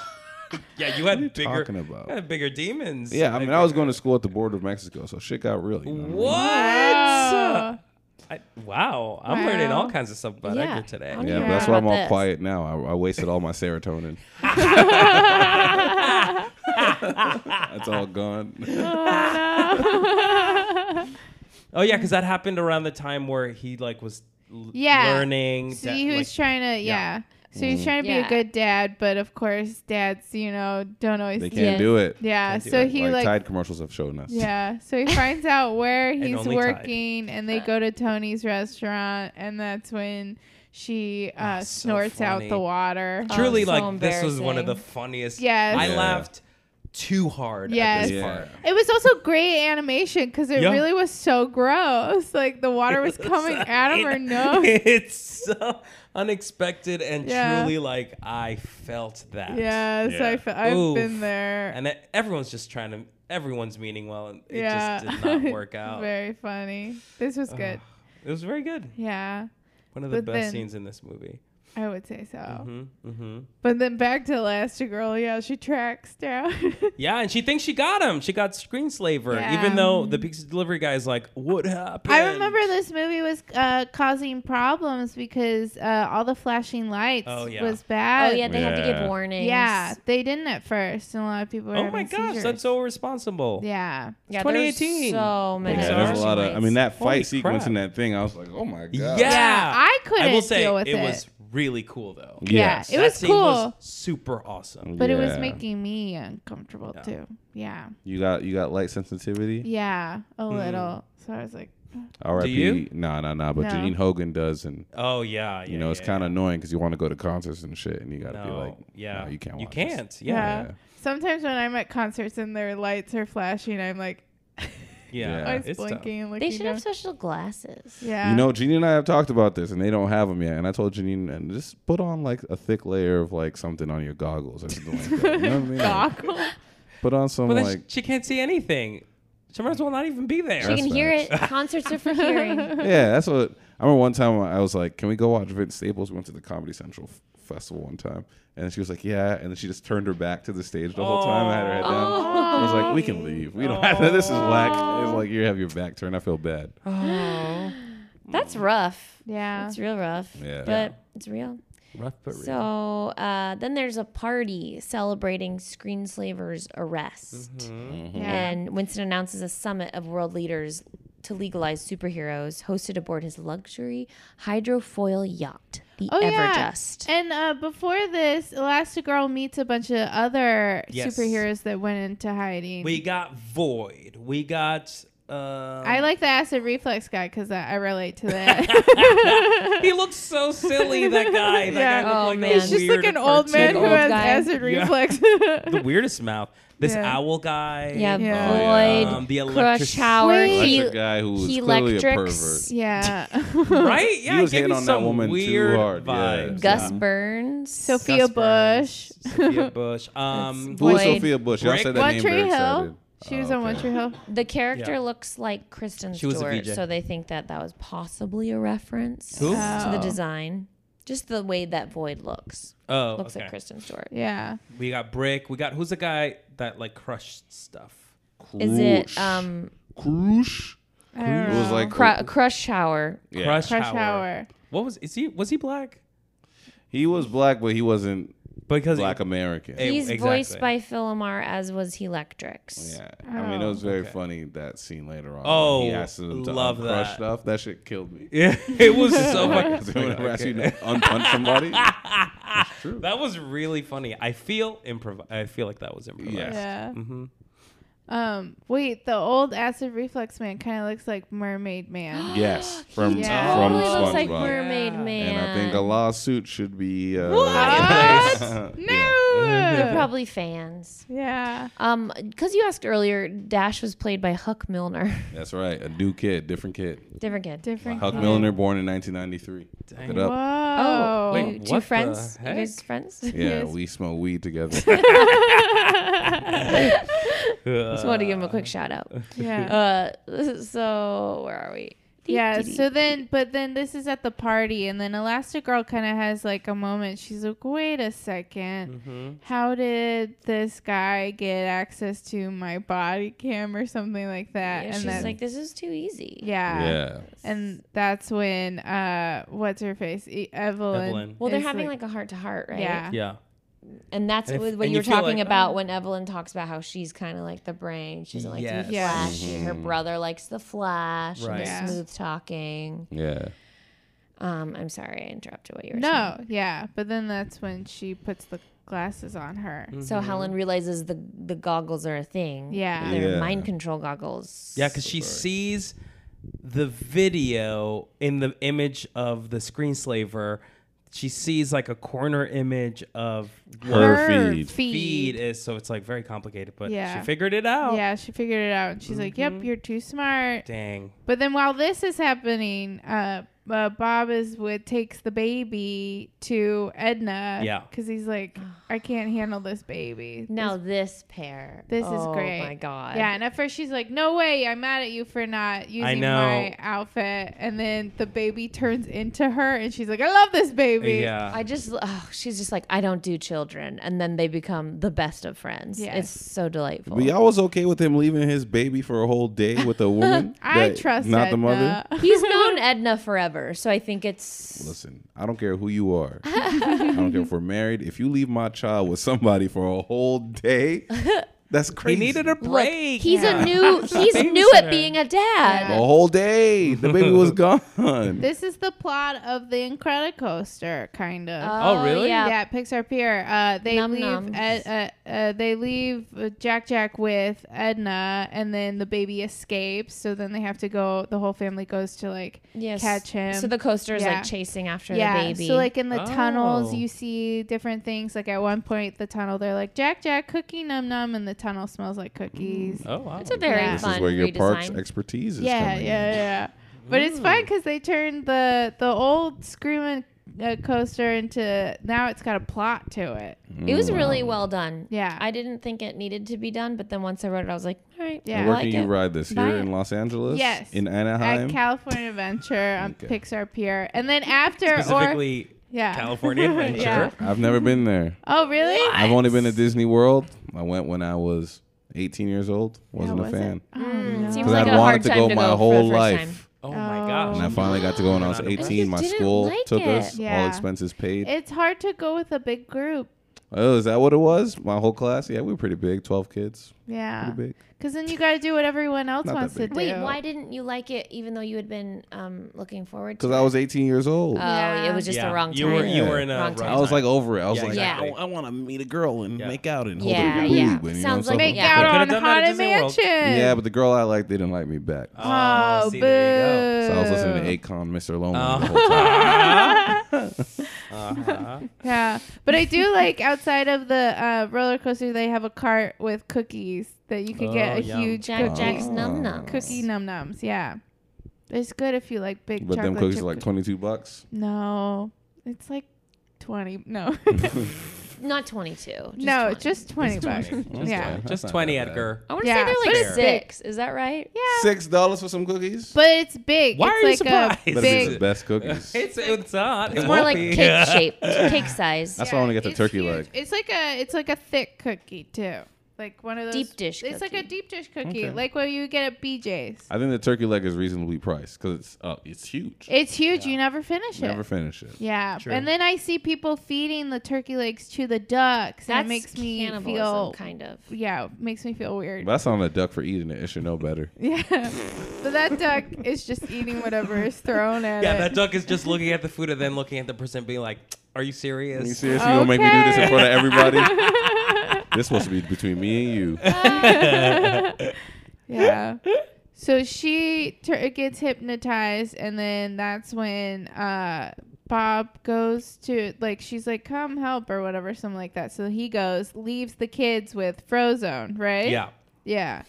Speaker 2: yeah, you had bigger.
Speaker 4: talking about?
Speaker 2: you had bigger demons.
Speaker 4: Yeah, I mean, I was going to school at the border of Mexico, so shit got real. You know what I
Speaker 2: What?
Speaker 4: mean?
Speaker 1: Wow.
Speaker 2: I, wow, I'm learning
Speaker 1: Wow.
Speaker 2: all kinds of stuff about
Speaker 3: Yeah.
Speaker 2: Edgar today.
Speaker 3: I'm
Speaker 4: Yeah,
Speaker 3: Yeah.
Speaker 4: that's why I'm
Speaker 3: About
Speaker 4: all
Speaker 3: this.
Speaker 4: quiet now. I, I wasted all my serotonin. that's all gone.
Speaker 2: Oh yeah, because that happened around the time where he like was l-
Speaker 1: Yeah.
Speaker 2: learning.
Speaker 1: See
Speaker 2: that,
Speaker 1: who's
Speaker 2: like, Mm.
Speaker 1: trying to, yeah. So he's trying to be
Speaker 3: Yeah.
Speaker 1: a good dad, but of course, dads, you know, don't always.
Speaker 4: They can't
Speaker 3: Yes.
Speaker 4: do it.
Speaker 1: yeah.
Speaker 2: Can't do
Speaker 1: So
Speaker 2: it.
Speaker 1: he
Speaker 4: like,
Speaker 1: like.
Speaker 4: Tide commercials have shown us.
Speaker 1: yeah. So he finds out where he's
Speaker 2: only Tide.
Speaker 1: working, and they go to Tony's restaurant, and that's when she uh,
Speaker 2: Ah, so
Speaker 1: snorts out the
Speaker 2: funny.
Speaker 1: water.
Speaker 2: truly
Speaker 3: so
Speaker 2: like this was one of the
Speaker 3: embarrassing.
Speaker 2: funniest.
Speaker 1: Um, Yes.
Speaker 2: I
Speaker 4: Yeah.
Speaker 2: laughed too hard.
Speaker 1: Yes.
Speaker 2: At this
Speaker 4: Yeah.
Speaker 2: part.
Speaker 1: It was also great animation because it
Speaker 2: Yeah.
Speaker 1: really was so gross. Like the water was coming out of her nose.
Speaker 2: It's so unexpected and
Speaker 1: Yeah.
Speaker 2: truly like I felt that.
Speaker 1: Yes,
Speaker 4: Yeah.
Speaker 1: I fe- I've
Speaker 2: Oof.
Speaker 1: been there.
Speaker 2: And it- everyone's just trying to. Everyone's meaning well, and it
Speaker 1: yeah,
Speaker 2: just did not work out.
Speaker 1: Very funny. This was good.
Speaker 2: It was very good.
Speaker 1: Yeah,
Speaker 2: One of the
Speaker 1: But
Speaker 2: best
Speaker 1: then-
Speaker 2: scenes in this movie.
Speaker 1: I would say so.
Speaker 2: Mm-hmm. Mm-hmm.
Speaker 1: But then back to Elastigirl. Yeah, she tracks down.
Speaker 2: Yeah, and she thinks she got him. She got screen slaver,
Speaker 1: Yeah.
Speaker 2: even though the pizza delivery guy is like, "What happened?"
Speaker 1: I remember this movie was uh, causing problems because uh, all the flashing lights
Speaker 2: Oh, yeah.
Speaker 1: was
Speaker 3: Oh
Speaker 1: bad.
Speaker 3: yeah, they had to
Speaker 4: Yeah.
Speaker 3: give warnings.
Speaker 1: Yeah, they didn't at first, and a lot of people. Were
Speaker 2: Oh my
Speaker 1: having
Speaker 2: gosh,
Speaker 1: seizures.
Speaker 2: that's so irresponsible.
Speaker 1: yeah.
Speaker 3: yeah
Speaker 2: 2018.
Speaker 3: there's So many.
Speaker 4: Yeah,
Speaker 2: Yeah.
Speaker 4: there's a lot of. I mean, that
Speaker 2: Holy
Speaker 4: fight sequence
Speaker 2: crap.
Speaker 4: in that thing, I was like, oh my god.
Speaker 2: Yeah.
Speaker 1: Yeah, I couldn't
Speaker 2: I will say
Speaker 1: deal with
Speaker 2: it,
Speaker 1: it.
Speaker 2: was really cool though.
Speaker 1: Yeah,
Speaker 4: Yes.
Speaker 1: it was
Speaker 2: that scene was
Speaker 1: cool.
Speaker 2: super awesome.
Speaker 1: but it was
Speaker 4: Yeah.
Speaker 1: making me uncomfortable too. Yeah,
Speaker 4: You got you got light sensitivity.
Speaker 1: yeah, a
Speaker 2: Mm-hmm.
Speaker 1: little. So I was like,
Speaker 4: R.I.P.
Speaker 2: you?
Speaker 4: Nah, nah, nah. But
Speaker 1: No.
Speaker 4: Janine Hogan does, and
Speaker 2: Oh yeah,
Speaker 4: you know it's kind of 'cause annoying because you want to go to concerts and shit, and you got to be like,
Speaker 2: yeah,
Speaker 4: no, you can't. Watch
Speaker 2: You
Speaker 4: this.
Speaker 2: can't.
Speaker 1: yeah.
Speaker 2: Yeah,
Speaker 1: Sometimes when I'm at concerts and their lights are flashing, I'm like,
Speaker 2: yeah.
Speaker 4: Yeah.
Speaker 1: always
Speaker 2: It's tough.
Speaker 1: blinking and looking.
Speaker 3: They should
Speaker 1: down.
Speaker 3: have special glasses.
Speaker 1: yeah,
Speaker 4: You know, Janine and I have talked about this, and they don't have them yet. And I told Janine, and just put on like a thick layer of like something on your goggles or something like that. You know what I mean? Like,
Speaker 1: Goggles.
Speaker 4: put on some
Speaker 2: But then
Speaker 4: like.
Speaker 2: she, she can't see anything. She might as well not even be there.
Speaker 3: You can hear it. Concerts are for hearing.
Speaker 4: yeah, that's what. I remember one time I was like, "Can we go watch Vince Staples?" We went to the Comedy Central f- festival one time, and she was like, "Yeah," and then she just turned her back to the stage the whole time. I had her head down. I was like, "We
Speaker 3: Oh.
Speaker 4: can leave. We don't have to. This is whack." It's like you have your back turned. I feel bad.
Speaker 3: Oh, That's rough.
Speaker 1: yeah.
Speaker 3: It's real rough.
Speaker 4: Mm. Yeah.
Speaker 3: But it's real.
Speaker 2: Rough but real.
Speaker 3: So uh, then there's a party celebrating Screenslaver's arrest.
Speaker 4: Mm-hmm.
Speaker 1: yeah.
Speaker 3: And Winston announces a summit of world leaders to legalize superheroes hosted aboard his luxury hydrofoil yacht, the
Speaker 1: Oh, yeah.
Speaker 3: Everjust.
Speaker 1: And uh, before this, Elastigirl meets a bunch of other
Speaker 2: Yes.
Speaker 1: superheroes that went into hiding.
Speaker 2: we got Void. We got. Uh,
Speaker 1: I like the acid reflux guy because I, I relate to that.
Speaker 2: He looks so silly. That guy. That
Speaker 1: Yeah.
Speaker 2: guy looked
Speaker 3: Oh,
Speaker 2: like
Speaker 3: man.
Speaker 2: a
Speaker 1: He's just
Speaker 2: weird
Speaker 1: like an old man
Speaker 2: cartoon.
Speaker 1: who
Speaker 3: old
Speaker 1: has
Speaker 3: guy.
Speaker 1: acid
Speaker 2: Yeah.
Speaker 1: reflux.
Speaker 2: the weirdest mouth. This
Speaker 1: Yeah.
Speaker 2: owl guy.
Speaker 3: yeah,
Speaker 1: Yeah.
Speaker 4: Oh,
Speaker 3: Void,
Speaker 4: yeah.
Speaker 2: Um, the
Speaker 3: Crush
Speaker 2: electric-
Speaker 3: Howard.
Speaker 1: Wait.
Speaker 4: That's
Speaker 3: He,
Speaker 4: a guy who was
Speaker 3: he
Speaker 4: clearly a
Speaker 3: electrics.
Speaker 4: pervert.
Speaker 1: yeah.
Speaker 2: Right? Yeah.
Speaker 4: He was
Speaker 2: gave
Speaker 4: hitting
Speaker 2: me
Speaker 4: on that
Speaker 2: some
Speaker 4: woman too
Speaker 2: weird
Speaker 4: hard, yeah.
Speaker 2: vibes.
Speaker 3: Gus
Speaker 2: Um,
Speaker 3: Burns.
Speaker 1: Sophia
Speaker 2: Gus Burns,
Speaker 1: Bush.
Speaker 2: Sophia Bush. Um,
Speaker 4: Who is
Speaker 3: Void.
Speaker 4: Sophia Bush? Y'all
Speaker 2: Brick.
Speaker 4: said that
Speaker 1: One
Speaker 4: name
Speaker 1: Tree
Speaker 4: very
Speaker 1: Hill.
Speaker 4: excited.
Speaker 1: She was
Speaker 4: Oh,
Speaker 1: on One
Speaker 4: okay.
Speaker 1: Tree Hill.
Speaker 3: The character
Speaker 2: Yeah.
Speaker 3: looks like Kristen
Speaker 2: She was a
Speaker 3: Stewart,
Speaker 2: VJ.
Speaker 3: so they think that that was possibly a reference
Speaker 2: Who?
Speaker 3: to the
Speaker 1: Oh.
Speaker 3: design. Just the way that Void looks.
Speaker 2: oh,
Speaker 3: Looks
Speaker 2: okay.
Speaker 3: like Kristen Stewart.
Speaker 1: Yeah.
Speaker 2: We got Brick. We got who's the guy that like crushed stuff?
Speaker 3: Is it um
Speaker 4: Krush?
Speaker 1: I don't
Speaker 4: It was
Speaker 1: know.
Speaker 4: like
Speaker 3: cru- Crush Shower?
Speaker 4: yeah.
Speaker 2: Crush,
Speaker 1: Crush
Speaker 2: Hauer.
Speaker 1: Hour.
Speaker 2: What was? Is he? Was he black?
Speaker 4: He was black, but he wasn't
Speaker 2: Because
Speaker 4: black American.
Speaker 2: Hey,
Speaker 3: He's
Speaker 2: exactly.
Speaker 3: voiced by Phil Lamar, as was Helectrics.
Speaker 4: Oh, Yeah, I
Speaker 1: Oh.
Speaker 4: mean it was very
Speaker 2: Okay.
Speaker 4: funny that scene later on.
Speaker 2: Oh,
Speaker 4: he asked him to
Speaker 2: love
Speaker 4: uncrush
Speaker 2: that.
Speaker 4: stuff. That shit killed me.
Speaker 2: yeah, it was so
Speaker 4: Like,
Speaker 2: fucking.
Speaker 4: whenever I see you unpunch somebody,
Speaker 2: That was really funny. I feel improv. I feel like that was improvised.
Speaker 4: Yeah.
Speaker 1: Yeah.
Speaker 2: hmm
Speaker 1: Um. Wait. The old acid reflux man kind of looks like Mermaid Man.
Speaker 4: yes, from
Speaker 1: Yeah. Oh,
Speaker 4: from
Speaker 3: Totally Oh, looks like
Speaker 4: SpongeBob.
Speaker 3: Mermaid Man.
Speaker 4: and I think a lawsuit should be. Uh,
Speaker 1: What?
Speaker 4: yeah.
Speaker 1: no.
Speaker 3: Probably fans.
Speaker 1: Yeah.
Speaker 3: Um, because you asked earlier, Dash was played by Huck Milner.
Speaker 4: That's right. A new kid, different kid.
Speaker 3: Different kid.
Speaker 1: Different.
Speaker 4: Huck
Speaker 1: kid.
Speaker 4: Milner, born in 1993. Look it up.
Speaker 1: Whoa.
Speaker 3: Oh,
Speaker 2: Wait,
Speaker 3: you
Speaker 2: what
Speaker 3: two
Speaker 2: the
Speaker 3: friends? You
Speaker 2: heck?
Speaker 3: guys friends?
Speaker 4: Yeah,
Speaker 1: Yes.
Speaker 4: we smoke weed together.
Speaker 3: Just wanted to give him a quick shout out.
Speaker 1: Yeah.
Speaker 3: Uh, so where are we?
Speaker 1: Yeah, so then, but then this is at the party, and then Elastigirl kind of has like a moment. She's like, wait a 2nd
Speaker 4: Mm-hmm.
Speaker 1: How did this guy get access to my body cam or something like that?
Speaker 3: Yeah,
Speaker 1: and
Speaker 3: she's
Speaker 1: then,
Speaker 3: like, this is too easy.
Speaker 1: yeah.
Speaker 4: yeah.
Speaker 1: And that's when, uh, what's her face? E- Evelyn.
Speaker 2: Evelyn.
Speaker 3: Well, they're
Speaker 1: is
Speaker 3: having like, a heart to heart, right?
Speaker 1: Yeah.
Speaker 2: Yeah.
Speaker 3: And that's
Speaker 2: And if-
Speaker 3: what
Speaker 2: and
Speaker 3: what
Speaker 2: you
Speaker 3: you're
Speaker 2: feel
Speaker 3: talking
Speaker 2: like,
Speaker 3: about when Evelyn talks about how she's kind of like the brain. She doesn't like to be
Speaker 1: Yes.
Speaker 3: flashy. Her brother likes the flash
Speaker 2: Mm-hmm. Right.
Speaker 3: and the
Speaker 1: Yeah.
Speaker 3: smooth talking.
Speaker 4: Yeah.
Speaker 3: Um, I'm sorry I interrupted what you were saying.
Speaker 1: No, yeah. But then that's when she puts the glasses on her.
Speaker 4: Mm.
Speaker 2: Mm-hmm.
Speaker 3: So Helen realizes the the goggles are a thing.
Speaker 1: Yeah.
Speaker 3: They're
Speaker 4: Yeah.
Speaker 3: mind control goggles.
Speaker 2: Yeah, because she sees the video in the image of the screenslaver. She sees like a corner image of what
Speaker 4: Her feed.
Speaker 2: feed is, so it's like very complicated, but
Speaker 1: Yeah.
Speaker 2: she figured it out.
Speaker 1: Yeah, she figured it out. And she's like,
Speaker 2: Mm-hmm.
Speaker 1: yep, you're too smart.
Speaker 2: Dang.
Speaker 1: But then while this is happening, uh, uh Bob is with takes the baby to Edna.
Speaker 2: Yeah.
Speaker 1: because he's like, I can't handle this baby.
Speaker 3: Now this pair.
Speaker 1: This is
Speaker 3: Oh,
Speaker 1: great.
Speaker 3: my god.
Speaker 1: Yeah, and at first she's like, "No way, I'm mad at you for not using
Speaker 2: know.
Speaker 1: my outfit." And then the baby turns into her, and she's like, "I love this baby."
Speaker 2: Yeah.
Speaker 3: I just, oh, she's just like, I don't do children. And then they become the best of friends.
Speaker 1: Yes.
Speaker 3: It's so delightful.
Speaker 4: But y'all was okay with him leaving his baby for a whole day with a woman?
Speaker 1: I
Speaker 4: that-
Speaker 1: trust
Speaker 4: Not
Speaker 1: Edna.
Speaker 4: the mother?
Speaker 3: He's known Edna forever. So I think it's,
Speaker 4: Listen, I don't care who you are. I don't care if we're married. If you leave my child with somebody for a whole day, that's
Speaker 2: he
Speaker 4: crazy.
Speaker 2: needed a
Speaker 3: look,
Speaker 2: break.
Speaker 3: he's
Speaker 1: Yeah.
Speaker 3: a new, he's new at being a
Speaker 4: a
Speaker 3: dad.
Speaker 4: whole day. The baby was gone.
Speaker 1: This is the plot of the Incredicoaster, kind of.
Speaker 2: Oh, really?
Speaker 3: Yeah.
Speaker 1: Yeah, Pixar Pier. Uh, they
Speaker 3: Nom
Speaker 1: leave.
Speaker 3: nom.
Speaker 1: Ed, uh, uh, they leave uh, Jack Jack with Edna, and then the baby escapes. So then they have to go. The whole family goes to like
Speaker 3: Yes.
Speaker 1: catch him.
Speaker 3: So the coaster is
Speaker 1: Yeah.
Speaker 3: like chasing after
Speaker 1: yeah.
Speaker 3: the baby.
Speaker 1: So like in the tunnels,
Speaker 2: Oh.
Speaker 1: you see different things. Like at one point, the tunnel they're like Jack Jack cookie num num, and the tunnel smells like cookies.
Speaker 2: oh, wow.
Speaker 3: it's a very
Speaker 1: Yeah.
Speaker 4: this
Speaker 3: fun
Speaker 4: is where your park's
Speaker 3: redesign.
Speaker 4: expertise is
Speaker 1: yeah,
Speaker 4: coming.
Speaker 1: yeah, yeah. But it's fun because they turned the the old screaming uh, coaster into now it's got a plot to it.
Speaker 3: It was really well done.
Speaker 1: Yeah.
Speaker 3: I didn't think it needed to be done, but then once I wrote it, I was like, all right.
Speaker 1: Yeah.
Speaker 4: And
Speaker 3: I
Speaker 4: Where
Speaker 3: like
Speaker 4: can
Speaker 3: it.
Speaker 4: you ride this?
Speaker 3: Buy
Speaker 4: Here
Speaker 3: it.
Speaker 4: in Los Angeles?
Speaker 1: Yes.
Speaker 4: In
Speaker 1: at
Speaker 4: Anaheim?
Speaker 1: California Adventure on
Speaker 4: Okay.
Speaker 1: Pixar Pier, and then after or
Speaker 2: Specifically,
Speaker 1: yeah,
Speaker 2: California Adventure.
Speaker 1: yeah.
Speaker 4: I've never been there.
Speaker 1: Oh, really?
Speaker 4: I've only been to Disney World. I went when I was 18 years old. Wasn't
Speaker 1: How
Speaker 4: a
Speaker 1: was
Speaker 4: fan.
Speaker 1: it? Oh, no.
Speaker 3: Mm, Seems
Speaker 4: Because
Speaker 3: like
Speaker 4: I'd
Speaker 3: a hard
Speaker 4: wanted to
Speaker 3: time
Speaker 4: go
Speaker 3: to
Speaker 4: my
Speaker 3: go for the
Speaker 4: whole
Speaker 3: first
Speaker 4: life.
Speaker 3: time.
Speaker 2: Oh
Speaker 1: Oh.
Speaker 2: my
Speaker 4: And I
Speaker 2: gosh.
Speaker 4: finally got to go when I was
Speaker 2: And you
Speaker 4: 18. My
Speaker 3: didn't
Speaker 4: school
Speaker 3: like
Speaker 4: took
Speaker 3: it.
Speaker 4: us,
Speaker 1: Yeah.
Speaker 4: all expenses paid.
Speaker 1: It's hard to go with a big group.
Speaker 4: oh, is that what it was? My whole class? Yeah, we were pretty big 12 kids.
Speaker 1: Yeah,
Speaker 4: Pretty big.
Speaker 1: because then you got to do what everyone else
Speaker 4: Not that
Speaker 1: wants to
Speaker 4: big.
Speaker 1: do.
Speaker 3: Wait, why didn't you like it even though you had been um, looking forward to
Speaker 4: Because I was 18 years old.
Speaker 3: it? Oh,
Speaker 1: Yeah.
Speaker 3: it was just
Speaker 2: Yeah.
Speaker 3: the wrong time.
Speaker 2: You were, you
Speaker 4: Yeah.
Speaker 2: were in a
Speaker 3: Wrong
Speaker 2: wrong
Speaker 3: time.
Speaker 4: I was like
Speaker 2: time.
Speaker 4: over it. I was
Speaker 2: Yeah,
Speaker 4: like,
Speaker 3: exactly.
Speaker 4: I, want to meet a girl and
Speaker 2: Yeah.
Speaker 4: make out and
Speaker 3: Yeah,
Speaker 4: hold
Speaker 3: yeah.
Speaker 4: her boob. And, you know,
Speaker 3: Sounds
Speaker 4: so-
Speaker 3: like-
Speaker 1: Make
Speaker 3: Yeah.
Speaker 1: out
Speaker 2: Could've
Speaker 1: on
Speaker 2: done that at
Speaker 1: Haunted
Speaker 2: Disney World.
Speaker 1: Mansion.
Speaker 4: Yeah, but the girl I liked, they didn't like me back.
Speaker 1: oh,
Speaker 2: Oh,
Speaker 1: boo.
Speaker 2: see, there
Speaker 4: so I was listening to
Speaker 1: Oh.
Speaker 4: Akon, Mr. Lonely the whole time.
Speaker 2: Uh-huh. Uh-huh.
Speaker 1: Yeah, but I do like outside of the uh, roller coaster, they have a cart with cookies that you could
Speaker 2: Oh,
Speaker 1: get a
Speaker 2: yum.
Speaker 1: huge
Speaker 3: Jack
Speaker 1: cookie,
Speaker 3: Jack's num num.
Speaker 1: cookie num nums. Yeah, it's good if you like big.
Speaker 4: But them
Speaker 1: chocolate
Speaker 4: cookies
Speaker 1: chip
Speaker 4: are like
Speaker 1: cookies.
Speaker 4: 22 bucks.
Speaker 1: No, it's like twenty. No,
Speaker 3: Not 22. Just
Speaker 1: no,
Speaker 3: 20.
Speaker 1: just twenty bucks.
Speaker 4: Just
Speaker 1: yeah,
Speaker 4: twenty.
Speaker 2: Just
Speaker 4: That's
Speaker 2: 20,
Speaker 4: not bad.
Speaker 2: Edgar.
Speaker 3: I want to
Speaker 1: Yeah,
Speaker 3: say
Speaker 1: but
Speaker 3: they're
Speaker 1: it's
Speaker 3: like six. Is that right?
Speaker 1: yeah.
Speaker 4: Six dollars for some cookies?
Speaker 1: But it's big.
Speaker 2: Why
Speaker 1: it's
Speaker 2: are you
Speaker 1: like
Speaker 2: surprised?
Speaker 1: a
Speaker 4: Better be
Speaker 1: big.
Speaker 4: the best cookies.
Speaker 2: It's, it's not.
Speaker 3: It's more like cake shaped, cake size.
Speaker 4: That's why I want to get the
Speaker 1: it's
Speaker 4: turkey
Speaker 1: huge.
Speaker 4: leg.
Speaker 1: It's like a it's like a thick cookie too, like one of those
Speaker 3: Deep dish
Speaker 1: It's like a
Speaker 3: cookie.
Speaker 1: deep dish cookie,
Speaker 4: Okay.
Speaker 1: like what you get at BJ's.
Speaker 4: I think the turkey leg is reasonably priced because it's uh, it's huge.
Speaker 1: It's huge. You never finish it.
Speaker 4: Never finish it.
Speaker 1: yeah,
Speaker 2: True.
Speaker 1: and then I see people feeding the turkey legs to the ducks. and
Speaker 3: That
Speaker 1: it makes me
Speaker 3: cannibalism,
Speaker 1: feel
Speaker 3: kind of.
Speaker 1: yeah, it makes me feel weird.
Speaker 4: But that's on the duck for eating it. It should know better.
Speaker 1: Yeah, but that duck is just eating whatever is thrown at
Speaker 2: Yeah,
Speaker 1: it.
Speaker 2: that duck is just looking at the food and then looking at the person being like, are you serious?
Speaker 4: Are you seriously gonna make me do this in front of everybody? this supposed to be between me and you.
Speaker 1: Yeah. So she tur gets hypnotized, and then that's when uh, Bob goes to like she's like, "Come help" or whatever, something like that. So he goes, leaves the kids with Frozone, right?
Speaker 2: Yeah.
Speaker 1: Yeah.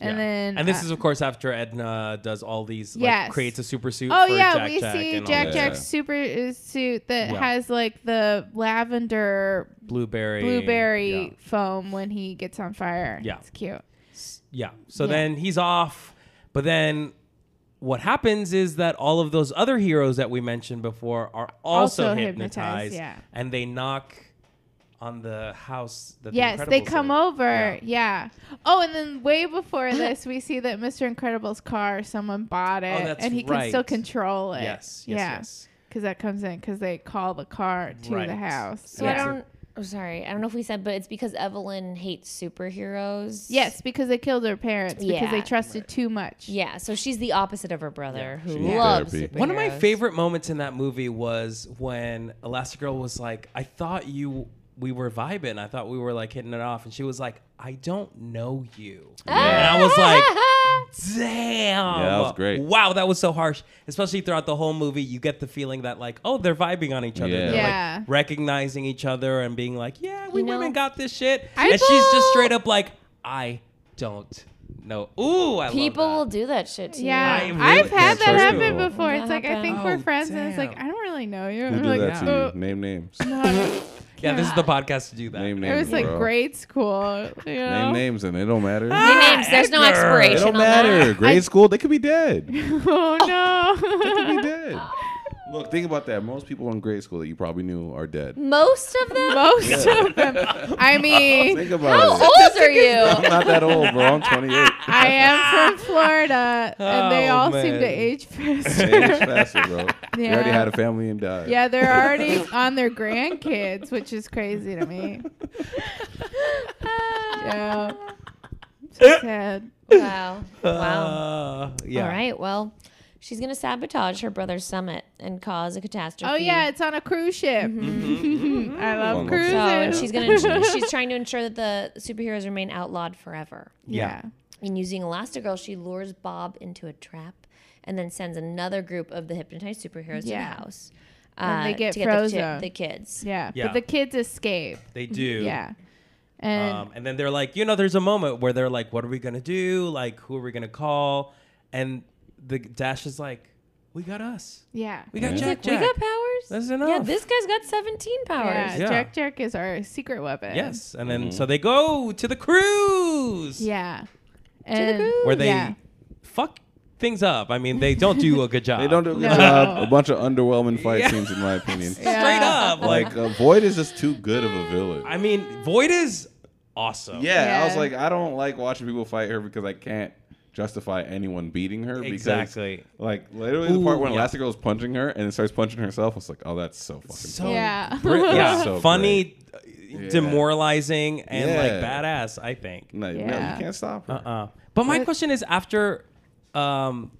Speaker 1: And
Speaker 2: yeah.
Speaker 1: then
Speaker 2: and this
Speaker 1: uh,
Speaker 2: is of course after Edna does all these, like,
Speaker 1: Yes.
Speaker 2: creates a super suit.
Speaker 1: Oh
Speaker 2: for
Speaker 1: yeah,
Speaker 2: Jack
Speaker 1: we
Speaker 2: Jack
Speaker 1: see
Speaker 2: and all
Speaker 1: Jack
Speaker 2: that.
Speaker 1: Jack's
Speaker 4: Yeah.
Speaker 1: super uh, suit that
Speaker 2: Yeah.
Speaker 1: has like the lavender
Speaker 2: blueberry,
Speaker 1: blueberry
Speaker 2: Yeah.
Speaker 1: foam when he gets on fire.
Speaker 2: Yeah.
Speaker 1: It's cute.
Speaker 2: Yeah. So
Speaker 1: Yeah.
Speaker 2: then he's off, but then what happens is that all of those other heroes that we mentioned before are also,
Speaker 1: Also hypnotized,
Speaker 2: hypnotized,
Speaker 1: yeah.
Speaker 2: and they knock on the house. That
Speaker 1: Yes,
Speaker 2: the
Speaker 1: they
Speaker 2: Incredibles
Speaker 1: come
Speaker 2: are in.
Speaker 1: over.
Speaker 2: Yeah.
Speaker 1: Yeah. Oh, and then way before this, we see that Mr. Incredible's car, someone bought it,
Speaker 2: Oh, that's
Speaker 1: and he
Speaker 2: right.
Speaker 1: can still control it.
Speaker 2: Yes, yes, yes.
Speaker 1: Because that comes in because they call the car to
Speaker 2: Right.
Speaker 1: the house.
Speaker 3: So
Speaker 2: Yeah.
Speaker 3: I don't. I'm sorry. I don't know if we said, but it's because Evelyn hates superheroes.
Speaker 1: Yes, because they killed her parents because they
Speaker 3: Yeah.
Speaker 1: trusted too much.
Speaker 3: Yeah. So she's the opposite of her brother,
Speaker 4: She
Speaker 3: who
Speaker 4: needs
Speaker 3: loves
Speaker 4: therapy.
Speaker 3: superheroes.
Speaker 2: One of my favorite moments in that movie was when Elastigirl was like, "I thought you." We were vibing. I thought we were like hitting it off, and she was like, "I don't know you," and I was like, Damn.
Speaker 4: Yeah, that was great.
Speaker 2: Wow, that was so harsh. Especially throughout the whole movie, you get the feeling that like, oh, they're vibing on each other.
Speaker 4: Yeah.
Speaker 2: They're
Speaker 1: Yeah.
Speaker 2: like recognizing each other and being like, yeah, we
Speaker 3: You know-
Speaker 2: women got this shit.
Speaker 1: I
Speaker 2: and she's just
Speaker 1: will-
Speaker 2: straight up like, I don't know. Ooh, I
Speaker 3: People will
Speaker 2: love that.
Speaker 3: do that shit to
Speaker 1: Yeah,
Speaker 2: I
Speaker 3: you.
Speaker 2: really
Speaker 1: I've had
Speaker 4: can't
Speaker 1: that
Speaker 4: trust
Speaker 1: happen
Speaker 4: people.
Speaker 1: before.
Speaker 3: That
Speaker 1: It's like I
Speaker 3: happened.
Speaker 1: think we're
Speaker 2: Oh,
Speaker 1: friends, and it's like
Speaker 2: damn.
Speaker 1: I don't really know you.
Speaker 4: Who
Speaker 1: I'm
Speaker 4: do
Speaker 1: like,
Speaker 4: that
Speaker 1: "Oh,
Speaker 4: to you? Name names.
Speaker 2: Yeah, this is the podcast to do that.
Speaker 4: Name names.
Speaker 1: it was like
Speaker 4: bro.
Speaker 1: grade school. You know?
Speaker 4: Name names and it don't matter.
Speaker 3: They names, there's no
Speaker 2: Edgar.
Speaker 4: it
Speaker 3: expiration
Speaker 4: don't
Speaker 3: on that.
Speaker 4: matter. Grade school, they could be dead.
Speaker 1: Oh no.
Speaker 4: They could be dead. Look, think about that. Most people in grade school that you probably knew are dead.
Speaker 3: Most of them.
Speaker 1: Most of them. I mean,
Speaker 4: Think about
Speaker 3: How
Speaker 4: it.
Speaker 3: old are
Speaker 4: I'm
Speaker 3: you?
Speaker 4: not that old, bro. I'm 28.
Speaker 1: I am from Florida, and they
Speaker 2: Oh,
Speaker 1: all seem
Speaker 2: man.
Speaker 1: to age faster.
Speaker 4: Age faster, bro. You
Speaker 1: Yeah.
Speaker 4: already had a family and died.
Speaker 1: Yeah, they're already on their grandkids, which is crazy to me. yeah. So
Speaker 2: Eh.
Speaker 1: sad.
Speaker 3: Wow. Wow.
Speaker 2: Uh, yeah.
Speaker 3: All right. Well, she's going to sabotage her brother's summit and cause a catastrophe.
Speaker 1: Oh yeah, it's on a cruise ship. Mm-hmm.
Speaker 2: Mm-hmm.
Speaker 1: I love
Speaker 4: One more.
Speaker 1: cruises.
Speaker 3: So and she's going to she's trying to ensure that the superheroes remain outlawed forever.
Speaker 1: yeah.
Speaker 3: And using Elastigirl, she lures Bob into a trap and then sends another group of the hypnotized superheroes to
Speaker 1: Yeah.
Speaker 3: the house. uh,
Speaker 1: And they get
Speaker 3: to get the,
Speaker 1: frozen.
Speaker 3: the kids.
Speaker 1: yeah,
Speaker 2: Yeah.
Speaker 1: But the kids escape.
Speaker 2: They do.
Speaker 1: Yeah, and
Speaker 2: Um, and then they're like, you know, there's a moment where they're like, what are we gonna do? Like, who are we gonna call? And the Dash is like, we got us.
Speaker 1: yeah.
Speaker 2: We got
Speaker 4: Yeah.
Speaker 2: Jack.
Speaker 3: We
Speaker 2: Jack.
Speaker 3: got powers.
Speaker 2: That's
Speaker 3: Yeah,
Speaker 2: enough.
Speaker 3: this guy's got 17 powers.
Speaker 1: Yeah,
Speaker 2: Yeah.
Speaker 1: Jack Jack is our secret weapon.
Speaker 2: Yes, and
Speaker 4: Mm-hmm.
Speaker 2: then so they go to the cruise
Speaker 1: Yeah. And
Speaker 3: cruise.
Speaker 2: where they
Speaker 1: yeah.
Speaker 2: fuck things up. I mean, they don't do a good job.
Speaker 4: They don't do a good
Speaker 1: No.
Speaker 4: job. A bunch of underwhelming fight
Speaker 2: Yeah.
Speaker 4: scenes, in my opinion.
Speaker 2: straight
Speaker 1: Yeah.
Speaker 2: up. Like,
Speaker 4: Like, uh, Void is just too good of a villain.
Speaker 2: I mean, Void is awesome.
Speaker 4: Yeah, I was
Speaker 1: Yeah.
Speaker 4: like, I don't like watching people fight her because I can't justify anyone beating her. because,
Speaker 2: Exactly.
Speaker 4: like literally the
Speaker 2: Ooh,
Speaker 4: part when
Speaker 2: yeah.
Speaker 4: Elastigirl's punching her and it starts punching herself, I was like, oh, that's so fucking.
Speaker 2: So
Speaker 1: Yeah.
Speaker 2: br- yeah,
Speaker 4: So
Speaker 2: funny, demoralizing, and like
Speaker 4: Yeah.
Speaker 2: badass. I think.
Speaker 4: no, no,
Speaker 1: Yeah.
Speaker 4: you can't stop her.
Speaker 2: Uh-uh. But my
Speaker 1: But-
Speaker 2: question is after um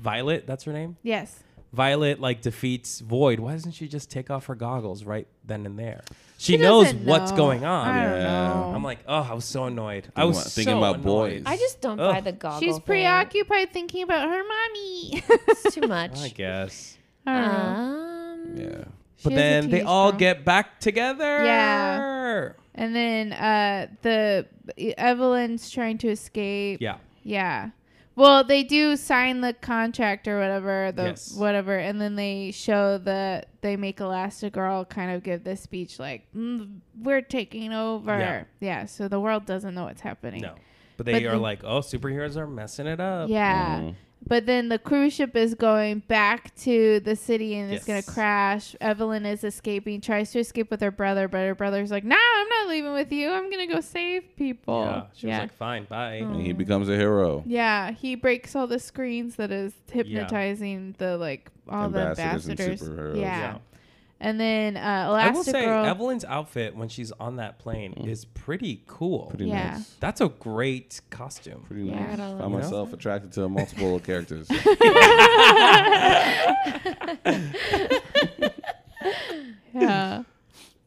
Speaker 2: Violet, that's her name?
Speaker 1: Yes.
Speaker 2: Violet like defeats Void. Why doesn't she just take off her goggles right then and there? She,
Speaker 1: She
Speaker 2: knows
Speaker 1: doesn't
Speaker 2: what's
Speaker 1: know.
Speaker 2: going on.
Speaker 1: I don't
Speaker 4: Yeah.
Speaker 1: know.
Speaker 2: I'm like, oh, I was so annoyed. I was
Speaker 4: about- thinking
Speaker 2: so
Speaker 4: about
Speaker 2: annoyed.
Speaker 4: boys.
Speaker 3: I just don't
Speaker 2: Ugh.
Speaker 3: buy the goggle.
Speaker 1: She's
Speaker 3: thing.
Speaker 1: preoccupied thinking about her mommy.
Speaker 3: It's too much.
Speaker 2: I guess.
Speaker 1: I don't know.
Speaker 3: Um,
Speaker 4: Yeah.
Speaker 2: But
Speaker 1: She is a
Speaker 2: then they
Speaker 1: teenage
Speaker 2: all
Speaker 1: girl.
Speaker 2: get back together.
Speaker 1: Yeah. And then uh, the e, Evelyn's trying to escape.
Speaker 2: Yeah.
Speaker 1: Yeah. Well, they do sign the contract or whatever, the
Speaker 2: Yes.
Speaker 1: whatever, and then they show that they make Elastigirl kind of give this speech like, mm, "We're taking over."
Speaker 2: Yeah.
Speaker 1: Yeah. So the world doesn't know what's happening.
Speaker 2: No. But they
Speaker 1: But
Speaker 2: are
Speaker 1: then-
Speaker 2: like, oh, superheroes are messing it up.
Speaker 1: Yeah.
Speaker 4: Mhm.
Speaker 1: But then the cruise ship is going back to the city and it's going
Speaker 2: Yes.
Speaker 1: to crash. Evelyn is escaping, tries to escape with her brother, but her brother's like, nah, I'm not leaving with you. I'm going to go save people.
Speaker 2: Yeah.
Speaker 1: Yeah. Mm.
Speaker 2: She was like, fine, bye.
Speaker 4: And he becomes a hero.
Speaker 1: Yeah, he breaks all the screens that is hypnotizing the like all
Speaker 4: Ambassadors
Speaker 1: the
Speaker 4: and
Speaker 1: ambassadors.
Speaker 4: superheroes.
Speaker 1: yeah.
Speaker 2: Yeah.
Speaker 1: And then uh
Speaker 2: I will say
Speaker 1: Elastigirl.
Speaker 2: Evelyn's outfit when she's on that plane is pretty cool.
Speaker 4: Mm. Pretty
Speaker 1: Yeah.
Speaker 4: nice.
Speaker 2: That's a great costume.
Speaker 4: Pretty
Speaker 1: Yeah, I
Speaker 4: nice.
Speaker 1: don't
Speaker 4: By
Speaker 1: know.
Speaker 4: myself, attracted to multiple characters.
Speaker 1: yeah.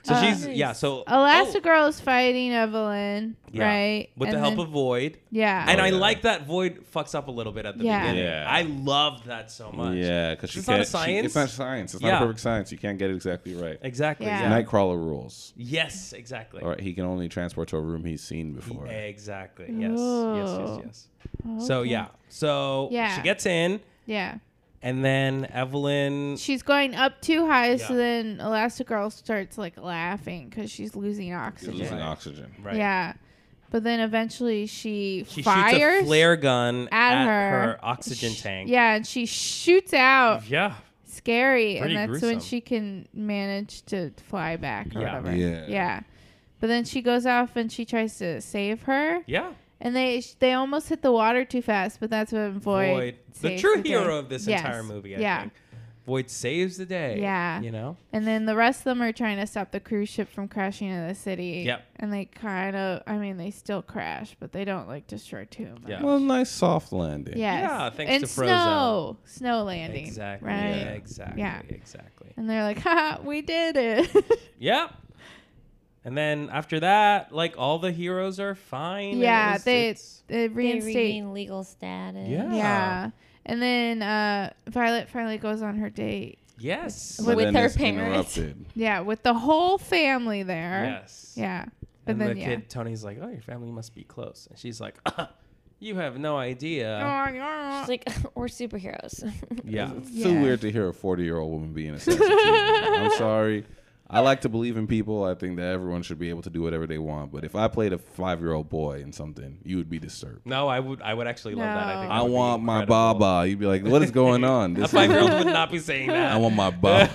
Speaker 2: So
Speaker 1: Uh,
Speaker 2: she's yeah. So
Speaker 1: Elastigirl is fighting Evelyn,
Speaker 2: Oh. yeah,
Speaker 1: right?
Speaker 2: With the
Speaker 1: And
Speaker 2: help
Speaker 1: then-
Speaker 2: of Void,
Speaker 1: yeah.
Speaker 2: and I
Speaker 4: Oh, yeah.
Speaker 2: like that Void fucks up a little bit at the
Speaker 1: Yeah.
Speaker 2: beginning.
Speaker 4: Yeah.
Speaker 2: I loved that so much.
Speaker 4: yeah, because she
Speaker 2: It's
Speaker 4: can't.
Speaker 2: not a
Speaker 4: she-
Speaker 2: science.
Speaker 4: it's not science. It's
Speaker 2: Yeah.
Speaker 4: not a perfect science. You can't get it exactly right.
Speaker 2: Exactly. Yeah.
Speaker 1: Yeah.
Speaker 4: Nightcrawler rules.
Speaker 2: Yes. Exactly. E-
Speaker 4: All right, he can only transport to a room he's seen before.
Speaker 2: Exactly. Yes. Yes. Yes.
Speaker 1: Ooh.
Speaker 2: Yes. So
Speaker 1: Oh. Okay.
Speaker 2: yeah. So
Speaker 1: Yeah.
Speaker 2: she gets in,
Speaker 1: Yeah.
Speaker 2: and then Evelyn.
Speaker 1: She's going up too high, so
Speaker 2: Yeah.
Speaker 1: then Elastigirl starts like laughing because she's losing
Speaker 4: He's
Speaker 1: oxygen.
Speaker 4: losing
Speaker 2: Yeah.
Speaker 4: oxygen.
Speaker 2: Right.
Speaker 1: Yeah. But then eventually she,
Speaker 2: She shoots
Speaker 1: fires
Speaker 2: a flare gun
Speaker 1: at, her.
Speaker 2: oxygen
Speaker 1: Sh-
Speaker 2: tank.
Speaker 1: Yeah, and she shoots out.
Speaker 2: Yeah.
Speaker 1: Scary,
Speaker 2: Pretty
Speaker 1: and that's when
Speaker 2: gruesome.
Speaker 1: she can manage to fly back or
Speaker 2: Yeah.
Speaker 1: whatever.
Speaker 4: Yeah.
Speaker 1: Yeah. But then she goes off and she tries to save her,
Speaker 2: Yeah.
Speaker 1: and they they almost hit the water too fast. But that's when Void,
Speaker 2: Void, the
Speaker 1: saves
Speaker 2: true
Speaker 1: day.
Speaker 2: hero of this
Speaker 1: Yes.
Speaker 2: entire movie, I
Speaker 1: yeah.
Speaker 2: think. Void saves the day.
Speaker 1: Yeah.
Speaker 2: You know?
Speaker 1: And then the rest of them are trying to stop the cruise ship from crashing into the city.
Speaker 2: Yep.
Speaker 1: And they kind of, I mean, they still crash, but they don't like destroy too much.
Speaker 2: Yeah.
Speaker 4: Well, nice soft landing.
Speaker 1: Yes.
Speaker 2: Yeah, thanks
Speaker 1: and
Speaker 2: to Frozen.
Speaker 1: snow, snow landing.
Speaker 2: Exactly.
Speaker 1: Right.
Speaker 2: Yeah, exactly.
Speaker 1: Yeah.
Speaker 2: Exactly.
Speaker 1: And they're like, ha, we did it.
Speaker 2: Yep. And then after that, like all the heroes are fine. and
Speaker 1: yeah,
Speaker 2: it's-
Speaker 1: they
Speaker 2: it's-
Speaker 1: they
Speaker 3: They
Speaker 1: reinstate.
Speaker 3: regain legal status.
Speaker 2: Yeah.
Speaker 1: yeah. And then uh, Violet finally goes on her date.
Speaker 2: yes.
Speaker 3: With
Speaker 4: then
Speaker 3: her
Speaker 4: it's
Speaker 3: parents.
Speaker 4: interrupted.
Speaker 1: Yeah, with the whole family there.
Speaker 2: Yes.
Speaker 1: Yeah. But
Speaker 2: And
Speaker 1: then
Speaker 2: the
Speaker 1: yeah.
Speaker 2: kid Tony's like, "Oh, your family must be close," and she's like, "You have no
Speaker 1: Oh,
Speaker 2: idea."
Speaker 1: yeah.
Speaker 3: She's like, we're superheroes.
Speaker 2: Yeah.
Speaker 4: It's so
Speaker 1: Yeah.
Speaker 4: weird to hear a 40 year old woman being a assassin. I'm sorry. I like to believe in people. I think that everyone should be able to do whatever they want. But if I played a five year old boy in something, you would be disturbed.
Speaker 2: No, I would. I would actually love that. I think.
Speaker 1: No.
Speaker 2: that
Speaker 4: I
Speaker 2: would be
Speaker 4: want my
Speaker 2: incredible.
Speaker 4: baba. You'd be like, what is going on?
Speaker 2: A
Speaker 4: This
Speaker 2: five year
Speaker 4: is,
Speaker 2: old would not be saying
Speaker 4: I
Speaker 2: that.
Speaker 4: want my baba.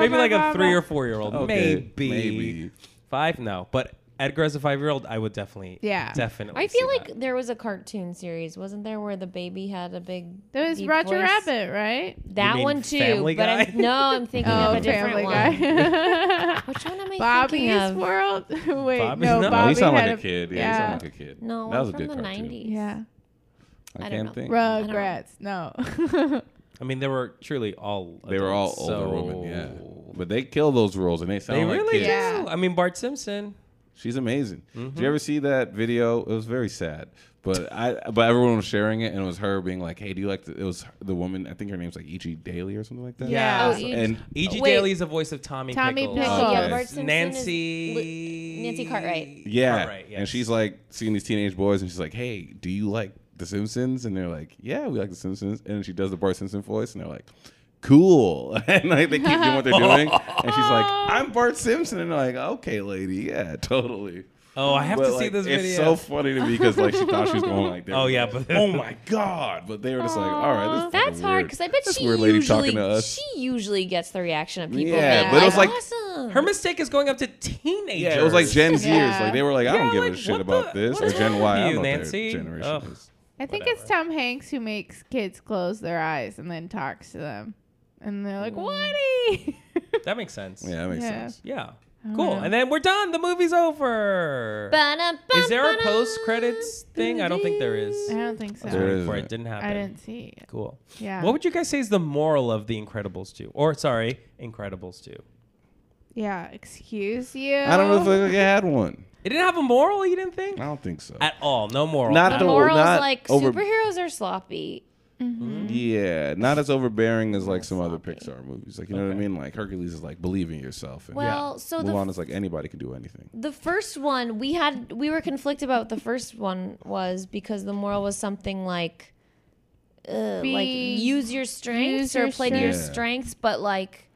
Speaker 2: Maybe like a
Speaker 1: Baba.
Speaker 2: three or four year old.
Speaker 4: Okay,
Speaker 2: Maybe.
Speaker 4: Maybe.
Speaker 2: Five? No. But Edgar as a five year old, I would definitely.
Speaker 1: Yeah.
Speaker 2: Definitely.
Speaker 3: I
Speaker 2: see
Speaker 3: feel like
Speaker 2: that.
Speaker 3: there was a cartoon series, wasn't there, where the baby had a big.
Speaker 1: There was
Speaker 3: deep
Speaker 1: Roger
Speaker 3: voice?
Speaker 1: Rabbit, right?
Speaker 3: That
Speaker 2: mean
Speaker 3: one too,
Speaker 2: Family
Speaker 3: but
Speaker 2: Guy?
Speaker 3: I'm, no, I'm thinking
Speaker 1: Oh,
Speaker 3: of a different
Speaker 1: Family
Speaker 3: one.
Speaker 1: Guy.
Speaker 3: Which one am I thinking
Speaker 1: Bobby's
Speaker 3: of?
Speaker 1: World. Wait,
Speaker 2: Bobby-
Speaker 1: no,
Speaker 2: No,
Speaker 1: Bobby
Speaker 4: he sounded
Speaker 1: had
Speaker 4: like a kid. Yeah,
Speaker 1: yeah.
Speaker 4: he sounded like a kid.
Speaker 3: No,
Speaker 4: that was a
Speaker 3: from
Speaker 4: good
Speaker 3: the
Speaker 4: cartoon.
Speaker 3: 90s.
Speaker 1: yeah.
Speaker 4: I
Speaker 3: I don't
Speaker 4: can't
Speaker 3: know.
Speaker 4: think.
Speaker 3: don't-
Speaker 1: Rugrats. No.
Speaker 2: I mean, they were truly all.
Speaker 4: They were all
Speaker 2: adults,
Speaker 4: older
Speaker 2: so-
Speaker 4: women, yeah. But they kill those roles and they sound
Speaker 2: They
Speaker 4: like
Speaker 2: really
Speaker 4: kids.
Speaker 2: do.
Speaker 1: Yeah.
Speaker 2: I mean, Bart Simpson.
Speaker 4: She's amazing.
Speaker 2: Mm-hmm.
Speaker 4: Did you ever see that video? It was very sad, but I but everyone was sharing it, and it was her being like, "Hey, do you like?" The, it was the woman. I think her name's like E.G. Daily or something like that.
Speaker 1: Yeah.
Speaker 3: Oh, E.G.
Speaker 4: and
Speaker 2: E.G.
Speaker 3: Wait.
Speaker 2: E Daly is the voice of Tommy
Speaker 1: Tommy
Speaker 2: Pickles.
Speaker 1: Pickles.
Speaker 4: Oh,
Speaker 3: Yeah,
Speaker 4: okay.
Speaker 3: Bart Simpson
Speaker 2: Nancy.
Speaker 3: Is Lu- Nancy Cartwright.
Speaker 4: yeah,
Speaker 2: Cartwright, Oh, yes.
Speaker 4: and she's like seeing these teenage boys, and she's like, "Hey, do you like The Simpsons?" And they're like, "Yeah, we like The Simpsons." And she does the Bart Simpson voice, and they're like. Cool, and like they keep doing what they're doing, and she's like, "I'm Bart Simpson," and they're like, "Okay, lady, yeah, totally."
Speaker 2: Oh, I have
Speaker 4: But,
Speaker 2: to see
Speaker 4: like,
Speaker 2: this video.
Speaker 4: It's so funny to me because like she thought she was going like,
Speaker 2: Oh, yeah, but-
Speaker 4: oh my god! But they were just like, all right, this is
Speaker 3: That's
Speaker 4: fucking
Speaker 3: hard
Speaker 4: weird.
Speaker 3: because I bet
Speaker 4: This
Speaker 3: she
Speaker 4: weird lady
Speaker 3: usually
Speaker 4: talking to us.
Speaker 3: she usually gets the reaction of people.
Speaker 4: Yeah,
Speaker 3: being
Speaker 4: but it was like-
Speaker 3: awesome.
Speaker 2: Her mistake is going up to teenagers.
Speaker 4: yeah, it was like Gen Zers.
Speaker 1: Yeah.
Speaker 4: Like they were like, I
Speaker 2: Yeah,
Speaker 4: don't give
Speaker 2: like,
Speaker 4: a shit
Speaker 2: what
Speaker 4: about
Speaker 2: the-
Speaker 4: this
Speaker 2: what
Speaker 4: or
Speaker 2: is
Speaker 4: Gen
Speaker 2: wrong
Speaker 4: Y. I
Speaker 2: with
Speaker 4: don't
Speaker 2: you,
Speaker 4: know what
Speaker 2: Nancy?
Speaker 4: their generation
Speaker 2: Ugh.
Speaker 4: is.
Speaker 1: I think it's
Speaker 2: Whatever.
Speaker 1: Tom Hanks who makes kids close their eyes and then talks to them. And they're like, Woody!
Speaker 2: That makes sense.
Speaker 4: Yeah, that makes
Speaker 1: Yeah.
Speaker 4: sense.
Speaker 2: Yeah.
Speaker 1: don't
Speaker 2: Cool.
Speaker 1: know.
Speaker 2: And then we're done. The movie's over.
Speaker 3: Ba-dum-bum,
Speaker 2: Is there a
Speaker 3: ba-dum.
Speaker 2: post credits thing? I don't think there is.
Speaker 1: I don't think so.
Speaker 2: I was waiting
Speaker 4: There
Speaker 2: for it.
Speaker 4: isn't.
Speaker 2: It didn't happen.
Speaker 1: I didn't see it.
Speaker 2: Cool.
Speaker 1: Yeah.
Speaker 2: What would you guys say is the moral of The Incredibles 2? Or, sorry, Incredibles 2.
Speaker 1: yeah, excuse you.
Speaker 4: I don't know if I had one.
Speaker 2: It didn't have a moral, you didn't think?
Speaker 4: I don't think so.
Speaker 2: At all. No moral.
Speaker 4: Not
Speaker 2: At
Speaker 3: The
Speaker 4: the-
Speaker 2: all.
Speaker 3: moral's
Speaker 4: not
Speaker 3: like
Speaker 4: over-
Speaker 3: superheroes are sloppy. Mm-hmm.
Speaker 4: Yeah, not as overbearing as like some other Pixar movies. Like you know what I mean? Like Hercules is like believe in yourself. And
Speaker 3: Well, so the
Speaker 4: Mulan is like anybody can do anything.
Speaker 3: the first one we had we were conflicted about what the first one was because the moral was something like uh,
Speaker 1: Be-
Speaker 3: like use your strengths
Speaker 1: use your
Speaker 3: or play to your
Speaker 4: strengths. Yeah.
Speaker 3: strengths but like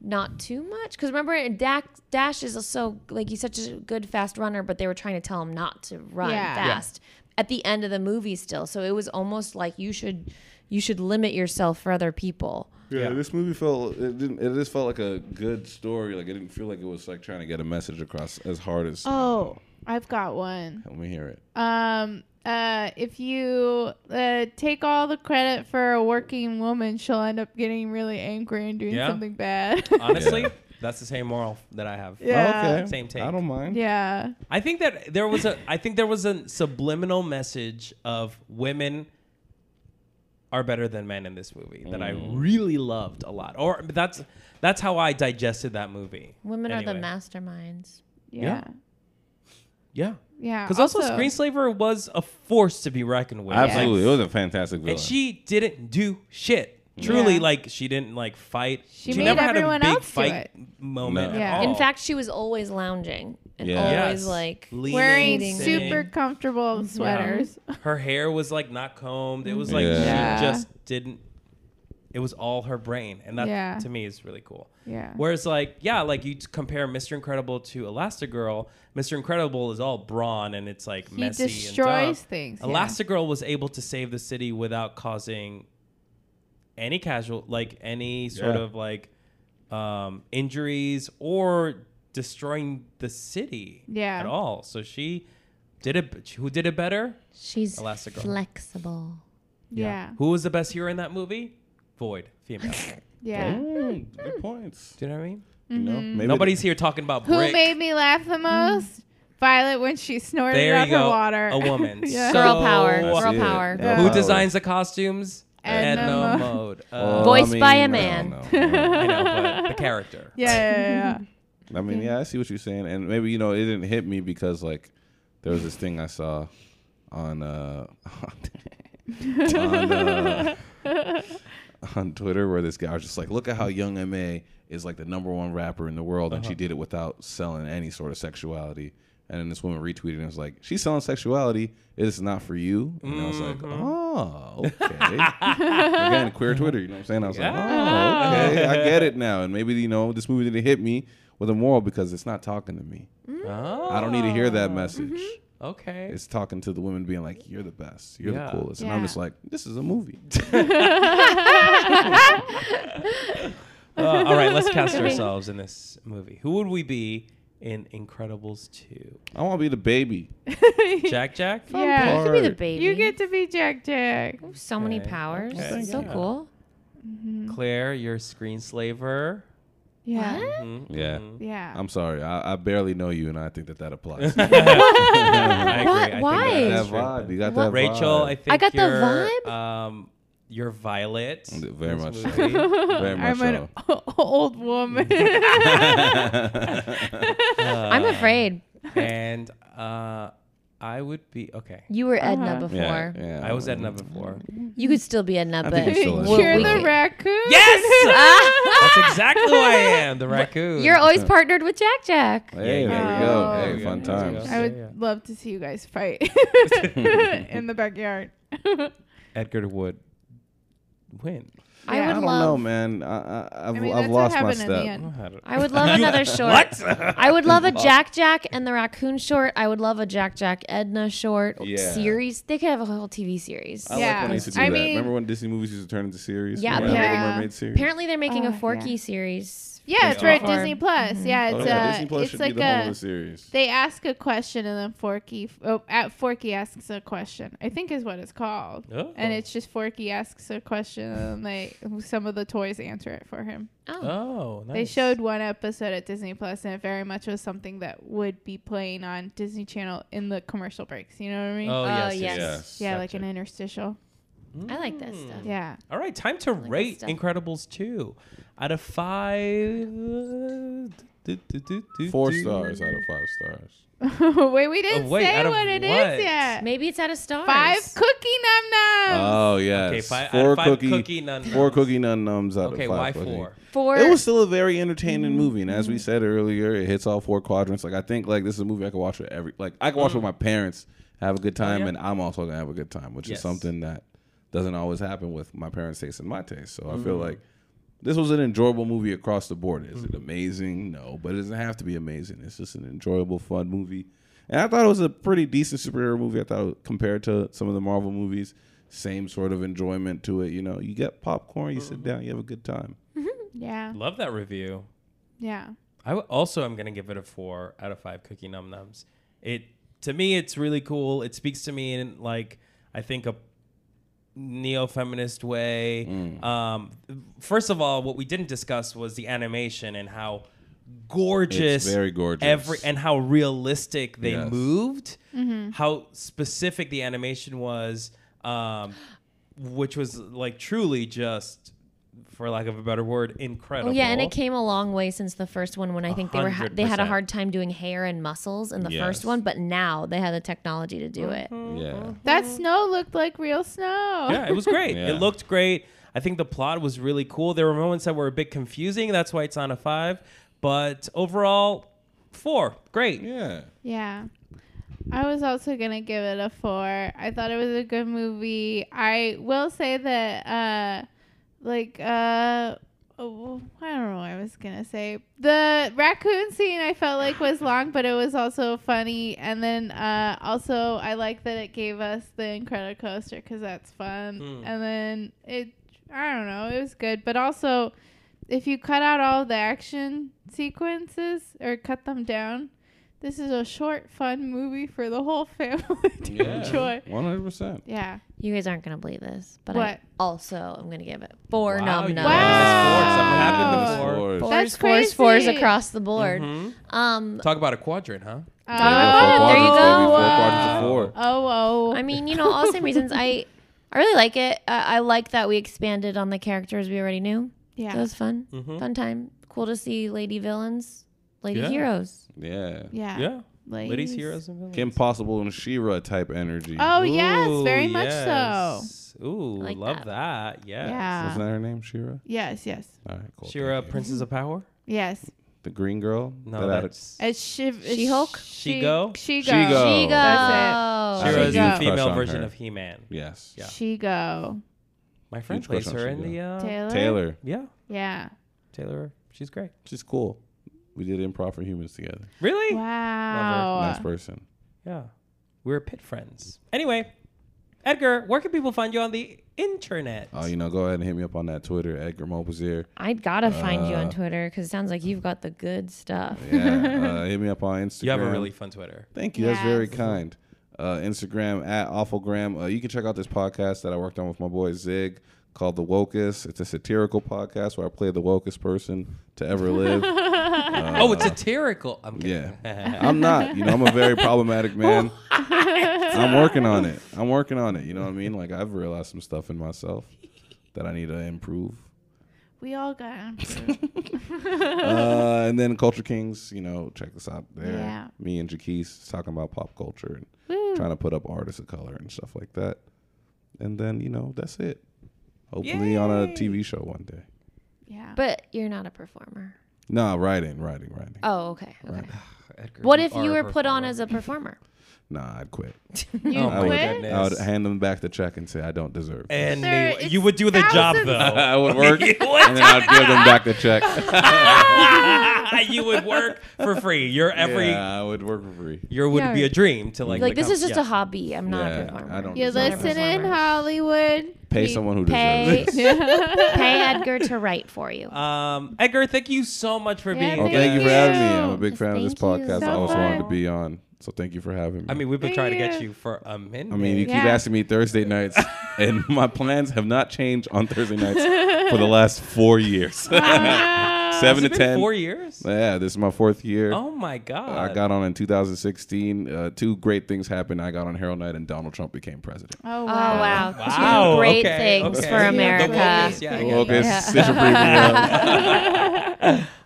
Speaker 3: not too much because remember Dash, Dash is so like he's such a good fast runner but they were trying to tell him not to run
Speaker 1: Yeah. Yeah.
Speaker 3: fast at the end of the movie still so it was almost like you should you should limit yourself for other people
Speaker 4: Yeah,
Speaker 2: Yeah.
Speaker 4: this movie felt it didn't it just felt like a good story. Like it didn't feel like it was like trying to get a message across as hard as
Speaker 3: Uh,
Speaker 1: Oh, I've got one.
Speaker 4: let me hear it.
Speaker 1: Um, uh, if you uh, take all the credit for a working woman, she'll end up getting really angry and doing
Speaker 2: Yeah.
Speaker 1: something bad.
Speaker 2: Honestly,
Speaker 4: Yeah.
Speaker 2: that's the same moral that I have.
Speaker 1: Yeah.
Speaker 4: okay.
Speaker 2: Same take.
Speaker 4: I don't mind.
Speaker 1: yeah.
Speaker 2: I think that there was a I think there was a subliminal message of women are better than men in this movie that I
Speaker 4: Mm.
Speaker 2: really loved a lot. Or that's that's how I digested that movie.
Speaker 3: women are the
Speaker 2: Anyway.
Speaker 3: masterminds
Speaker 1: Yeah.
Speaker 2: Yeah.
Speaker 1: Yeah.
Speaker 2: Because also, Screen Slaver was a force to be reckoned with. Like,
Speaker 4: Absolutely, it was a fantastic villain.
Speaker 2: and she didn't do shit. Truly,
Speaker 1: Yeah.
Speaker 2: like she didn't like fight.
Speaker 1: She made everyone else do it.
Speaker 2: moment.
Speaker 4: No.
Speaker 2: at
Speaker 1: Yeah.
Speaker 2: all.
Speaker 3: In fact, she was always lounging and
Speaker 4: Yeah.
Speaker 3: always
Speaker 2: Yes.
Speaker 3: like
Speaker 2: Leaning,
Speaker 1: wearing
Speaker 2: sitting.
Speaker 1: super comfortable sweaters.
Speaker 2: Her hair was like not combed. It was like
Speaker 4: Yeah.
Speaker 2: she
Speaker 1: Yeah.
Speaker 2: just didn't. It was all her brain, and that
Speaker 1: Yeah.
Speaker 2: to me is really cool.
Speaker 1: Yeah.
Speaker 2: Whereas, like, yeah, like you t- compare Mr. Incredible to Elastigirl. Mr. Incredible is all brawn and it's like
Speaker 1: He
Speaker 2: messy. and
Speaker 1: destroys
Speaker 2: dumb.
Speaker 1: things, yeah.
Speaker 2: Elastigirl was able to save the city without causing any casual, like any sort
Speaker 4: Yeah.
Speaker 2: of like um, injuries or destroying the city
Speaker 1: Yeah.
Speaker 2: at all. So she did it. Who did it better?
Speaker 3: She's
Speaker 2: Elastigirl.
Speaker 3: flexible.
Speaker 1: yeah.
Speaker 2: Who was the best hero in that movie? Void, female.
Speaker 1: Yeah.
Speaker 4: Mm,
Speaker 3: Mm-hmm.
Speaker 4: good points.
Speaker 2: Do you know what I mean?
Speaker 4: You know, maybe
Speaker 2: Nobody's here talking about
Speaker 1: Who
Speaker 2: Brick.
Speaker 1: made me laugh the most? Violet when she snorted
Speaker 2: There
Speaker 1: out
Speaker 2: you go.
Speaker 1: her water.
Speaker 2: A woman.
Speaker 1: yeah.
Speaker 2: So-
Speaker 3: Girl power.
Speaker 2: That's
Speaker 3: Girl
Speaker 4: it.
Speaker 3: power.
Speaker 4: Yeah.
Speaker 2: Who
Speaker 4: Power.
Speaker 2: designs the costumes?
Speaker 1: Edna
Speaker 2: Edna
Speaker 1: Mode.
Speaker 2: Mode.
Speaker 4: Oh,
Speaker 2: Uh,
Speaker 3: Voice- Voiced by a
Speaker 4: I
Speaker 3: man.
Speaker 4: don't know.
Speaker 2: I know, but the character.
Speaker 1: yeah, yeah, yeah,
Speaker 4: I mean, yeah, I see what you're saying, and maybe you know it didn't hit me because like there was this thing I saw on uh on, uh, on Twitter where this guy was just like, look at how Young Ma is like the number one rapper in the world, and she did it without selling any sort of sexuality. And then this woman retweeted and was like, she's selling sexuality. It's not for you. And I was like, oh, okay. Again, queer
Speaker 1: Mm-hmm.
Speaker 4: Twitter, you know what I'm saying? I was like, oh, okay. I get it now. And maybe, you know, this movie didn't hit me with a moral because it's not talking to me.
Speaker 2: Oh,
Speaker 4: I don't need to hear that message.
Speaker 2: okay.
Speaker 4: It's talking to the women being like, you're the best. You're
Speaker 2: Yeah.
Speaker 4: the coolest. And
Speaker 1: Mm-hmm.
Speaker 4: I'm
Speaker 1: Yeah.
Speaker 4: just like, this is a movie.
Speaker 2: Uh, all right, let's cast ourselves in this movie. Who would we be in Incredibles 2?
Speaker 4: I want to be the baby.
Speaker 2: Jack Jack?
Speaker 1: yeah. yeah.
Speaker 3: You could be the
Speaker 4: Alright.
Speaker 3: baby.
Speaker 1: You get to be Jack Jack.
Speaker 3: so many
Speaker 2: Okay.
Speaker 3: powers.
Speaker 2: Okay.
Speaker 3: So
Speaker 2: Yeah.
Speaker 3: cool.
Speaker 2: Claire, you're a screenslaver.
Speaker 1: Yeah.
Speaker 2: Mhm,
Speaker 4: Yeah.
Speaker 2: mhm.
Speaker 1: Yeah.
Speaker 4: I'm sorry. I, I barely know you, and I think that that applies.
Speaker 2: I agree. I
Speaker 3: What?
Speaker 2: think
Speaker 3: Why?
Speaker 2: that
Speaker 4: that
Speaker 2: is true.
Speaker 4: vibe. You got
Speaker 3: What-
Speaker 4: that
Speaker 2: Rachel, I
Speaker 4: vibe.
Speaker 2: think
Speaker 3: got the
Speaker 2: you're,
Speaker 3: vibe.
Speaker 2: Um, you're Violet. in
Speaker 4: Very
Speaker 2: this
Speaker 4: much so.
Speaker 2: movie.
Speaker 4: Very much
Speaker 1: I'm an
Speaker 4: so.
Speaker 1: old woman.
Speaker 3: I'm
Speaker 2: Uh,
Speaker 3: afraid.
Speaker 2: and uh, I would be okay.
Speaker 3: You were Edna
Speaker 1: Uh-huh.
Speaker 3: before.
Speaker 4: Yeah, yeah.
Speaker 2: I was Edna before.
Speaker 3: You could still be Edna,
Speaker 4: I
Speaker 3: but
Speaker 4: think you're still
Speaker 3: we're-
Speaker 1: You're
Speaker 3: we-
Speaker 4: Edna.
Speaker 1: the
Speaker 4: Wait.
Speaker 1: raccoon.
Speaker 2: Yes, that's exactly who I am. The raccoon.
Speaker 3: Ah! You're always partnered with Jack Jack.
Speaker 4: Hey,
Speaker 2: Yeah,
Speaker 4: there
Speaker 1: yeah,
Speaker 4: we go.
Speaker 1: yeah.
Speaker 4: Hey, fun
Speaker 2: There we go.
Speaker 4: times.
Speaker 1: I would
Speaker 2: Yeah, yeah.
Speaker 1: love to see you guys fight in the backyard.
Speaker 2: Edgar would win.
Speaker 3: I
Speaker 1: Yeah.
Speaker 3: would
Speaker 4: I don't
Speaker 3: love.
Speaker 4: know, man. I, I, I've,
Speaker 1: I mean,
Speaker 4: I've
Speaker 1: that's what
Speaker 4: lost my
Speaker 1: happened in the
Speaker 4: step.
Speaker 1: end.
Speaker 3: I would love another short. I would love a Jack Jack and the Raccoon short. I would love a Jack Jack Edna short
Speaker 4: Yeah.
Speaker 3: series. They could have a whole TV series.
Speaker 4: I like
Speaker 1: Yeah.
Speaker 4: when they used to do
Speaker 1: I
Speaker 4: that.
Speaker 1: mean-
Speaker 4: Remember when Disney movies used to turn into series?
Speaker 3: Yeah,
Speaker 4: Remember
Speaker 1: yeah.
Speaker 4: The Mermaid series?
Speaker 3: Apparently, they're making
Speaker 1: Oh,
Speaker 3: a
Speaker 1: yeah.
Speaker 3: Forky series.
Speaker 1: Yeah, it's right.
Speaker 3: Or-
Speaker 1: Disney Plus. Yeah,
Speaker 4: Oh,
Speaker 1: it's
Speaker 4: yeah,
Speaker 1: uh,
Speaker 4: Disney Plus
Speaker 1: it's
Speaker 4: should
Speaker 1: like
Speaker 4: be the home
Speaker 1: a-
Speaker 4: of the series.
Speaker 1: They ask a question and then Forky, oh, at Forky asks a question. I think is what it's called.
Speaker 2: Oh.
Speaker 1: And it's just Forky asks a question and they some of the toys answer it for him.
Speaker 3: Oh,
Speaker 2: Oh, nice.
Speaker 1: They showed one episode at Disney Plus and it very much was something that would be playing on Disney Channel in the commercial breaks. You know what I mean?
Speaker 2: Oh,
Speaker 3: Oh,
Speaker 2: yes,
Speaker 3: yes.
Speaker 4: Yes.
Speaker 1: yeah, like an interstitial.
Speaker 3: I like that
Speaker 4: Hmm.
Speaker 3: stuff.
Speaker 1: Yeah.
Speaker 2: All right, time to
Speaker 3: good
Speaker 2: rate
Speaker 3: stuff.
Speaker 2: Incredibles two out of five. uh, do, do, do, do,
Speaker 4: Four
Speaker 2: do.
Speaker 4: stars out of five stars.
Speaker 1: wait, we didn't
Speaker 2: Oh, wait, out
Speaker 1: say
Speaker 2: of
Speaker 1: what it is
Speaker 2: what?
Speaker 1: yet.
Speaker 3: Maybe it's out of stars.
Speaker 1: Five cookie num nums.
Speaker 2: Uh,
Speaker 4: Oh yes.
Speaker 2: Okay, five, out
Speaker 4: four
Speaker 2: of five
Speaker 4: cookie,
Speaker 2: cookie nun.
Speaker 4: four cookie nun nums out
Speaker 2: Okay,
Speaker 4: of five.
Speaker 2: why
Speaker 4: cookie.
Speaker 2: four?
Speaker 3: Four.
Speaker 4: It was still a very entertaining
Speaker 2: Mm-hmm.
Speaker 4: movie, and as we said earlier, it hits all four quadrants. Like I think, like this is a movie I could watch with every, like I could watch with my parents, have a good time,
Speaker 2: Mm. Oh, yeah.
Speaker 4: and I'm also gonna have a good time, which
Speaker 2: Yes.
Speaker 4: is something that doesn't always happen with my parents' taste and my taste. So I
Speaker 2: Mm-hmm.
Speaker 4: feel like this was an enjoyable movie across the board. Is it amazing? No, but it doesn't have to be amazing. It's just an enjoyable, fun movie. And I thought it was a pretty decent superhero movie. I thought it- compared to some of the Marvel movies, same sort of enjoyment to it. You know, you get popcorn, you
Speaker 2: Mm-hmm.
Speaker 4: sit down, you have a good time.
Speaker 1: Yeah.
Speaker 2: Love that review.
Speaker 1: Yeah.
Speaker 2: I w- also am gonna give it a four out of five cookie num nums. It to me it's really cool. It speaks to me in like I think a neo feminist way.
Speaker 4: Mm.
Speaker 2: Um, first of all, what we didn't discuss was the animation and how gorgeous,
Speaker 4: It's very gorgeous.
Speaker 2: every and how realistic they
Speaker 4: Yes.
Speaker 2: moved, how specific the animation was, um, which was like truly just. For lack of a better word, incredible.
Speaker 3: Oh yeah, and it came a long way since the first one when I think they were ha- they had a
Speaker 2: 100%.
Speaker 3: hard time doing hair and muscles in the
Speaker 4: Yes.
Speaker 3: first one, but now they have the technology to do it.
Speaker 1: Mm-hmm.
Speaker 4: Yeah.
Speaker 1: That snow looked like real snow.
Speaker 2: Yeah, it was great.
Speaker 4: Yeah.
Speaker 2: It looked great. I think the plot was really cool. There were moments that were a bit confusing. That's why it's on a five. But overall, four. Great.
Speaker 4: Yeah.
Speaker 1: Yeah. I was also gonna give it a four. I thought it was a good movie. I will say that uh like uh oh, I don't know what I was gonna say. The raccoon scene I felt like was long, but it was also funny. And then uh, also I like that it gave us the Incredicoaster because that's fun.
Speaker 2: Hmm.
Speaker 1: And then it, I don't know, it was good. But also, if you cut out all the action sequences or cut them down, this is a short, fun movie for the whole family to enjoy.
Speaker 4: One hundred percent.
Speaker 1: Yeah.
Speaker 3: You guys aren't gonna believe this, but I
Speaker 1: What?
Speaker 3: also am gonna give it four
Speaker 2: Wow,
Speaker 3: nom
Speaker 2: you
Speaker 3: noms.
Speaker 2: guys,
Speaker 1: Wow.
Speaker 2: Fours. Something happened to
Speaker 1: Wow.
Speaker 2: fours.
Speaker 3: Fours,
Speaker 1: That's
Speaker 3: fours, fours
Speaker 1: crazy.
Speaker 3: across the board.
Speaker 2: Mhm.
Speaker 3: Um,
Speaker 2: Talk about a quadrant, huh?
Speaker 1: Oh,
Speaker 3: there you go.
Speaker 4: Four quadrants of four.
Speaker 1: Oh, oh.
Speaker 3: I mean, you know, all the same reasons. I, I really like it. I, I like that we expanded on the characters we already knew.
Speaker 1: yeah.
Speaker 3: That was fun.
Speaker 2: Mhm.
Speaker 3: Fun time. Cool to see lady villains, lady
Speaker 2: Yeah.
Speaker 3: heroes.
Speaker 4: Yeah.
Speaker 1: yeah.
Speaker 2: Yeah. Ladies,
Speaker 1: Ladies.
Speaker 2: heroes, and villains.
Speaker 4: Kim Possible and Shira type energy.
Speaker 1: Oh, yes. Very
Speaker 2: Ooh,
Speaker 1: much so.
Speaker 2: yes. Ooh,
Speaker 3: like
Speaker 2: love
Speaker 3: that.
Speaker 2: that. Yes.
Speaker 1: Yeah.
Speaker 4: Wasn't that her name, Shira?
Speaker 1: Yes, yes.
Speaker 4: All right, cool.
Speaker 2: Shira,
Speaker 4: Thank you.
Speaker 2: Princess of Power.
Speaker 1: Yes.
Speaker 4: the green girl.
Speaker 2: No,
Speaker 4: that had a-
Speaker 2: that's
Speaker 1: It's Shiv- it's
Speaker 3: She-Hulk?
Speaker 1: She-
Speaker 2: She-Go?
Speaker 1: She go.
Speaker 4: She-Go.
Speaker 3: She
Speaker 1: Oh,
Speaker 3: go.
Speaker 1: That's
Speaker 4: it.
Speaker 2: Shira is the
Speaker 1: She-Go.
Speaker 2: female
Speaker 4: Crush on
Speaker 2: version
Speaker 4: her.
Speaker 2: of He-Man.
Speaker 4: yes.
Speaker 2: Yeah.
Speaker 1: She go.
Speaker 2: My friend
Speaker 4: Huge crush
Speaker 2: plays
Speaker 4: on
Speaker 2: her in
Speaker 4: She-Go.
Speaker 2: the. Uh,
Speaker 1: Taylor.
Speaker 4: Taylor,
Speaker 2: yeah,
Speaker 1: Yeah.
Speaker 2: Taylor. She's great.
Speaker 4: she's cool. We did improv for humans together.
Speaker 2: Really?
Speaker 1: Wow.
Speaker 4: nice person.
Speaker 2: Yeah. We were pit friends. Anyway, Edgar, where can people find you on the internet?
Speaker 4: Oh, you know, go ahead and hit me up on that Twitter, Edgar Mobazier.
Speaker 3: I gotta find you on
Speaker 4: Uh,
Speaker 3: Twitter because it sounds like you've got the good stuff.
Speaker 4: Yeah, uh, hit me up on Instagram.
Speaker 2: You have a really fun Twitter.
Speaker 4: Thank you. That's
Speaker 1: Yes.
Speaker 4: very kind. Uh, Instagram at awfulgram. Uh, you can check out this podcast that I worked on with my boy Zig called The Wokest. It's a satirical podcast where I play the wokest person to ever live.
Speaker 2: oh, it's satirical. I'm kidding.
Speaker 4: Uh-huh. Yeah. I'm not. You know, I'm a very problematic man. I'm working on it. I'm working on it. You know what I mean? Like I've realized some stuff in myself that I need to improve.
Speaker 1: We all got
Speaker 4: Uh, and then Culture Kings, you know, check this out there.
Speaker 1: Yeah.
Speaker 4: Me and Jaquise talking about pop culture and
Speaker 1: Woo.
Speaker 4: trying to put up artists of color and stuff like that. And then, you know, that's it. Hopefully on a
Speaker 2: Yay.
Speaker 4: TV show one day.
Speaker 1: Yeah.
Speaker 3: But you're not a performer.
Speaker 4: No, writing, writing, writing.
Speaker 3: Oh, okay. okay.
Speaker 2: Edgar,
Speaker 3: What if you
Speaker 2: are a
Speaker 3: were put on
Speaker 2: performer.
Speaker 3: as a performer?
Speaker 4: Nah, I'd quit.
Speaker 1: you
Speaker 2: Oh my
Speaker 4: I, would,
Speaker 1: quit?
Speaker 2: goodness.
Speaker 4: I would hand them back the check and say I don't deserve. this."
Speaker 2: And
Speaker 1: Sir,
Speaker 2: they-
Speaker 1: it's
Speaker 2: you would do the job
Speaker 1: thousands-
Speaker 2: though.
Speaker 4: I would work, and then I'd give them back the check.
Speaker 2: you would work for free. Your every
Speaker 4: yeah, I would work for free.
Speaker 2: your would
Speaker 3: Yeah.
Speaker 2: be a dream to like.
Speaker 3: Like this
Speaker 2: become-
Speaker 3: is just
Speaker 2: yeah.
Speaker 3: a hobby. I'm not
Speaker 4: Yeah,
Speaker 3: a performer.
Speaker 4: I don't
Speaker 1: You
Speaker 4: deserve it.
Speaker 1: listen in Hollywood.
Speaker 4: Pay
Speaker 1: You-
Speaker 4: someone who
Speaker 3: Pay,
Speaker 4: deserves. it.
Speaker 3: pay Edgar to write for you.
Speaker 2: Um, Edgar, thank you so much for
Speaker 1: Yeah,
Speaker 2: being.
Speaker 4: Well,
Speaker 1: Thank
Speaker 2: here.
Speaker 4: thank you for having me.
Speaker 1: you.
Speaker 4: I'm a big fan of this
Speaker 3: Thank you.
Speaker 4: podcast. I
Speaker 1: So
Speaker 4: always wanted to
Speaker 1: fun.
Speaker 4: be on, so thank you for having me.
Speaker 2: I mean, we've been
Speaker 1: Thank
Speaker 2: trying to get
Speaker 1: you.
Speaker 2: you for a minute.
Speaker 4: I mean, you keep
Speaker 1: Yeah.
Speaker 4: asking me Thursday nights, and my plans have not changed on Thursday nights for the last four years.
Speaker 1: Oh,
Speaker 4: Seven
Speaker 2: Has
Speaker 4: to
Speaker 2: it been
Speaker 4: ten.
Speaker 2: four years.
Speaker 4: Yeah, this is my fourth year.
Speaker 2: Oh my god!
Speaker 4: I got on in 2016. Uh, two great things happened. I got on Harold Night, and Donald Trump became president.
Speaker 1: wow.
Speaker 3: Oh wow,
Speaker 2: Wow,
Speaker 3: two great
Speaker 2: okay,
Speaker 3: things
Speaker 2: okay.
Speaker 3: for
Speaker 1: Yeah,
Speaker 3: America.
Speaker 1: the wokeness,
Speaker 2: yeah, I
Speaker 4: Well,
Speaker 2: get
Speaker 4: okay,
Speaker 3: Yeah.
Speaker 4: Stitcher Premium.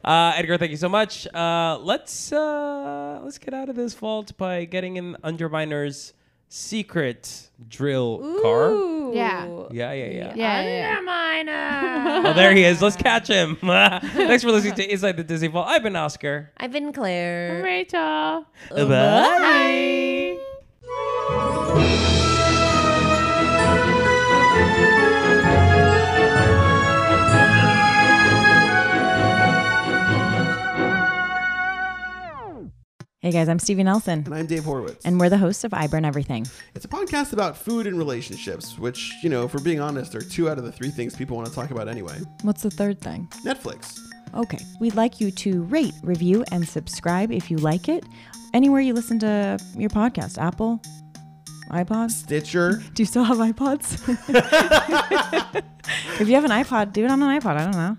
Speaker 2: Uh, Edgar, thank you so much. Uh, let's uh, let's get out of this vault by getting in Underminer's secret drill car.
Speaker 1: Yeah.
Speaker 2: Yeah, yeah, yeah.
Speaker 1: Yeah, yeah,
Speaker 3: Underminer.
Speaker 2: Oh, there he is. Let's catch him. Thanks for listening to Inside the Disney Vault. I've been Oscar.
Speaker 3: I've been Claire.
Speaker 1: Rachel.
Speaker 2: Bye.
Speaker 6: Hey guys, I'm Stevie Nelson,
Speaker 7: And I'm Dave Horowitz.
Speaker 6: and we're the hosts of I Burn Everything.
Speaker 7: it's a podcast about food and relationships, which, you know, if we're being honest, are two out of the three things people want to talk about anyway.
Speaker 6: What's the third thing?
Speaker 7: Netflix.
Speaker 6: Okay, we'd like you to rate, review, and subscribe if you like it. Anywhere you listen to your podcast, Apple, iPods.
Speaker 7: Stitcher.
Speaker 6: Do you still have iPods? if you have an iPod, do it on an iPod. I don't know.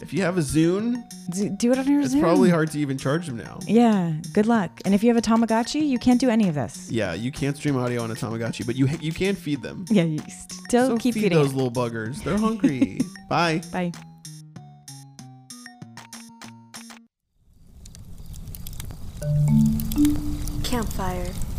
Speaker 7: If you have a Zune,
Speaker 6: Do, do it on your
Speaker 7: it's
Speaker 6: Zoom.
Speaker 7: probably hard to even charge them now.
Speaker 6: Yeah, good luck. And if you have a Tamagotchi, you can't do any of this.
Speaker 7: Yeah, you can't stream audio on a Tamagotchi, but you you can feed them.
Speaker 6: Yeah, you still
Speaker 7: So
Speaker 6: keep
Speaker 7: feed
Speaker 6: feeding.
Speaker 7: those
Speaker 6: it.
Speaker 7: little buggers. They're hungry. Bye.
Speaker 6: Bye.
Speaker 8: Campfire.